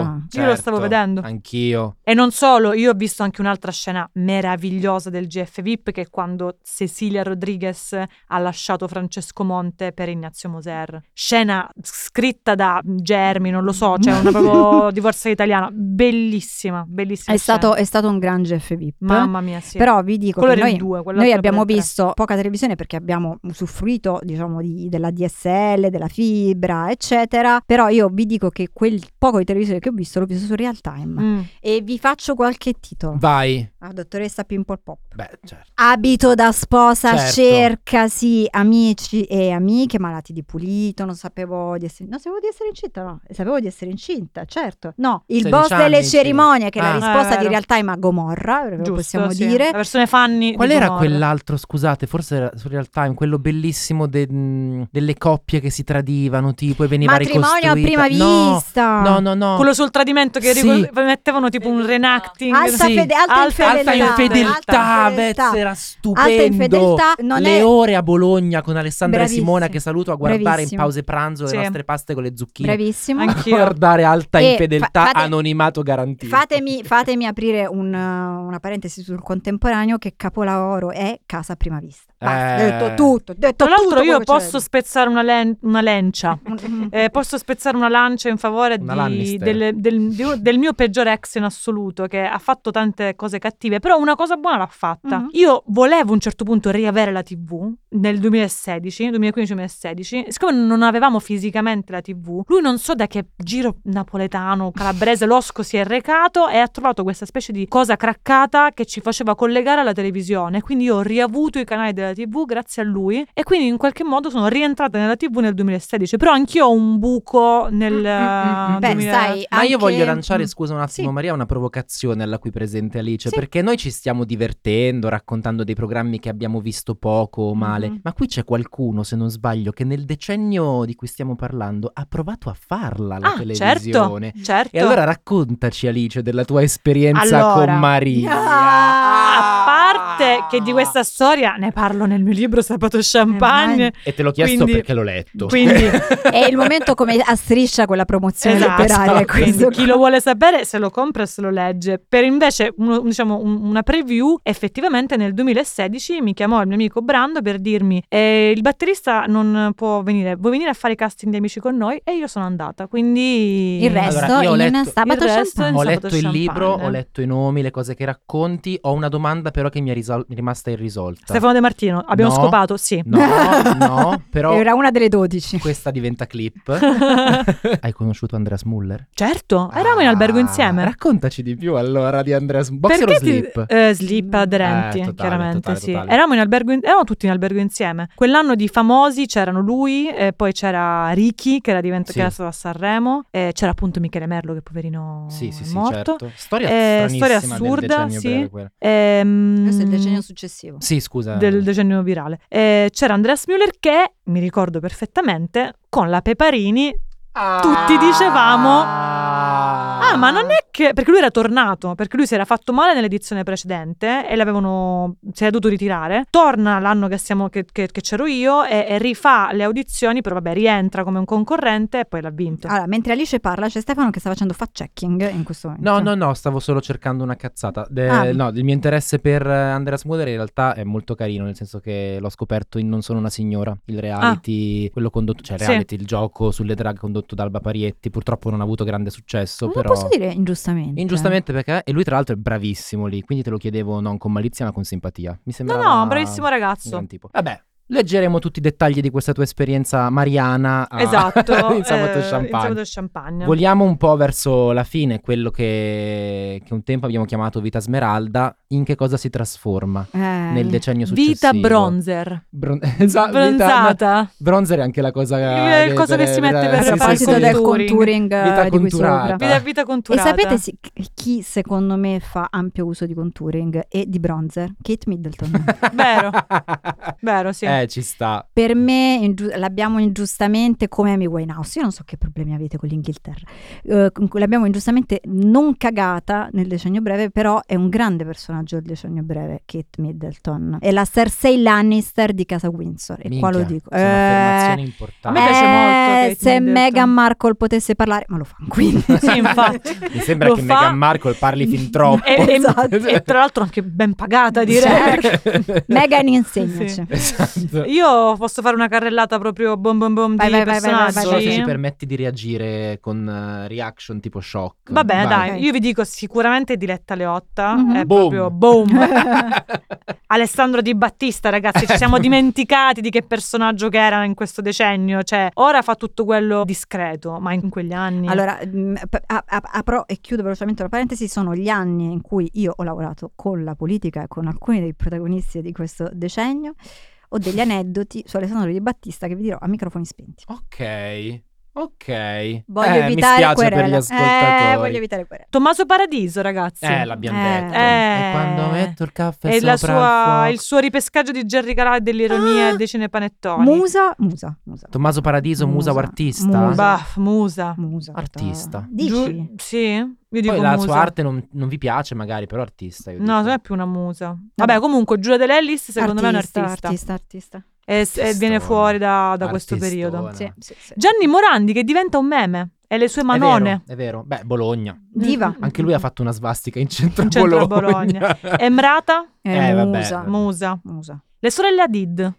[SPEAKER 3] Io lo stavo
[SPEAKER 4] certo,
[SPEAKER 3] vedendo.
[SPEAKER 4] Anch'io.
[SPEAKER 3] E non solo, io ho visto anche un'altra scena meravigliosa del GF VIP che è quando Cecilia Rodriguez ha lasciato Francesco Monte per Ignazio Moser. Scena scritta da Germi, non lo so, cioè una proprio divorza italiana. Bellissima, bellissima.
[SPEAKER 2] È
[SPEAKER 3] scena.
[SPEAKER 2] stato, è stato un gran GF VIP.
[SPEAKER 3] certo. Mamma mia, sì.
[SPEAKER 2] Però vi dico
[SPEAKER 3] quello
[SPEAKER 2] che
[SPEAKER 3] era
[SPEAKER 2] noi...
[SPEAKER 3] il 2, quello
[SPEAKER 2] Noi abbiamo visto poca televisione perché abbiamo usufruito, diciamo, di- della DSL, della fibra, eccetera. Però io vi dico che quel poco di televisione che ho visto l'ho visto su real
[SPEAKER 3] Mm.
[SPEAKER 2] time. E vi faccio qualche titolo.
[SPEAKER 4] Vai.
[SPEAKER 2] La dottoressa Pimple Pop.
[SPEAKER 4] Beh, certo.
[SPEAKER 2] Abito da sposa,
[SPEAKER 4] Certo.
[SPEAKER 2] cercasi amici e amiche malati di pulito. Non sapevo di essere, non sapevo di essere incinta, no. Sapevo di essere incinta, certo. No, il
[SPEAKER 4] 16
[SPEAKER 2] boss delle
[SPEAKER 4] anni, sì.
[SPEAKER 2] cerimonie, che è
[SPEAKER 4] Ah.
[SPEAKER 2] la risposta
[SPEAKER 3] Eh,
[SPEAKER 2] di
[SPEAKER 3] vero.
[SPEAKER 2] realtà è Magomorra,
[SPEAKER 3] Giusto,
[SPEAKER 2] possiamo
[SPEAKER 3] sì.
[SPEAKER 2] dire.
[SPEAKER 3] La versione fanny.
[SPEAKER 4] Qual
[SPEAKER 3] di
[SPEAKER 4] era
[SPEAKER 3] Gomorra.
[SPEAKER 4] quell'altro, scusate, forse era su Real Time, quello bellissimo de- mh, delle coppie che si tradivano, tipo, e veniva
[SPEAKER 2] Matrimonio a
[SPEAKER 4] ricostruita.
[SPEAKER 2] prima
[SPEAKER 4] No,
[SPEAKER 2] vista.
[SPEAKER 4] No, no, no.
[SPEAKER 3] Quello sul tradimento che
[SPEAKER 4] Sì.
[SPEAKER 3] ricol- mettevano tipo un renacting.
[SPEAKER 2] Alta,
[SPEAKER 4] Sì.
[SPEAKER 2] fede- alta,
[SPEAKER 3] Alta-
[SPEAKER 4] Alta
[SPEAKER 2] infedeltà.
[SPEAKER 4] infedeltà,
[SPEAKER 2] Alta
[SPEAKER 4] Vez,
[SPEAKER 2] infedeltà.
[SPEAKER 4] era stupendo.
[SPEAKER 2] Alta infedeltà non
[SPEAKER 4] Le
[SPEAKER 2] è
[SPEAKER 4] ore a Bologna con Alessandra
[SPEAKER 2] Bravissimo.
[SPEAKER 4] e Simona che saluto a guardare in
[SPEAKER 2] Bravissimo.
[SPEAKER 4] pause pranzo
[SPEAKER 3] Sì.
[SPEAKER 4] le nostre paste con le zucchine.
[SPEAKER 2] bravissimo.
[SPEAKER 3] Anche-
[SPEAKER 4] a
[SPEAKER 3] Anch'io.
[SPEAKER 4] guardare alta
[SPEAKER 2] E
[SPEAKER 4] infedeltà,
[SPEAKER 2] fa- fate-
[SPEAKER 4] anonimato garantito.
[SPEAKER 2] Fatemi, fatemi aprire un, eh, una parentesi sul contemporaneo che capolavoro è Casa a Prima Vista. Basta,
[SPEAKER 4] Eh.
[SPEAKER 2] ho detto tutto, ho detto
[SPEAKER 3] Tra l'altro
[SPEAKER 2] tutto quello
[SPEAKER 3] io
[SPEAKER 2] che c'era
[SPEAKER 3] posso spezzare una, len- una lencia.
[SPEAKER 2] dentro. Mm, mm.
[SPEAKER 3] Eh, posso spezzare una lancia in favore
[SPEAKER 4] Una
[SPEAKER 3] di-
[SPEAKER 4] Lannister.
[SPEAKER 3] delle- del, di- del mio peggior ex in assoluto, che ha fatto tante cose cattive, però una cosa buona l'ha fatta.
[SPEAKER 2] Mhm.
[SPEAKER 3] Io volevo a un certo punto riavere la TV nel 2016, 2015-2016, siccome non avevamo fisicamente la TV, lui non so da che giro napoletano, calabrese, losco si è recato e ha trovato questa specie di cosa craccata che ci faceva collegare alla televisione, quindi io ho riavuto i canali della TV grazie a lui e quindi in qualche modo sono rientrata nella TV nel 2016, però anch'io ho un buco nel... eh,
[SPEAKER 2] Mm, mm, mm. Beh,
[SPEAKER 3] 2000
[SPEAKER 2] sai,
[SPEAKER 4] Ma io
[SPEAKER 2] anche-
[SPEAKER 4] voglio lanciare,
[SPEAKER 2] Mm.
[SPEAKER 4] scusa un attimo,
[SPEAKER 2] Sì.
[SPEAKER 4] Maria, una provocazione alla qui presente Alice,
[SPEAKER 2] Sì.
[SPEAKER 4] perché noi ci stiamo divertendo raccontando dei programmi che abbiamo visto poco o male,
[SPEAKER 2] Mhm.
[SPEAKER 4] ma qui c'è qualcuno, se non sbaglio, che nel decennio di cui stiamo parlando ha provato a farla la
[SPEAKER 3] Ah, certo,
[SPEAKER 4] televisione.
[SPEAKER 3] certo.
[SPEAKER 4] E allora raccontaci Alice della tua esperienza
[SPEAKER 3] Allora.
[SPEAKER 4] con Maria.
[SPEAKER 2] Ah!
[SPEAKER 3] a parte che di questa storia ne parlo nel mio libro Sabato Champagne,
[SPEAKER 2] Eh,
[SPEAKER 4] E te l'ho chiesto
[SPEAKER 3] Quindi-
[SPEAKER 4] perché l'ho letto.
[SPEAKER 3] quindi
[SPEAKER 2] È il momento come a striscia quella promozione
[SPEAKER 3] Esatto,
[SPEAKER 2] letteraria.
[SPEAKER 4] esatto.
[SPEAKER 2] questo
[SPEAKER 3] Quindi chi
[SPEAKER 2] qua.
[SPEAKER 3] lo vuole sapere se lo compra e se lo legge. Per invece uno- diciamo, un- una preview, effettivamente nel 2016 mi chiamò il mio amico Brando per dirmi "Eh, il batterista non può venire, vuoi venire a fare i casting di amici con noi? E io sono andata, quindi...
[SPEAKER 2] Il resto
[SPEAKER 4] Allora, io ho
[SPEAKER 2] in
[SPEAKER 4] letto-
[SPEAKER 2] sabato
[SPEAKER 3] il resto
[SPEAKER 2] champagne.
[SPEAKER 4] Ho
[SPEAKER 3] Sabato
[SPEAKER 4] letto il
[SPEAKER 3] Champagne.
[SPEAKER 4] libro, ho letto i nomi, le cose che racconti. Ho una domanda, però, che mi è, risol- rimasta irrisolta.
[SPEAKER 3] Stefano De Martino, abbiamo
[SPEAKER 4] No.
[SPEAKER 3] scopato, sì.
[SPEAKER 4] No, no, però
[SPEAKER 2] Era una delle 12.
[SPEAKER 4] questa diventa clip. Hai conosciuto Andreas Muller?
[SPEAKER 3] Certo, eravamo in
[SPEAKER 4] Ah,
[SPEAKER 3] albergo insieme.
[SPEAKER 4] Raccontaci di più allora di Andreas Boxer o
[SPEAKER 3] Perché ti-
[SPEAKER 4] Slip?
[SPEAKER 3] eh,
[SPEAKER 2] Mm.
[SPEAKER 3] slip aderenti,
[SPEAKER 4] Eh, totale,
[SPEAKER 3] chiaramente,
[SPEAKER 4] totale,
[SPEAKER 3] sì.
[SPEAKER 4] totale.
[SPEAKER 3] Eravamo in albergo, in- eravamo tutti in albergo insieme. Quell'anno di famosi c'erano lui, eh, poi c'era Ricky, che era diventato
[SPEAKER 4] Sì.
[SPEAKER 3] che era stato a Sanremo, eh, c'era appunto Michele Merlo, che poverino
[SPEAKER 4] Sì, sì,
[SPEAKER 3] è
[SPEAKER 4] sì,
[SPEAKER 3] morto.
[SPEAKER 4] certo. Storia
[SPEAKER 3] Eh,
[SPEAKER 4] stranissima
[SPEAKER 3] storia
[SPEAKER 4] del
[SPEAKER 3] assurda,
[SPEAKER 4] decennio
[SPEAKER 3] sì.
[SPEAKER 4] breve, quella.
[SPEAKER 3] Ehm,
[SPEAKER 2] Questo è il decennio successivo.
[SPEAKER 4] Sì, scusa.
[SPEAKER 3] del decennio virale. Eh, c'era Andreas Müller che, mi ricordo perfettamente, con la Peparini tutti dicevamo, Ah, ma non è che. Perché lui era tornato, perché lui si era fatto male nell'edizione precedente e l'avevano. si era dovuto ritirare. Torna l'anno che, siamo, che, che- che c'ero io e, e rifà le audizioni, però vabbè, rientra come un concorrente e poi l'ha vinto.
[SPEAKER 4] Ah,
[SPEAKER 2] Allora, mentre Alice parla, c'è Stefano che sta facendo fact checking in questo momento.
[SPEAKER 4] No, no, no, stavo solo cercando una cazzata. De-
[SPEAKER 2] Ah.
[SPEAKER 4] No, il mio interesse per eh, Andreas Muller in realtà è molto carino, nel senso che l'ho scoperto in Non sono una signora, il reality, quello condotto, cioè
[SPEAKER 3] Ah. Sì.
[SPEAKER 4] reality, il gioco sulle drag condotto da Alba Parietti, purtroppo non ha avuto grande successo,
[SPEAKER 2] Non
[SPEAKER 4] però...
[SPEAKER 2] posso dire ingiustamente.
[SPEAKER 4] Ingiustamente perché, e lui tra l'altro è bravissimo lì, quindi te lo chiedevo non con malizia ma con simpatia. Mi
[SPEAKER 3] No,
[SPEAKER 4] sembrava
[SPEAKER 3] no, bravissimo
[SPEAKER 4] un
[SPEAKER 3] ragazzo.
[SPEAKER 4] gran tipo. Vabbè, Leggeremo tutti i dettagli di questa tua esperienza mariana Ah. a-
[SPEAKER 3] Esatto.
[SPEAKER 4] in sabato
[SPEAKER 3] eh,
[SPEAKER 4] champagne.
[SPEAKER 3] in sabato champagne.
[SPEAKER 4] Vogliamo un po' verso la fine, quello che, che un tempo abbiamo chiamato vita smeralda, in che cosa si trasforma
[SPEAKER 2] Eh,
[SPEAKER 4] nel decennio successivo?
[SPEAKER 3] Vita bronzer.
[SPEAKER 4] Bron- esatto, vita-
[SPEAKER 3] Bronzata.
[SPEAKER 4] ma- bronzer è anche la cosa eh,
[SPEAKER 3] Il- il coso Eh, che si mette per-
[SPEAKER 4] sì,
[SPEAKER 2] a
[SPEAKER 4] sì,
[SPEAKER 2] proposito
[SPEAKER 4] sì.
[SPEAKER 2] del
[SPEAKER 3] contouring.
[SPEAKER 2] contouring eh,
[SPEAKER 4] Vita
[SPEAKER 2] di cui
[SPEAKER 4] conturata.
[SPEAKER 2] sopra.
[SPEAKER 3] Vita, vita
[SPEAKER 2] E
[SPEAKER 3] conturata.
[SPEAKER 2] sapete si- chi secondo me fa ampio uso di contouring e di bronzer? Kate Middleton.
[SPEAKER 3] Vero. Vero, sì.
[SPEAKER 4] Eh, ci sta.
[SPEAKER 2] per me ingiu- l'abbiamo ingiustamente come Amy Winehouse, io non so che problemi avete con l'Inghilterra, Eh, con- l'abbiamo ingiustamente non cagata nel decennio breve, però è un grande personaggio del decennio breve, Kate Middleton. È la Cersei Lannister di casa Windsor, e qua lo
[SPEAKER 4] Minchia,
[SPEAKER 2] dico.
[SPEAKER 4] Sono
[SPEAKER 2] Eh,
[SPEAKER 4] affermazioni
[SPEAKER 3] A
[SPEAKER 4] importanti.
[SPEAKER 3] me piace
[SPEAKER 2] eh,
[SPEAKER 3] molto Kate
[SPEAKER 2] se
[SPEAKER 3] Middleton.
[SPEAKER 2] Meghan Markle potesse parlare, ma lo fa quindi.
[SPEAKER 3] Sì, infatti.
[SPEAKER 4] Mi sembra
[SPEAKER 3] Lo
[SPEAKER 4] che
[SPEAKER 3] fa-
[SPEAKER 4] Meghan Markle parli fin troppo.
[SPEAKER 3] E, e-
[SPEAKER 2] Esatto.
[SPEAKER 3] e tra l'altro anche ben pagata direi.
[SPEAKER 2] Cioè, Meghan insegnaci.
[SPEAKER 3] Sì.
[SPEAKER 4] Esatto.
[SPEAKER 3] Io posso fare una carrellata proprio bom bom bom
[SPEAKER 2] Vai,
[SPEAKER 3] di
[SPEAKER 2] vai, vai, vai, vai,
[SPEAKER 3] personaggi.
[SPEAKER 4] Solo se ci
[SPEAKER 2] Sì.
[SPEAKER 4] permetti di reagire con eh, reaction tipo shock.
[SPEAKER 3] Va bene,
[SPEAKER 4] Vai.
[SPEAKER 3] dai, io vi dico sicuramente Diletta Leotta,
[SPEAKER 2] Mhm.
[SPEAKER 3] è
[SPEAKER 4] Boom.
[SPEAKER 3] proprio boom. Alessandro Di Battista, ragazzi, ci
[SPEAKER 2] Ecco.
[SPEAKER 3] siamo dimenticati di che personaggio che era in questo decennio, cioè ora fa tutto quello discreto, ma in quegli
[SPEAKER 4] Mm.
[SPEAKER 3] anni
[SPEAKER 2] Allora, mh, p- a- a- apro e chiudo velocemente una parentesi, sono gli anni in cui io ho lavorato con la politica e con alcuni dei protagonisti di questo decennio. Ho degli aneddoti su Alessandro Di Battista che vi dirò a microfoni spenti.
[SPEAKER 4] Ok, ok.
[SPEAKER 2] Voglio
[SPEAKER 4] Eh, mi
[SPEAKER 2] evitare
[SPEAKER 4] spiace
[SPEAKER 2] querele.
[SPEAKER 4] per gli
[SPEAKER 2] Eh,
[SPEAKER 4] ascoltatori.
[SPEAKER 2] voglio evitare querele.
[SPEAKER 3] Tommaso Paradiso, ragazzi.
[SPEAKER 4] Eh, l'abbiamo
[SPEAKER 2] Eh.
[SPEAKER 4] detto.
[SPEAKER 3] Eh.
[SPEAKER 4] E quando metto il caffè
[SPEAKER 3] e
[SPEAKER 4] sopra
[SPEAKER 3] la sua,
[SPEAKER 4] il
[SPEAKER 3] il
[SPEAKER 4] fuoco.
[SPEAKER 3] suo ripescaggio di Jerry Calà e dell'ironia
[SPEAKER 2] Ah.
[SPEAKER 3] e dei cinepanettoni.
[SPEAKER 2] Musa, musa, musa.
[SPEAKER 4] Tommaso Paradiso, musa, o
[SPEAKER 2] Musa,
[SPEAKER 4] artista.
[SPEAKER 2] musa.
[SPEAKER 3] Baff, musa.
[SPEAKER 2] Musa.
[SPEAKER 4] Artista.
[SPEAKER 2] Dici?
[SPEAKER 3] Giu- sì, io dico
[SPEAKER 4] Poi la
[SPEAKER 3] musa.
[SPEAKER 4] sua arte non, non vi piace magari, però artista. Io
[SPEAKER 3] No, non
[SPEAKER 4] dico.
[SPEAKER 3] è più una musa. Vabbè, comunque Giulia De Lellis secondo me è un artista.
[SPEAKER 2] Artista, artista.
[SPEAKER 3] E, e viene
[SPEAKER 4] Artistone.
[SPEAKER 3] fuori da, da questo
[SPEAKER 4] Artistone.
[SPEAKER 3] periodo.
[SPEAKER 2] Sì, sì, sì.
[SPEAKER 3] Gianni Morandi che diventa un meme e le sue
[SPEAKER 4] È
[SPEAKER 3] manone. Mm,
[SPEAKER 4] vero, è vero. Beh, Bologna.
[SPEAKER 2] Diva.
[SPEAKER 4] Anche lui ha fatto una svastica in centro,
[SPEAKER 3] In centro a
[SPEAKER 4] Bologna.
[SPEAKER 3] Emrata,
[SPEAKER 2] Eh,
[SPEAKER 4] Eh, vabbè.
[SPEAKER 2] musa.
[SPEAKER 3] musa.
[SPEAKER 2] Musa.
[SPEAKER 3] Le sorelle Adid.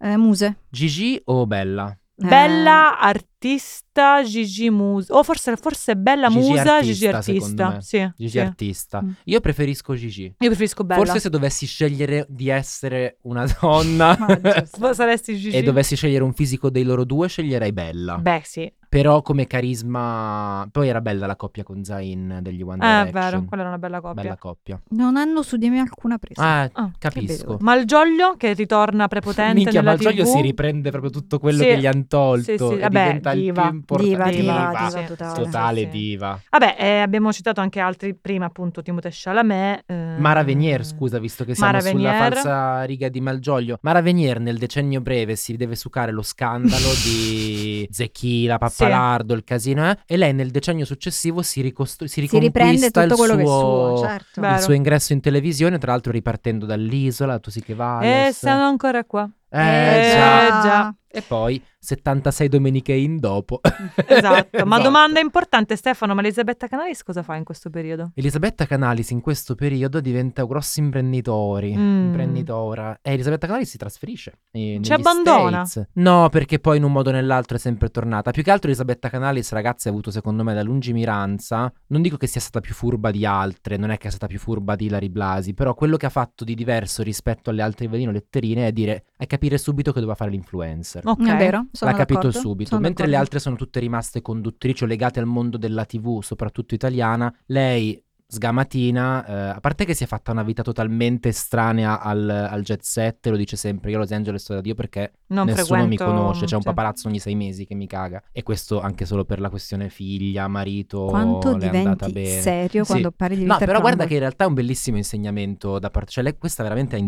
[SPEAKER 2] Eh, muse.
[SPEAKER 4] Gigi o Bella?
[SPEAKER 2] Eh,
[SPEAKER 3] Bella artista Gigi Musa. O forse, forse Bella
[SPEAKER 4] Gigi
[SPEAKER 3] Musa
[SPEAKER 4] artista,
[SPEAKER 3] Gigi
[SPEAKER 4] secondo
[SPEAKER 3] artista.
[SPEAKER 4] me.
[SPEAKER 3] Sì,
[SPEAKER 4] Gigi
[SPEAKER 3] sì.
[SPEAKER 4] artista.
[SPEAKER 2] Mm.
[SPEAKER 4] Io preferisco Gigi.
[SPEAKER 3] Io preferisco Bella.
[SPEAKER 4] Forse se dovessi scegliere di essere una donna
[SPEAKER 2] Maggio,
[SPEAKER 3] Voi saresti Gigi.
[SPEAKER 4] e dovessi scegliere un fisico dei loro due, sceglierei Bella.
[SPEAKER 3] Beh, sì.
[SPEAKER 4] Però come carisma... Poi era bella la coppia con Zayn degli One
[SPEAKER 3] Eh,
[SPEAKER 4] Direction.
[SPEAKER 3] è vero, quella era una bella coppia.
[SPEAKER 4] Bella coppia.
[SPEAKER 2] Non hanno su di me alcuna presa.
[SPEAKER 4] Ah,
[SPEAKER 3] Ah,
[SPEAKER 4] capisco.
[SPEAKER 3] Malgioglio che ritorna prepotente
[SPEAKER 4] Minchia,
[SPEAKER 3] nella
[SPEAKER 4] Malgioglio
[SPEAKER 3] TV.
[SPEAKER 4] si riprende proprio tutto quello
[SPEAKER 3] Sì.
[SPEAKER 4] che gli hanno tolto
[SPEAKER 3] Sì, sì,
[SPEAKER 4] e
[SPEAKER 3] vabbè,
[SPEAKER 4] diventa
[SPEAKER 3] diva.
[SPEAKER 4] il più importante.
[SPEAKER 2] Diva, diva,
[SPEAKER 3] Diva,
[SPEAKER 2] diva
[SPEAKER 3] sì,
[SPEAKER 2] totale.
[SPEAKER 4] Totale
[SPEAKER 3] sì, sì.
[SPEAKER 4] diva.
[SPEAKER 3] Vabbè, eh, abbiamo citato anche altri prima, appunto Timothée Chalamet. eh,
[SPEAKER 4] Mara Venier, scusa, visto che siamo
[SPEAKER 3] Mara
[SPEAKER 4] sulla
[SPEAKER 3] Venier.
[SPEAKER 4] falsa riga di Malgioglio. Mara Venier nel decennio breve si deve sucare lo scandalo di Zecchila, Pappalardo, il casino, eh? e lei nel decennio successivo si, ricostru- si
[SPEAKER 2] si riprende
[SPEAKER 4] riconquista
[SPEAKER 2] tutto
[SPEAKER 4] il
[SPEAKER 2] quello che è
[SPEAKER 4] suo-
[SPEAKER 2] suo, certo.
[SPEAKER 3] Beh,
[SPEAKER 4] il
[SPEAKER 3] Vero.
[SPEAKER 4] suo ingresso in televisione, tra l'altro ripartendo dall'isola, tu sì che vales.
[SPEAKER 3] Eh, sono ancora qua.
[SPEAKER 4] Eh,
[SPEAKER 3] Eh,
[SPEAKER 4] già.
[SPEAKER 3] già.
[SPEAKER 4] E poi 76 domeniche in dopo.
[SPEAKER 3] Esatto. Ma
[SPEAKER 4] Esatto.
[SPEAKER 3] domanda importante, Stefano, ma Elisabetta Canalis cosa fa in questo periodo?
[SPEAKER 4] Elisabetta Canalis in questo periodo diventa un grosso imprenditore,
[SPEAKER 3] Mm.
[SPEAKER 4] imprenditora. E Elisabetta Canalis si trasferisce. eh, negli
[SPEAKER 3] Ci abbandona?
[SPEAKER 4] States. No, perché poi in un modo o nell'altro è sempre tornata. Più che altro Elisabetta Canalis, ragazzi, ha avuto secondo me la lungimiranza. Non dico che sia stata più furba di altre, non è che è stata più furba di Ilari Blasi, però quello che ha fatto di diverso rispetto alle altre velino letterine è dire, è capire subito che doveva fare l'influencer.
[SPEAKER 3] Ok.
[SPEAKER 2] È vero, sono
[SPEAKER 4] L'ha capito
[SPEAKER 2] d'accordo,
[SPEAKER 4] subito.
[SPEAKER 2] sono
[SPEAKER 4] Mentre le
[SPEAKER 2] d'accordo.
[SPEAKER 4] altre sono tutte rimaste conduttrici o legate al mondo della TV, soprattutto italiana, lei sgamatina, eh, a parte che si è fatta una vita totalmente estranea al, al jet set, lo dice sempre, io a Los Angeles sto da Dio perché
[SPEAKER 3] Non
[SPEAKER 4] nessuno mi
[SPEAKER 3] frequento- cioè.
[SPEAKER 4] conosce, c'è un
[SPEAKER 3] sì.
[SPEAKER 4] paparazzo ogni sei mesi che mi caga. E questo anche solo per la questione figlia, marito,
[SPEAKER 2] Quanto
[SPEAKER 4] le è andata
[SPEAKER 2] diventi
[SPEAKER 4] bene.
[SPEAKER 2] serio
[SPEAKER 4] Sì.
[SPEAKER 2] quando parli di
[SPEAKER 4] No,
[SPEAKER 2] Victor
[SPEAKER 4] però guarda che
[SPEAKER 2] Crumble.
[SPEAKER 4] in realtà è un bellissimo insegnamento da parte, cioè lei questa veramente ha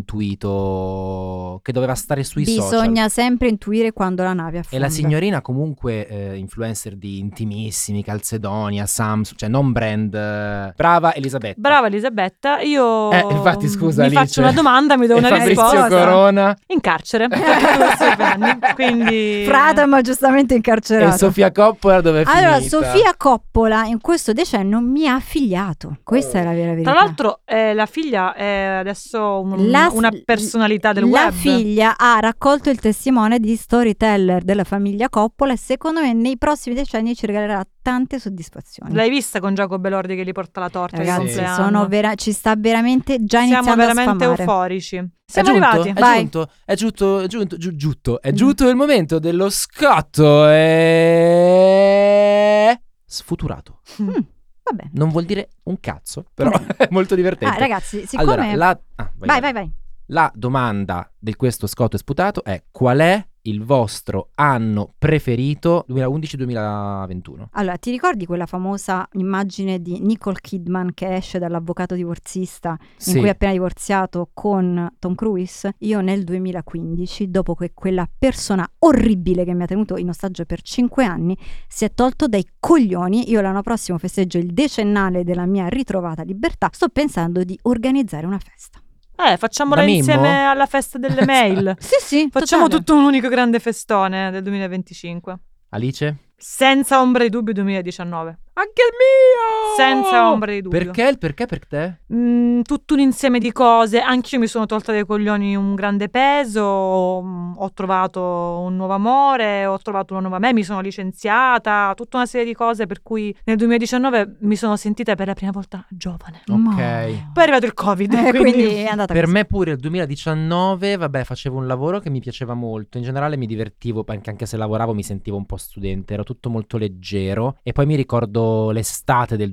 [SPEAKER 4] intuito che doveva stare sui social.
[SPEAKER 2] bisogna sempre intuire quando la nave affonda.
[SPEAKER 4] E la signorina comunque eh, influencer di intimissimi, Calzedonia, Samsung, cioè non brand. eh, Brava Elisabetta.
[SPEAKER 3] Brava Elisabetta, io
[SPEAKER 4] Eh, infatti, scusa,
[SPEAKER 3] mi
[SPEAKER 4] Alice.
[SPEAKER 3] faccio una domanda, mi do
[SPEAKER 4] E
[SPEAKER 3] una
[SPEAKER 4] Fabrizio
[SPEAKER 3] risposta.
[SPEAKER 4] Corona
[SPEAKER 3] In carcere, perché tu sei anni, quindi
[SPEAKER 2] Frata ma giustamente
[SPEAKER 4] e
[SPEAKER 2] incarcerato.
[SPEAKER 4] Sofia Coppola dove è
[SPEAKER 2] Esatto. allora,
[SPEAKER 4] finita?
[SPEAKER 2] Sofia Coppola in questo decennio mi ha affiliato. Questa è la vera verità.
[SPEAKER 3] Tra l'altro eh, la figlia è adesso un-
[SPEAKER 2] La-
[SPEAKER 3] una personalità del
[SPEAKER 2] la
[SPEAKER 3] web.
[SPEAKER 2] figlia ha raccolto il testimone di storyteller della famiglia Coppola e secondo me nei prossimi decenni ci regalerà tante soddisfazioni.
[SPEAKER 3] L'hai vista con Giacomo Belordi che gli porta la torta di
[SPEAKER 2] Ragazzi,
[SPEAKER 4] Sì.
[SPEAKER 3] compleanno?
[SPEAKER 2] sono vera- ci sta veramente già
[SPEAKER 3] Siamo
[SPEAKER 2] iniziando
[SPEAKER 3] veramente
[SPEAKER 2] a sfamare.
[SPEAKER 3] euforici. Siamo
[SPEAKER 4] è giunto,
[SPEAKER 3] arrivati.
[SPEAKER 4] È
[SPEAKER 2] Vai.
[SPEAKER 4] giunto, è giunto, è giunto, giu- giunto, è giunto il momento dello scotto e... Sfuturato.
[SPEAKER 2] Mm, vabbè.
[SPEAKER 4] Non vuol dire un cazzo, però è molto divertente.
[SPEAKER 2] Ah, ragazzi, siccome
[SPEAKER 4] allora, la... ah,
[SPEAKER 2] Vai,
[SPEAKER 4] vai, vai.
[SPEAKER 2] vai, vai.
[SPEAKER 4] La domanda di questo scotto e sputato è qual è il vostro anno preferito 2011-2021?
[SPEAKER 2] Allora, ti ricordi quella famosa immagine di Nicole Kidman che esce dall'avvocato divorzista in cui è appena divorziato con Tom Cruise? Io nel 2015, dopo che quella persona orribile che mi ha tenuto in ostaggio per 5 anni si è tolto dai coglioni, io l'anno prossimo festeggio il decennale della mia ritrovata libertà, sto pensando di organizzare una festa.
[SPEAKER 3] Eh, facciamola
[SPEAKER 4] Da Mimmo?
[SPEAKER 3] insieme alla festa delle mail.
[SPEAKER 2] Sì, sì,
[SPEAKER 3] Facciamo
[SPEAKER 2] totale.
[SPEAKER 3] tutto un unico grande festone del 2025.
[SPEAKER 4] Alice?
[SPEAKER 3] Senza ombra di dubbio 2019.
[SPEAKER 4] Anche il mio!
[SPEAKER 3] Senza ombra di dubbio.
[SPEAKER 4] Oh! Perché? Il perché per te?
[SPEAKER 3] Mm, tutto un insieme di cose. Anch'io mi sono tolta dai coglioni un grande peso. mm, Ho trovato un nuovo amore, ho trovato una nuova me, mi sono licenziata. Tutta una serie di cose per cui nel 2019 mi sono sentita per la prima volta giovane.
[SPEAKER 4] Ok.
[SPEAKER 2] Ma-
[SPEAKER 3] Poi è arrivato il Covid.
[SPEAKER 2] Eh,
[SPEAKER 3] quindi...
[SPEAKER 2] quindi è andata
[SPEAKER 4] Per
[SPEAKER 2] così.
[SPEAKER 4] me pure il 2019, vabbè, facevo un lavoro che mi piaceva molto. In generale mi divertivo, anche, anche se lavoravo mi sentivo un po' studente, ero tutto molto leggero. E poi mi ricordo l'estate del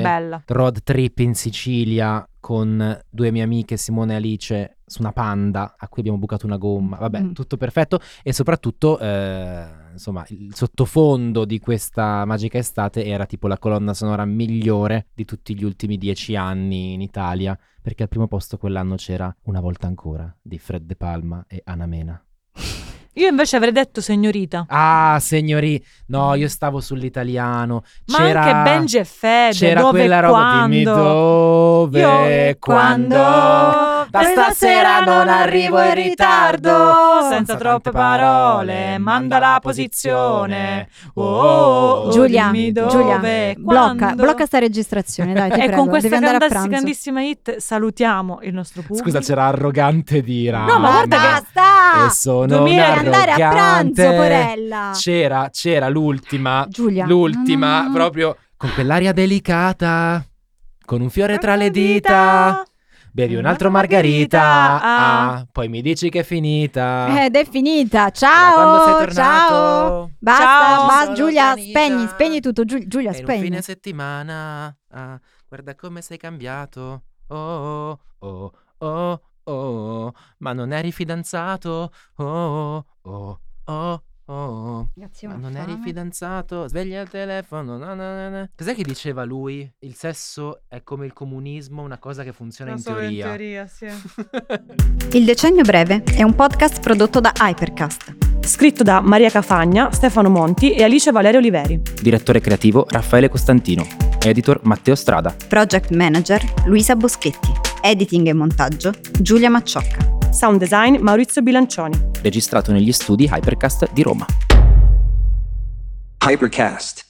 [SPEAKER 3] Bella.
[SPEAKER 4] road trip in Sicilia con due mie amiche Simone e Alice su una panda a cui abbiamo bucato una gomma. Vabbè,
[SPEAKER 2] Mm.
[SPEAKER 4] tutto perfetto e soprattutto eh, insomma, il sottofondo di questa magica estate era tipo la colonna sonora migliore di tutti gli ultimi dieci anni in Italia, perché al primo posto quell'anno c'era Una volta ancora di Fred De Palma e Anna Mena.
[SPEAKER 3] Io invece avrei detto signorita.
[SPEAKER 4] Ah, signori, no, io stavo sull'italiano.
[SPEAKER 3] Mm. Ma
[SPEAKER 4] c'era...
[SPEAKER 3] anche Benji e Fede.
[SPEAKER 4] C'era
[SPEAKER 3] Eh, dove e
[SPEAKER 4] quella roba
[SPEAKER 3] quando.
[SPEAKER 4] dimmi dove
[SPEAKER 3] Io-
[SPEAKER 4] quando da stasera non arrivo in ritardo
[SPEAKER 3] Senza troppe parole, manda la posizione. Oh, oh, oh,
[SPEAKER 2] Giulia,
[SPEAKER 3] dimmi dove,
[SPEAKER 2] Giulia,
[SPEAKER 3] quando.
[SPEAKER 2] blocca, blocca sta registrazione, dai, ti
[SPEAKER 3] e
[SPEAKER 2] prego,
[SPEAKER 3] con questa
[SPEAKER 2] devi andare a
[SPEAKER 3] grandas-
[SPEAKER 2] pranzo.
[SPEAKER 3] grandissima hit salutiamo il nostro pubblico.
[SPEAKER 4] Scusa, c'era arrogante di Rama.
[SPEAKER 2] No, ma guarda che
[SPEAKER 4] E
[SPEAKER 2] Ah, basta!
[SPEAKER 4] sono
[SPEAKER 3] Devi
[SPEAKER 4] un
[SPEAKER 2] Devi andare a
[SPEAKER 4] arrogante.
[SPEAKER 2] pranzo, porella.
[SPEAKER 4] C'era, c'era l'ultima,
[SPEAKER 2] Giulia. Mm.
[SPEAKER 4] l'ultima,
[SPEAKER 2] no, no, no.
[SPEAKER 4] proprio con quell'aria delicata, con un fiore tra le dita. Bevi un altro margarita,
[SPEAKER 3] Margarita,
[SPEAKER 4] ah, Eh, poi mi dici che è finita.
[SPEAKER 2] Eh, Ed è finita.
[SPEAKER 4] Da
[SPEAKER 2] Ciao!
[SPEAKER 4] quando sei tornato?
[SPEAKER 2] Ciao! Basta,
[SPEAKER 3] Ciao,
[SPEAKER 2] basta,
[SPEAKER 4] sono
[SPEAKER 2] Giulia,
[SPEAKER 4] Gianita.
[SPEAKER 2] spegni, spegni tutto, Giul- Giulia,
[SPEAKER 4] Era un fine
[SPEAKER 2] spegni.
[SPEAKER 4] settimana. ah, guarda come sei cambiato. Oh, oh, oh, oh, oh, ma non eri fidanzato. Oh, oh, oh, oh, oh.
[SPEAKER 2] Grazie,
[SPEAKER 4] Ma non eri fidanzato, sveglia il telefono. na, na, na, na. Cos'è che diceva lui? Il sesso è come il comunismo, una cosa che funziona in teoria.
[SPEAKER 2] Il decennio breve è un podcast prodotto da Hypercast.
[SPEAKER 3] Scritto da Maria Cafagna, Stefano Monti e Alice Valerio Oliveri.
[SPEAKER 5] Direttore creativo Raffaele Costantino. Editor Matteo Strada.
[SPEAKER 2] Project manager Luisa Boschetti. Editing e montaggio Giulia Macciocca.
[SPEAKER 3] Sound design Maurizio Bilancioni.
[SPEAKER 5] Registrato negli studi Hypercast di Roma.
[SPEAKER 6] Hypercast.